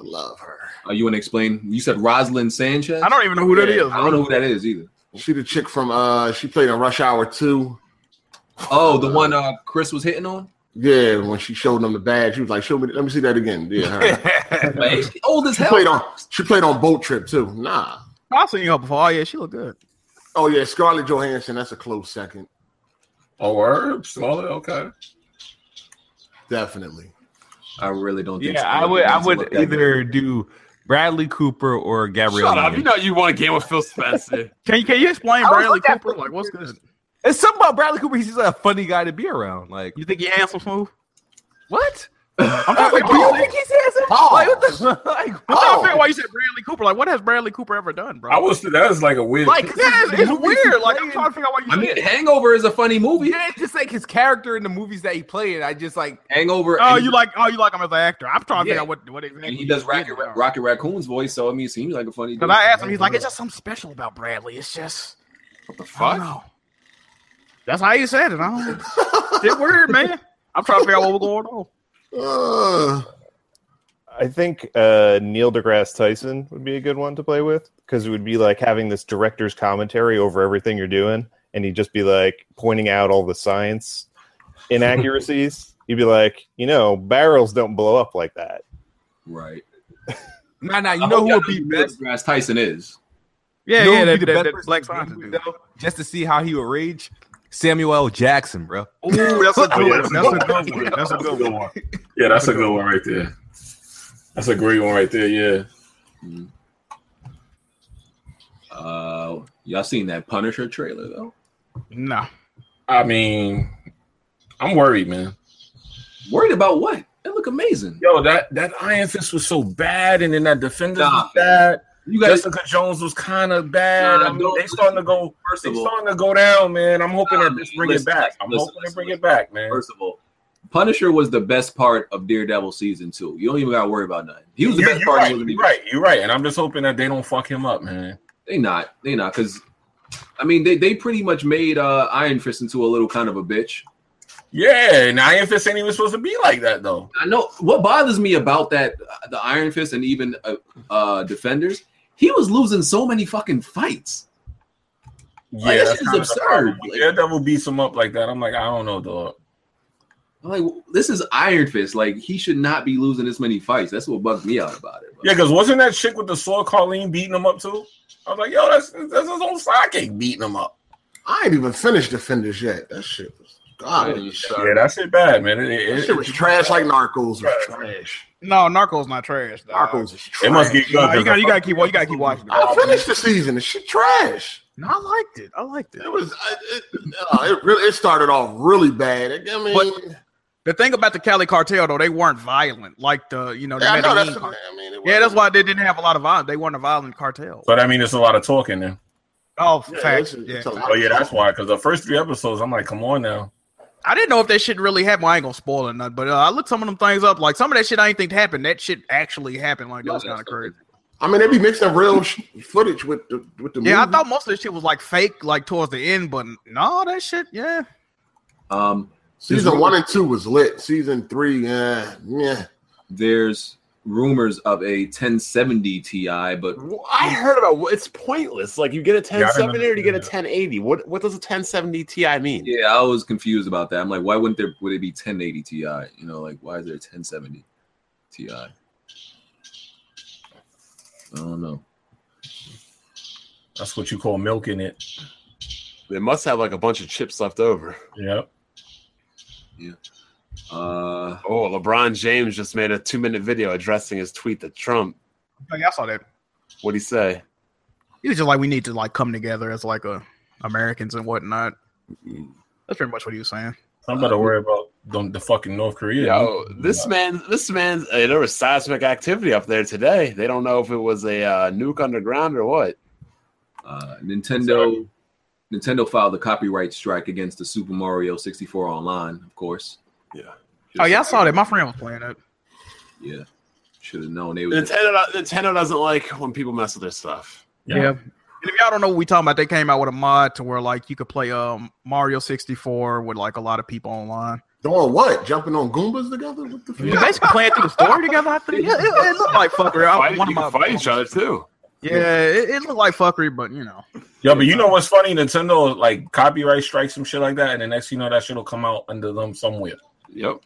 I love her.
Uh, you want to explain? You said Rosalind Sanchez.
I don't even know who that
Yeah,
is.
I don't know who that is either.
She the chick from uh she played in Rush Hour 2.
Oh, the one uh, Chris was hitting on.
Yeah, when she showed them the badge, she was like, Show me let me see that again. Yeah, her.
Like, she old as
she
hell.
played on she played on Boat Trip too. Nah.
I've seen her before. Oh, yeah, she look good.
Oh yeah, Scarlett Johansson, that's a close second.
Oh, herb, smaller, okay.
Definitely.
I really don't. Think
yeah,
so.
I would. I
That's
would
what that
either do Bradley Cooper or Gabrielle.
Shut up. You
Union.
know you want to game with Phil Spencer.
Can you can you explain
I was
Bradley
like that
Cooper?
for-
Like, what's good?
It's something about Bradley Cooper. He's just a funny guy to be around. Like
You think he handsome smooth?
what?
I'm trying to
Like, do you
figure
think he's handsome?
Pause.
Like what the? Like
I'm trying to figure out
what?
why you said Bradley Cooper. Like, what has Bradley Cooper ever done, bro?
I was that was like a weird.
Like,
like, yeah, it's,
the
it's
movies
weird.
he
Like,
played
I'm
in-
trying to figure out why you.
I mean, Hangover is a funny movie.
Yeah, it's just like his character in the movies that he played. I just like
Hangover.
oh,
and-
you like? Oh, you like him as an actor? I'm trying to
Yeah.
figure out what what exactly
And he does Rocket,
did, bro.
Rocket Raccoon's voice, so I mean, it seems like a funny.
Cause
dude.
I asked him, he's like, it's just something special about Bradley. It's just
What the
I don't
fuck?
know. That's how you said it. I don't It's weird, man. I'm trying to figure out what was going on.
Uh,
I think uh, Neil deGrasse Tyson would be a good one to play with because it would be like having this director's commentary over everything you're doing, and he'd just be like pointing out all the science inaccuracies. he'd be like, you know, barrels don't blow up like that.
right. Oh,
nah, nah. You know who would be best?
Grass Tyson is.
Yeah,
You know
yeah,
who'd
that, that,
be the
that
best
Black
person
Science
to
dude.
do it, though? Just to see how he would rage. Samuel L. Jackson, bro.
Ooh, that's a
Oh,
good
yeah,
one. That's a good one. That's a good one.
Yeah, that's a good one right there. That's a great one right there. Yeah.
Uh, y'all seen that Punisher trailer though?
No.
I mean, I'm worried, man.
Worried about what? That look amazing.
Yo, that that Iron Fist was so bad, and then that Defenders
Nah.
was bad.
You guys,
Jessica Jones was kind of bad.
Nah,
I mean,
don't-
they starting to go.
first
They
of all,
starting to go down, man. I'm hoping
Nah,
that this
man,
bring
listen,
it back. I'm
listen,
hoping they
listen,
bring
listen.
it back, man.
first of all, Punisher was the best part of Daredevil season two. You don't even gotta worry about nothing. He was the
You-
best
you're
part.
right.
of the
You're right. You're right. And I'm just hoping that they don't fuck him up, man.
They not. They not. Cause I mean, they they pretty much made uh, Iron Fist into a little kind of a bitch.
Yeah, and Iron Fist ain't even supposed to be like that though.
I know what bothers me about that uh, the Iron Fist and even uh, uh defenders. He was losing so many fucking fights. Like,
yeah,
this
that's
is
kinda the
absurd.
problem. When
Like-
Daredevil beats him up like that. I'm like, I don't know, dog.
I'm like, this is Iron Fist. Like, he should not be losing this many fights. That's what bugs me out about it.
Yeah, because wasn't that chick with the sword Carlene beating him up too? I was like, yo, that's that's his own sidekick beating him up.
I ain't even finished Defenders yet. That shit was garbage.
Yeah, that shit bad, man. It, it-
That shit was
it-
trash like Narcos was trash.
No, Narcos not trash. Though.
Narcos is trash.
it must get
No,
good.
you got you got to keep you got to keep watching.
I
it.
finished the season. The shit trash.
No, I liked it. I liked it.
It was. I- It, no, it really. It started off really bad. I mean,
The thing about the Cali cartel though, they weren't violent like the you know the
yeah, I know
Medellin
that's.
cartel.
I mean, it
yeah,
wasn't-
that's why they didn't have a lot of violence. They weren't a violent cartel.
but I mean, it's a lot of talking there.
Oh,
Yeah,
facts.
it's-
Yeah.
it's a lot
Oh yeah,
of
that's
talk.
why. Because the first three episodes, I'm like, come on now.
I didn't know if that shit really happened. Well, I ain't gonna spoil it nothing, but uh, I looked some of them things up. Like some of that shit, I ain't think happened. That shit actually happened. Like that was kind of crazy.
I mean, they be mixing real sh- footage with the with the
Yeah, I
movie.
thought most of this shit was like fake, like towards the end, but no, that shit, yeah.
Um,
season one and two was lit. Season three, yeah, yeah.
there's rumors of a 1070 Ti, but
I heard about it's pointless. Like you get a 1070 or you get a
Yeah.
1080. What what does a 1070 Ti mean?
yeah, I was confused about that. I'm like, why wouldn't there would it be 1080 Ti? You know, like why is there a 1070 Ti? I don't know.
That's what you call milking it.
They must have like a bunch of chips left over.
Yep.
Uh,
Oh, LeBron James just made a two minute video addressing his tweet to Trump.
Like, I saw that.
What'd he say?
He was just like, we need to like come together as like a Americans and whatnot. That's pretty much what he was saying.
I'm about to worry about the, the fucking North Korea.
Yo, this man, this man, uh, there was seismic activity up there today. They don't know if it was a uh, nuke underground or what.
uh, Nintendo Nintendo filed a copyright strike against the Super Mario 64 Online, of course.
Oh yeah, I saw that. My friend was playing it.
Yeah, should have known they was.
Nintendo, Nintendo doesn't like when people mess with their stuff.
Yeah.
And if y'all don't know what we talking about, they came out with a mod to where like you could play um Mario 64 with like a lot of people online.
Doing what? Jumping on Goombas together? What the fuck?
You basically playing through the story together. I think. Yeah, it, it looked like fuckery. I,
Fight,
Oh, one
you
of my,
can fight each other too.
yeah, it, it looked like fuckery, but you know,
Yeah, but you know what's funny? Nintendo like copyright strikes some shit like that, and the next thing you know, that shit will come out under them somewhere.
Yep.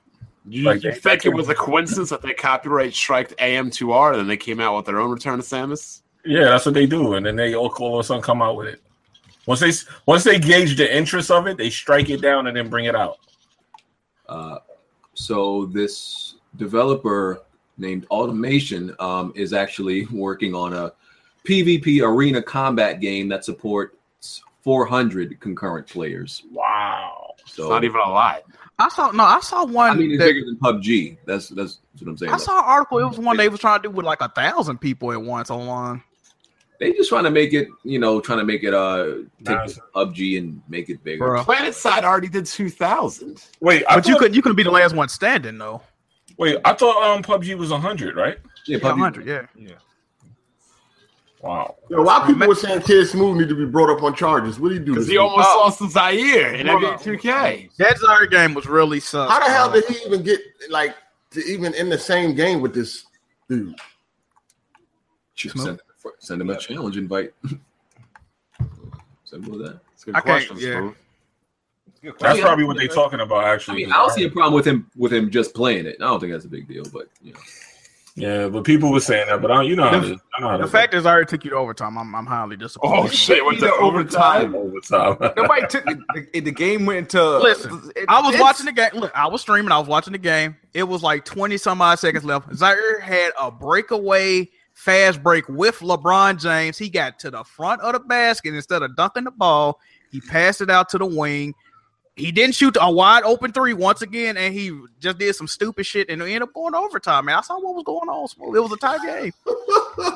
You,
Like,
you
they-
think it was a coincidence that they copyright striked AM2R and then they came out with their own Return of Samus?
Yeah, that's what they do, and then they all, all of a sudden come out with it. Once they s- once they gauge the interest of it, they strike it down and then bring it out.
Uh, so this developer named Automation um, is actually working on a PvP arena combat game that supports 400 concurrent players.
Wow.
So
It's not even a lot.
I saw no, I saw one.
I mean, it's
that-
bigger than PUBG. That's that's what I'm saying.
I saw an article. It was one they was trying to do with like a thousand people at once online.
they just trying to make it, you know, trying to make it uh take
Nice.
PUBG and make it bigger.
Bruh.
Planet Side already did 2,000.
Wait, I
But you
thought-
could you could be the last one standing though.
wait. I thought um PUBG was hundred, right?
Yeah,
Yeah,
PUBG
hundred. Yeah.
Wow.
Yo, why people were saying Kid Smooth need to be brought up on charges? What do you do?
Because
this
he
week?
Oh.
almost lost to Zaire in NBA 2K.
That Zaire game was really suck.
How the hell
bro.
did he even get like to even in the same game with this dude?
should send, send him a challenge invite. Simple as that.
It's a good
I can't-
question.
yeah.
Smooth.
That's probably what they're talking about,
I
actually.
mean, I don't see a problem with him with him just playing it. I don't think that's a big deal, but you know,
Yeah, but people were saying that, but I, you know, how it is. I know how it
The
is.
fact is, I already took you to overtime. I'm, I'm highly disappointed.
Oh, shit. Went to overtime.
overtime.
Nobody took it. The, the game went to.
Listen,
it-
I was
it's-
watching the game. Look, I was streaming. I was watching the game. It was like 20 some odd seconds left. Zaire had a breakaway fast break with LeBron James. He got to the front of the basket instead of dunking the ball. He passed it out to the wing. He didn't shoot a wide open three once again, and he just did some stupid shit and ended up going to overtime. Man, I saw what was going on. Smooth. It was a tie game.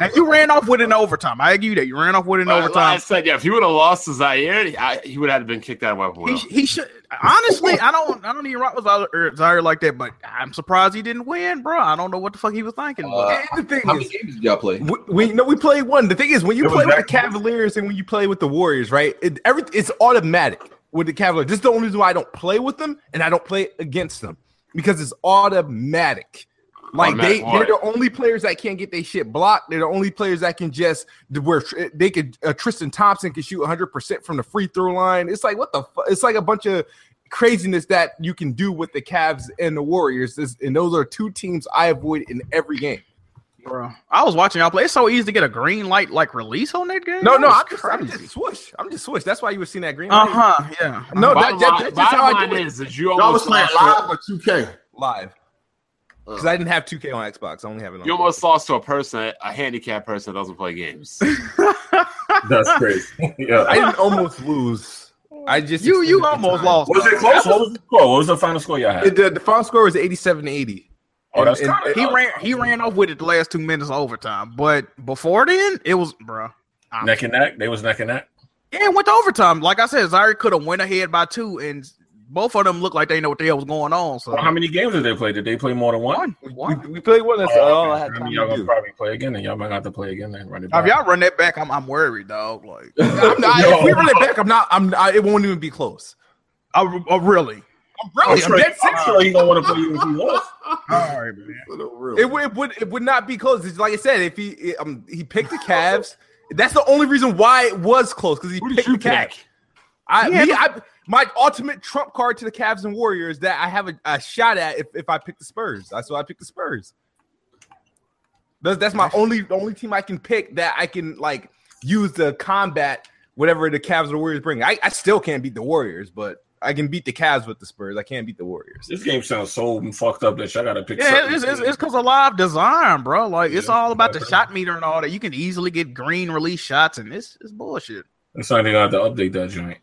and you ran off with an overtime. I argue that you ran off with an
Like- like I
overtime.
said, yeah, if he would have lost to Zaire, I, he would have been kicked out of Weapon
He,
Wheel.
he should honestly. I don't. I don't even rock with Zaire- er, Zaire like that, but I'm surprised he didn't win, bro. I don't know what the fuck he was thinking. but-
And the thing
how many
is,
games did y'all play?
we, we no, we played one. The thing is, when you
It was
play with the
that-
Cavaliers and when you play with the Warriors, right? It, every it's automatic with the Cavaliers. This is the only reason why I don't play with them and I don't play against them because it's automatic. Like
Automatic
they, they're
what?
the only players that can't get their shit blocked. They're the only players that can just where tr- they could uh, Tristan Thompson can shoot 100 percent from the free throw line. It's like what the fu- it's like a bunch of craziness that you can do with the Cavs and the Warriors. This, and those are two teams I avoid in every game.
bro, I was watching y'all play. It's so easy to get a green light like release on that game.
No, no,
That's
I'm just, I'm just swoosh. I'm just swoosh. That's why you were seeing that green.
Uh
light.
huh. Yeah.
No,
Bottom
Oh, that, that,
line-
that's just
bottom
how I do
line
it
is that you
Y'all was
almost
playing
lost to,
live or 2K?
live because I didn't have 2K on Xbox. I only have it on.
you almost lost to a person, a handicapped person that doesn't play games.
That's crazy.
I
yeah.
didn't almost lose. I just
You you
extended the
almost
time.
lost.
Was it close? What was the score? What was the final score y'all
It-
had?
The, the final score was 87 to 80.
Oh, that's
and-
kinda-
He ran he ran off with it the last two minutes of overtime, but before then it was bro.
neck and neck. They was neck and neck.
Yeah, it went to overtime. Like I said, Zaire could have went ahead by two, and both of them look like they know what the hell was going on. So
Well, how many games did they play? Did they play more than one?
Why?
We, we played one. That's
uh,
all I
okay.
had
I
time
mean,
to
y'all gonna
do.
probably play again, and y'all might have to play again and run it
Now,
back.
if y'all run that back, I'm, I'm worried, dog. Like,
I'm not,
Yo.
If we run it back, I'm not. I'm. I, it won't even be close.
I, I really.
I'm
I'm
really. I'm
sure,
dead
I'm
serious.
sure he gonna want to play you if he wants.
All right, man.
It, would- it would. It would not be close. It's like I said, if he it, um he picked the Cavs. That's the only reason why it was close because he
Who did
picked the
you
Cavs.
pick?
I, me, I my ultimate trump card to the Cavs and Warriors that I have a, a shot at if, if I pick the Spurs. That's why I picked the Spurs. That's, that's my only the only team I can pick that I can like use to combat whatever the Cavs or the Warriors bring. I, I still can't beat the Warriors, but I can beat the Cavs with the Spurs. I can't beat the Warriors.
This game sounds so fucked up that y'all gotta pick.
Yeah,
something.
it's it's it's because of live design, bro. Like, it's
Yeah.
all about the shot meter and all that. You can easily get green release shots, and it's it's bullshit.
It's like they gonna have to update that joint.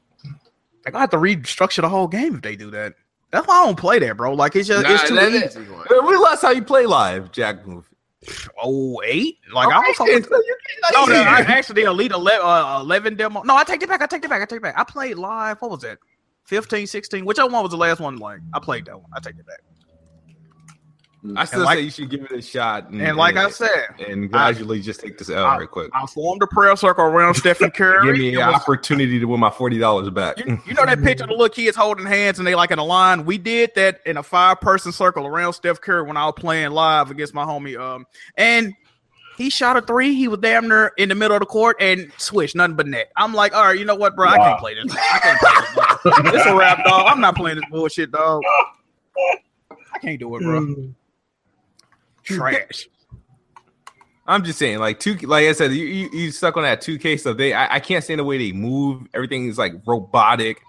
They're gonna have to restructure the whole game if they do that. That's why I don't play that, bro. Like, it's just it's too easy.
When was the last time you play live, Jack? Move.
Oh eight, like I was.
Okay,
talking.
so you can't-
Oh, No, no, I actually the Elite 11, uh, 11 demo. No, I take it back. I take it back. I take it back. I played live. What was that? 15, 16. Whichever one was the last one? Like, I played that one. I take it back.
I still
And like-
say you should give it a shot. uh,
And like I said,
and gradually just take this out
I-
real quick.
I formed a prayer circle around Stephen Curry.
Give me
It
an
was-
opportunity to win my forty dollars back.
you, you know that picture of the little kids holding hands and they like in a line. We did that in a five person circle around Steph Curry when I was playing live against my homie. Um, and he shot a three. He was damn near in the middle of the court and switched nothing but net. I'm like, all right, you know what, bro? I
Wow.
can't play this. I can't play this. Bro. it's a wrap, dog. I'm not playing this bullshit, dog. I can't do it, bro. Trash.
I'm just saying, like two, like I said, you you, you stuck on that two K stuff. They, I, I can't stand the way they move. Everything is like robotic.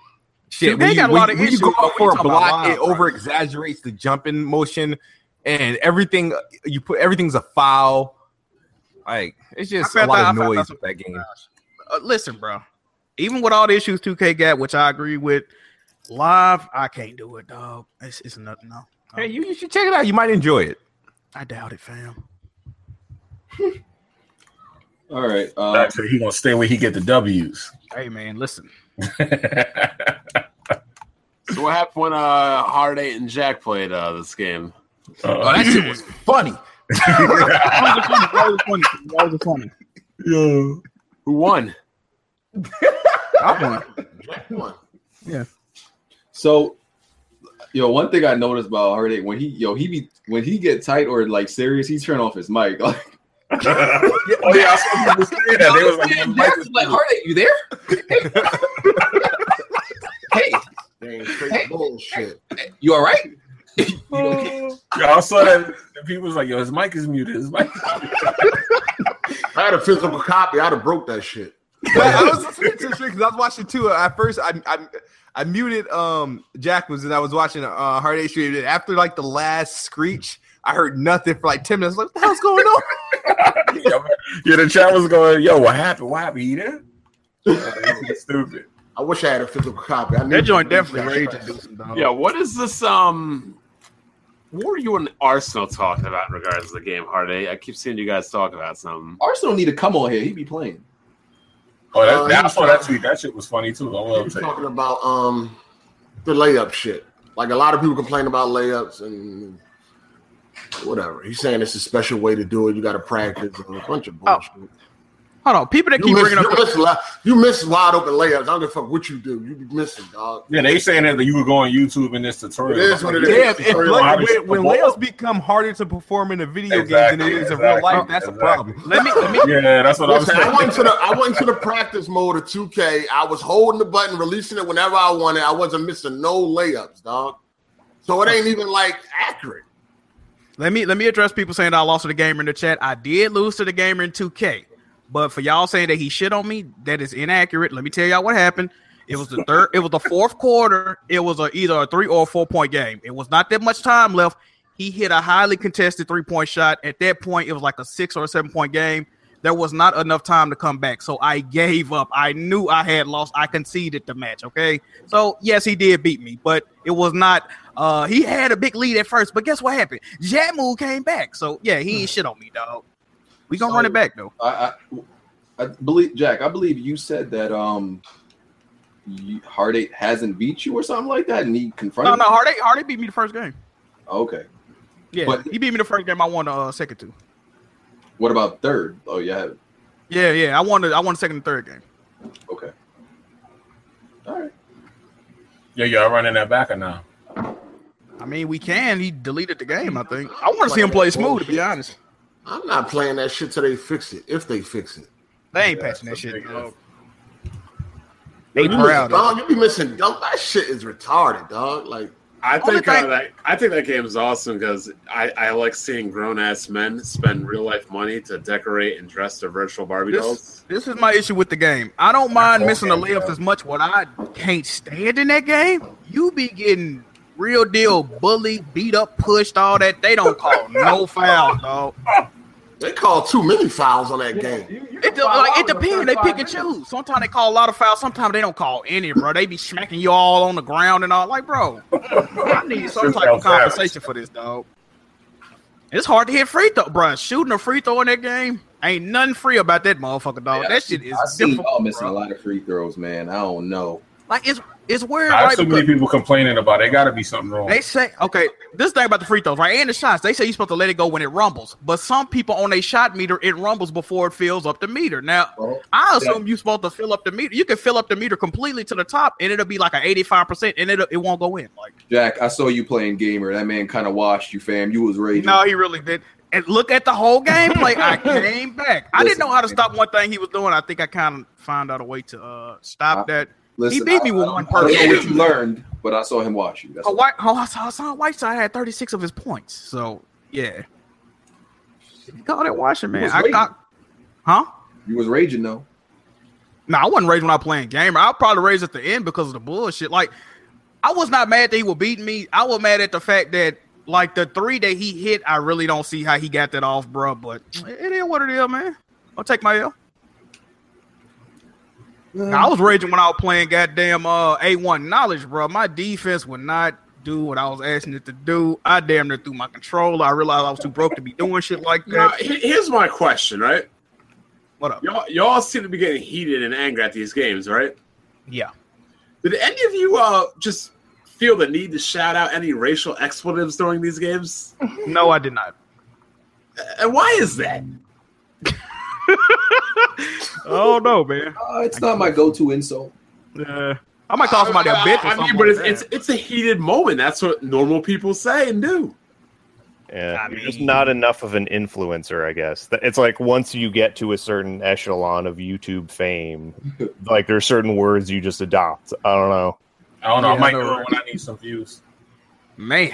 Shit,
2K got a lot of
when
issues
you go
when
out
you
for a
talk about
block,
live,
it
bro.
over exaggerates the jumping motion, and everything you put everything's a foul. Like it's just a
felt that- I
lot of
felt
noise
that's
with that game.
Uh, listen, bro. Even with all the issues 2K got, which I agree with, live I can't do it, dog. It's, it's nothing. No,
Hey, you, you should check it out. You might enjoy it.
I doubt it, fam.
All right. Uh,
Back to he gonna stay where he get the W's. Uh,
Hey, man, listen.
So what happened when uh, Hard Eight and Jack played uh, this game?
Oh, that shit was funny.
That was funny. That was funny.
Yo.
Who won?
I won.
so, yo, one thing I noticed about Heartache when he yo he be when he get tight or like serious, he turn off his mic. Like,
oh yeah, I saw people saying that. They was like,
Yeah,
"Man,
Jack
Mike
was
is
like, Heartache, you there? hey,
Straight bullshit.
you all right?
Yo, I saw that. and People was like, "Yo, his mic is muted. His mic." Is muted.
I had a physical copy. I'd have broke that shit.
But I was listening to this because I was watching too. At first, I, I I muted um Jack was and I was watching uh Hard Eight Street. And after like the last screech, I heard nothing for like ten minutes. Like, what the hell's going on?
yeah, the chat was going, "Yo, what happened? Why happened? He there?" That's stupid.
I wish I had a physical copy. I knew
That joint
that
definitely
shit.
ready to do some dog.
Yeah, what is this? Um, what are you and Arsenal talking about in regards to the game, Hard Eight? I keep seeing you guys talk about something.
Arsenal need to come on here. He be playing.
Oh, that,
Uh,
that, I
he-
saw that tweet. That shit was funny too. I
He
will
was
say. it.
talking about um the layup shit. Like a lot of people complain about layups and whatever. He's saying it's a special way to do it. You got to practice and a bunch of bullshit.
Hold on. People that
You,
keep
miss,
Oh, bringing
you,
up.
miss, li- you miss wide open layups. I don't give a fuck what you do. You be missing, dog.
Yeah, they saying that you would go on YouTube in this tutorial.
It is what it is.
Yeah, if, if
Sorry,
like,
Robbie.
when, when layups become harder to perform in a video game than
Exactly,
it is in
exactly,
real life, that's
exactly.
a problem.
Let me. Let me
Yeah, that's what
Listen, I
I
went
was
to
saying.
the I went to the practice mode of 2K. I was holding the button, releasing it whenever I wanted. I wasn't missing no layups, dog. So it ain't even like accurate.
Let me let me address people saying that I lost to the gamer in the chat. I did lose to the gamer in 2K, but for y'all saying that he shit on me, that is inaccurate. Let me tell y'all what happened. It was the third, it was the fourth quarter. It was a, either a three or a four point game. It was not that much time left. He hit a highly contested three point shot. At that point, it was like a six or a seven point game. There was not enough time to come back, so I gave up. I knew I had lost. I conceded the match. Okay, so yes, he did beat me, but it was not uh, he had a big lead at first, but guess what happened? Jamu came back. So yeah, he ain't shit on me, dog. We gonna run it back though.
I, I, I believe Jack. I believe you said that um you- Hard Eight hasn't beat you or something like that, and he
No,
confronted.
no, Hard Eight, Hard Eight beat me the first game.
Okay.
Yeah,
But-
he beat me the first game. I won the uh, second two.
What about third? Oh yeah.
Yeah, yeah, I won the I won the second and third game.
Okay. All right.
Yeah, y'all running that back or now?
I mean, we can. He deleted the game. I think I want to see him play smooth. To be honest,
I'm not playing that shit till they fix it. If they fix it,
they ain't
Yeah,
patching that
that's a
shit.
big if.
you,
They
be
proud. of
dog, you be missing. Dog, that shit is retarded, dog. Like
I
Only
think uh,
thing-
that I think that game is awesome because I, I like seeing grown ass men spend real life money to decorate and dress their virtual Barbie
This-
dolls.
This is my issue with the game. I don't mind
Okay,
missing the layups
yeah.
as much. What I can't stand in that game, you be getting real deal bullied, beat up, pushed, all that. They don't call no fouls, dog.
they called too many fouls on that game.
It, de- like, it depends. They pick and choose. Sometimes they call a lot of fouls. Sometimes they don't call any, bro. They be smacking you all on the ground and all. Like, bro, I need some type of compensation for this, dog. It's hard to hit free throw, bro. Shooting a free throw in that game ain't nothing free about that motherfucker,
Yeah,
dog.
I
Oh, that shit is
I see
difficult.
y'all missing
bro.
a lot of free throws, man. I don't know.
Like it's it's weird,
I have
right?
so
Because
many people complaining about it. Got to be something wrong.
they say okay, this thing about the free throws, right? And the shots, they say you're supposed to let it go when it rumbles. But some people on a shot meter, it rumbles before it fills up the meter. Now,
Well,
I assume you're supposed to fill up the meter. You can fill up the meter completely to the top, and it'll be like an 85, percent and it'll, it won't go in. Like
Jack, I saw you playing gamer. That man kind of washed you, fam. You was raging.
no, he really did. And look at the whole gameplay. I came back. I didn't know how to stop one thing he was doing. I think I kind of found out a way to uh, stop that.
Listen,
he beat
I-
me with
I-
one
I don't know what you
person.
learned, but I saw him watch you. That's
Oh,
all.
White, oh, I saw, I saw Whiteside had 36 of his points. So, yeah. Call that washing, man.
was
I
late.
got, huh?
You was raging though.
No, I wasn't raised when I playing gamer. I probably raised at the end because of the bullshit. Like, I was not mad that he was beating me. I was mad at the fact that, like, the three that he hit, I really don't see how he got that off, bro. But it it is what it is, man. I'll take my L. I was raging when I was playing goddamn uh A1 knowledge, bro. My defense would not do what I was asking it to do. I damn near threw my controller. I realized I was too broke to be doing shit like
Now,
that.
he- here's my question, right?
What up?
Y'all y'all seem to be getting heated and angry at these games, right?
Yeah.
Did any of you uh just feel the need to shout out any racial expletives during these games?
No, I did not.
And why is that?
Oh no, man.
Uh, it's not my go-to insult.
Uh, I might call somebody a
I-
bitch or
I,
something.
mean, but
like
it's,
that.
it's it's a heated moment. That's what normal people say and do.
Yeah,
I
you're just
mean-
not enough of an influencer, I guess. Th- It's like once you get to a certain echelon of YouTube fame, like there are certain words you just adopt. I don't know.
I don't know.
Yeah,
I might
I know,
do
right?
it when I need some views.
Man,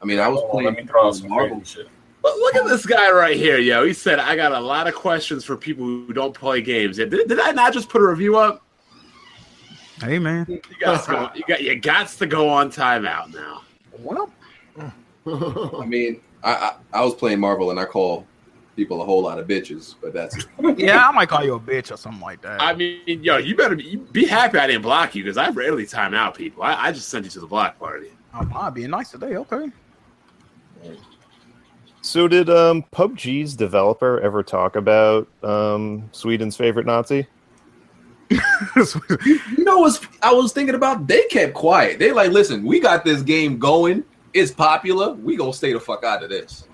I mean, I was
Oh, let me
playing
throw out some
Marvel.
crazy shit.
But look at this guy right here, yo. He said, "I got a lot of questions for people who don't play games." Yeah, Did, did I not just put a review up?
hey man.
You got go, you got you got to go on timeout now.
Well,
I mean, I, I I was playing Marvel, and I call people a whole lot of bitches, but that's
yeah, I might call you a bitch or something like that.
I mean, yo, you better be, be happy I didn't block you because I rarely time out people. I, I just send you to the block party.
I'm being nice today. Okay.
So did um, PUBG's developer ever talk about um, Sweden's favorite Nazi?
You know, it's, I was thinking about they kept quiet. They like, listen, we got this game going. It's popular. We gonna stay the fuck out of this.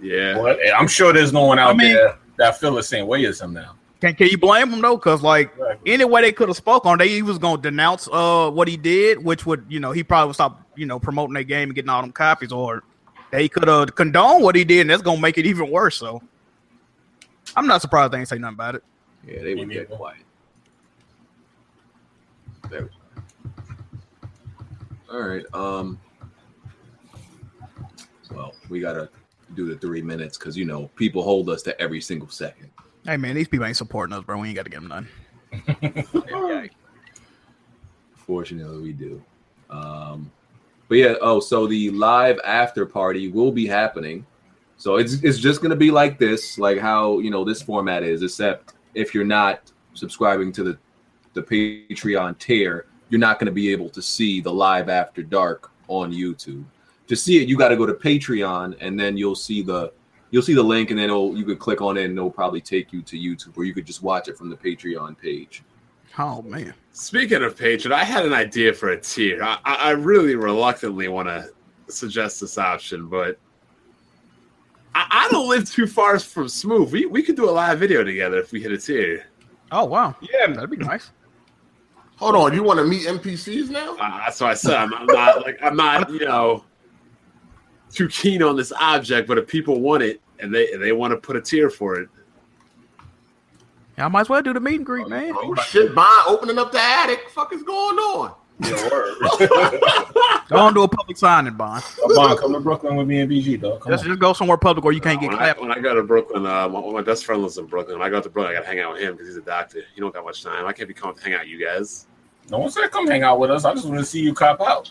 Yeah,
But I'm sure there's no one
I
out
mean-
there that feel the same way as him now.
can can you blame him though? Because like any way they could have spoke on, they he was gonna denounce uh what he did, which would you know he probably would stop you know promoting their game and getting all them copies, or they could have condoned what he did, and that's gonna make it even worse. So I'm not surprised they ain't say nothing about it.
Yeah, they
Me
were
neither.
kept quiet. They were- All right. Um. Well, we gotta do the three minutes because you know people hold us to every single second.
Hey man, these people ain't supporting us, bro. We ain't got to give them none.
Fortunately, we do. Um, but yeah, oh, so the live after party will be happening. So it's it's just gonna be like this, like how you know this format is, except if you're not subscribing to the the Patreon tier, you're not gonna be able to see the live after dark on YouTube. To see it, you got to go to Patreon, and then you'll see the you'll see the link, and then it'll, you could click on it, and it'll probably take you to YouTube, or you could just watch it from the Patreon page.
Oh man.
Speaking of Patriot, I had an idea for a tier. I, I I really reluctantly want to suggest this option, but I, I don't live too far from Smooth. We we could do a live video together if we hit a tier.
Oh wow.
Yeah,
That'd be nice.
Hold on, you want to meet NPCs now?
Uh, that's why I said I'm, I'm not like I'm not you know too keen on this object, but if people want it and they and they want to put a tier for it,
Yeah, I might as well do the meet and greet, man.
Oh shit, Bond opening up the attic. Fuck is going on?
yeah, word.
Don't do a public signing, Bond.
Come on, come to Brooklyn with me and BG, dog. Come
Just,
on.
just go somewhere public or you can't get
when, I,
clapped.
when I go to Brooklyn, uh, my, my best friend lives in Brooklyn. When I go to Brooklyn, I gotta hang out with him because he's a doctor. He don't got much time. I can't be coming to hang out with you guys.
No one said come hang out with us. I just want to see you cop out.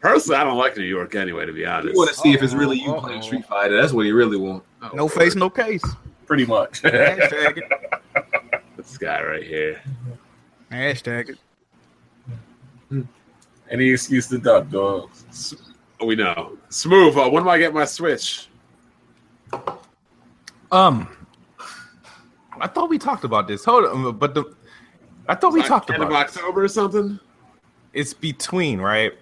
Personally, I don't like New York anyway, to be honest.
want to see if it's really you
Uh-oh.
playing Street Fighter. That's what he really want.
No face, no case.
Pretty much.
Hashtag it.
This guy right here.
Hashtag it.
Any excuse to duck, dog.
We know. Smooth. Uh, when do I get my Switch?
Um, I thought we talked about this. Hold on, but the I thought we
Like,
talked
end
about
of
it.
October or something.
it's between right.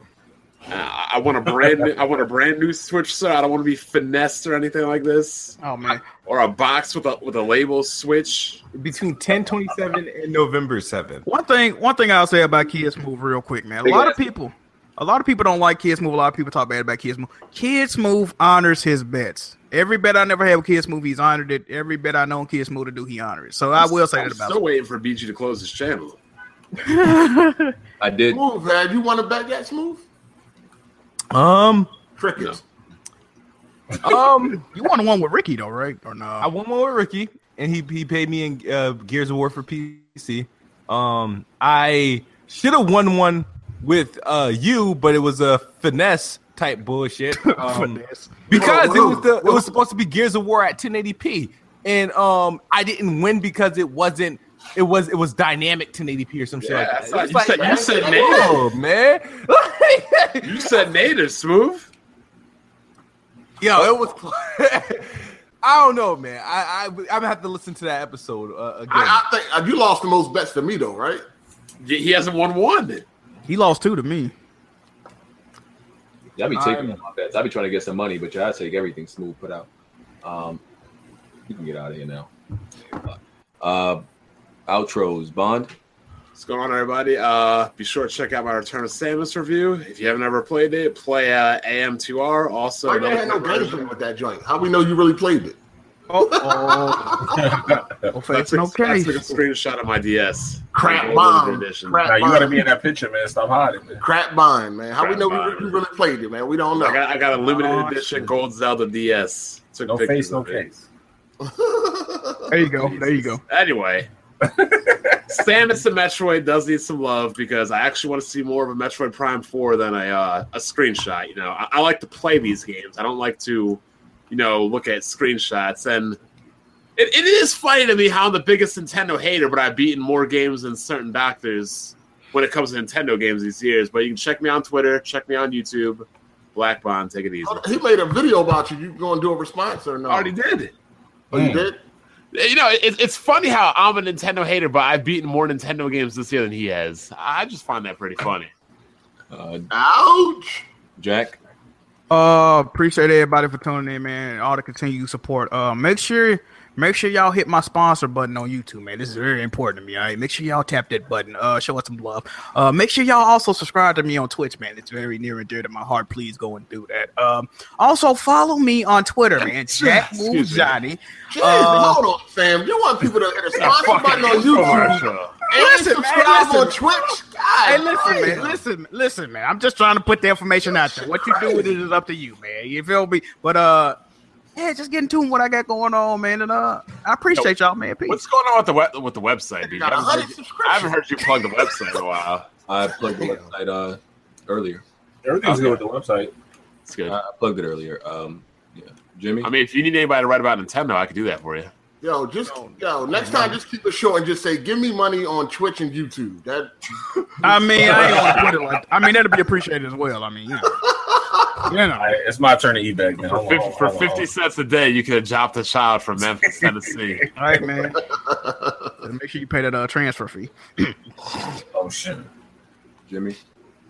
Uh, I I want a brand. new, I want a brand new Switch, sir. I don't want to be finessed or anything like this,
Oh man.
or a box with a with a label Switch.
between 1027 and November 7th.
One thing, one thing I'll say about Kids Move real quick, man. A lot of people, a lot of people don't like Kids Move. A lot of people talk bad about Kids Move. Kids Move honors his bets. Every bet I never had with Kids Move, he's honored it. Every bet I know on Kids Move to do, he honored it. So I will say
I'm
that about.
still waiting for BG to close his channel.
I did.
Smooth, man. You want to bet that smooth?
Um,
Crickets.
um,
you want the one with Ricky though, right? Or no?
I won one with Ricky, and he he paid me in uh, Gears of War for PC. Um, I should have won one with uh you, but it was a finesse type bullshit. Um,
Finesse.
because
Whoa, whoa,
it was the, it
whoa.
was supposed to be Gears of War at 1080p, and um, I didn't win because it wasn't. It was it was dynamic 1080p or some shit.
Yeah, that's
like that. It's
not- you
like,
said- you said
come
native.
on, man. Like,
You said native, Smooth.
Yo, it was. I don't know, man. I I I'm gonna have to listen to that episode uh, again.
I, I think uh, you lost the most bets to me though, right?
He he hasn't won one.
he lost two to me.
Y'all be taking
I'm-
my bets. I be trying to get some money, but y'all take everything smooth put out. Um, you can get out of here now. Uh, outros, Bond.
What's going on, everybody? Uh, be sure to check out my Return of Samus review. If you haven't ever played it, play uh, AM2R. Also,
Why they Oh, had no
another-
gameplay with that joint? How we know you really played it?
No
I
face,
took-
no
I
case.
took a screenshot of my DS.
Crap
Limited
bomb.
edition.
Crap
Nah, you
bomb.
gotta be in that picture, man. Stop hiding, man.
Crap bind, man. How we
Crap
know
bind.
you, you really played it, man? We don't know.
I got, I got a limited
Oh,
edition
shit.
Gold Zelda DS. Took
No
pictures
face, no
of it.
case.
There you go. There you go.
Anyway, Samus the Metroid does need some love because I actually want to see more of a Metroid Prime 4 than a, uh, a screenshot. You know, I, I like to play these games. I don't like to, you know, look at screenshots. And it, it is funny to me how I'm the biggest Nintendo hater, but I've beaten more games than certain doctors when it comes to Nintendo games these years. But you can check me on Twitter, check me on YouTube. Black Bond, take it easy.
He made a video about you. You going to do a response or no?
I already did it.
Oh, you did?
You know, it, it's funny how I'm a Nintendo hater, but I've beaten more Nintendo games this year than he has. I just find that pretty funny.
Uh,
Ouch.
Jack.
Uh, appreciate everybody for tuning in, man, and all the continued support. Uh, make sure, make sure y'all hit my sponsor button on YouTube, man. This is very important to me. All right, make sure y'all tap that button. Uh, show us some love. Uh, make sure y'all also subscribe to me on Twitch, man. It's very near and dear to my heart. Please go and do that. Um, also follow me on Twitter, man. Jack
Excuse
Move
me.
Johnny.
Jason,
Uh,
hold on, Sam. You want people to hit a sponsor button on YouTube and
Listen, man,
subscribe
listen.
on Twitch? God
Hey, listen,
damn.
man. Listen, listen, man. I'm just trying to put the information out there. What you do with it is up to you, man. You feel me? But uh, yeah, just get in tune with what I got going on, man. And uh, I appreciate y'all, man. Peace.
What's going on with the web, with the website, dude? I
Got a
haven't, heard
hundred
you, I haven't
subscriptions.
heard you plug the website in a while.
I plugged the website uh, earlier.
Everything's good with the website.
It's good.
I I plugged it earlier. Um, yeah, Jimmy.
I mean, if you need anybody to write about Nintendo, I could do that for you.
Yo, just yo. Next time, just keep it short and just say, "Give me money on Twitch and YouTube." That
I mean, I ain't gonna put it like. I mean, that'd be appreciated as well. I mean, you know, you
All
know.
right, it's my turn to eat back, man.
For
Hold on,
50,
hold
for
on, hold on.
50 cents a day, you could adopt a child from Memphis, Tennessee.
All right, man. Make sure you pay that uh, transfer fee.
Oh shit.
Jimmy.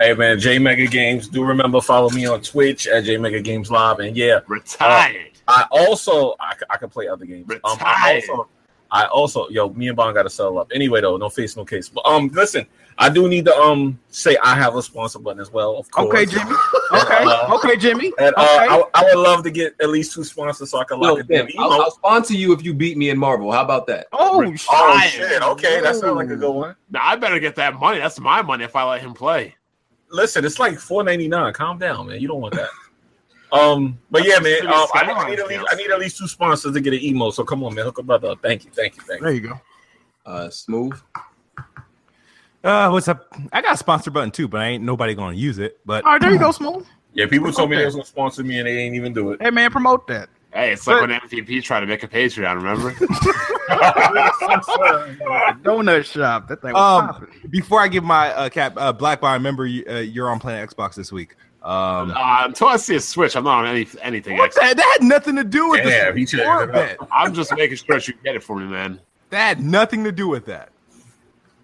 Hey man, J Mega Games. Do remember follow me on Twitch at J Mega Games Live. And yeah,
Retired.
I also I, c- I can play other games. Um, I
Retired.
also I also yo me and Bond got to settle up. Anyway though, no face, no case. But um, listen, I do need to um say I have a sponsor button as well. Of course.
Okay, Jimmy. Okay,
Uh,
okay, Jimmy.
And uh,
okay.
I, I would love to get at least two sponsors so I can lock
Yo,
it down.
Tim, I'll, I'll sponsor you if you beat me in Marvel. How about that?
oh, shit.
oh shit! Okay, that sounds like a good one.
Now I better get that money. That's my money if I let him play.
Listen, it's like four ninety nine. Calm down, man. You don't want that. Um, but yeah, man. Um, I, need, I, need at least, I need at least two sponsors to get an emo. So come on, man. Hook a brother up. Thank you, thank you, thank you.
there you go.
Uh, smooth.
Uh, what's up? I got a sponsor button too, but I ain't nobody gonna use it. But
All right, there you go, Smooth.
Yeah, people told me they was gonna sponsor me and they ain't even do it.
Hey, man, promote that.
Hey, it's like when MVP tried to make a Patreon. Remember?
Donut shop. That thing was
Um,
popping.
before I give my uh, cap, uh, Black Bond, remember you, uh, you're on Planet Xbox this week. Um,
Oh,
uh, until I see a switch, I'm not on any anything.
what
Extra.
the, that had nothing to do with this.
Damn, he changed it
Or that.
I'm just making sure that you get it for me, man.
that had nothing to do with that.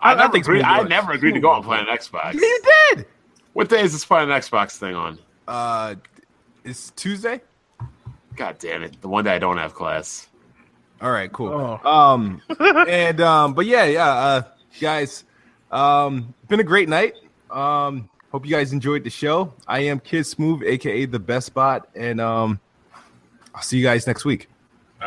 I,
I
never
think it's
agreed.
gonna be
I
like-
never agreed to go on playing Xbox.
You did.
What day is this playing Xbox thing on?
Uh, it's Tuesday.
God damn it! The one day I don't have class.
All right, cool.
Oh.
Um, and um, but yeah, yeah, uh, guys, um, been a great night. Um, hope you guys enjoyed the show. I am Kid Smooth, aka the Best Spot, and um, I'll see you guys next week.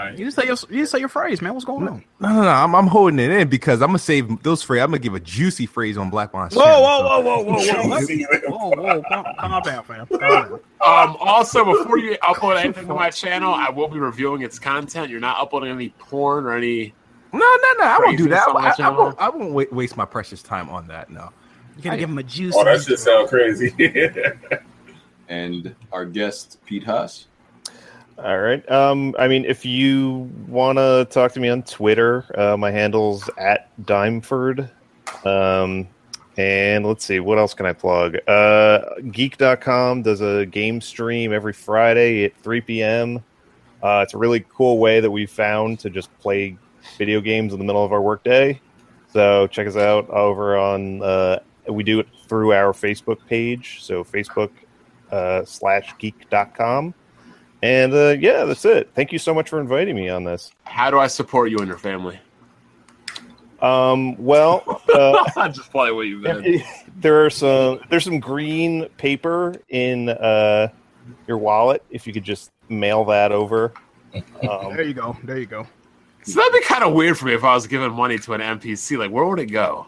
You didn't say your you didn't say your phrase, man. What's going on?
No, no, no, I'm, I'm holding it in because I'm gonna save those phrase. I'm gonna give a juicy phrase on Black Bond.
whoa, whoa,
Juicy.
whoa, whoa, calm, calm down, fam. Calm down.
Um, also, before you upload anything to my channel, I will be reviewing its content. You're not uploading any porn or any.
No, no, no, I won't do
Phrase
that.
on my
I, I
channel.
won't. I won't wa- waste my precious time on that. No.
You gotta give him a juice.
Oh, that shit sound crazy.
And our guest, Pete Haas.
All right. Um, I mean, if you want to talk to me on Twitter, uh, my handle's at Dimeford. Um, and let's see, what else can I plug? Uh, geek.com does a game stream every Friday at 3 p.m. Uh, it's a really cool way that we found to just play video games in the middle of our workday. So check us out over on, uh, we do it through our Facebook page. So Facebook uh, slash geek.com. And uh, yeah, that's it. Thank you so much for inviting me on this.
How do I support you and your family?
Um, well, uh,
just play what you meant.
there are some there's some green paper in uh, your wallet. If you could just mail that over. Um,
There you go. There you go.
So that'd be kind of weird for me if I was giving money to an NPC. Like, where would it go?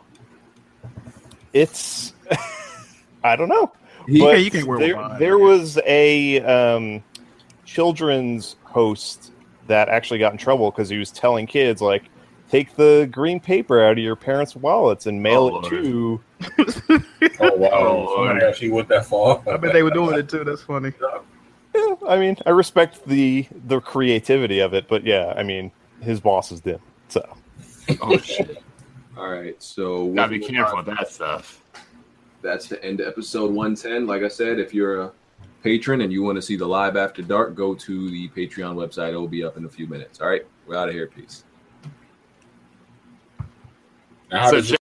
it's I don't know.
He-
But
Yeah, you can wear
there,
one.
there was a um, children's host that actually got in trouble because he was telling kids like, take the green paper out of your parents' wallets and mail
Oh,
it to.
oh wow,
Oh,
somebody actually went that far.
I bet they were doing it too. That's funny.
Yeah, I mean, I respect the the creativity of it, but yeah, I mean, his bosses did. So
Oh shit. All right, so
Gotta be careful with that stuff.
that's the end of episode 110. Like I said, if you're a patron and you want to see the live after dark, go to the Patreon website. It will be up in a few minutes. All right, we're out of here. Peace.
Now, how
So
does-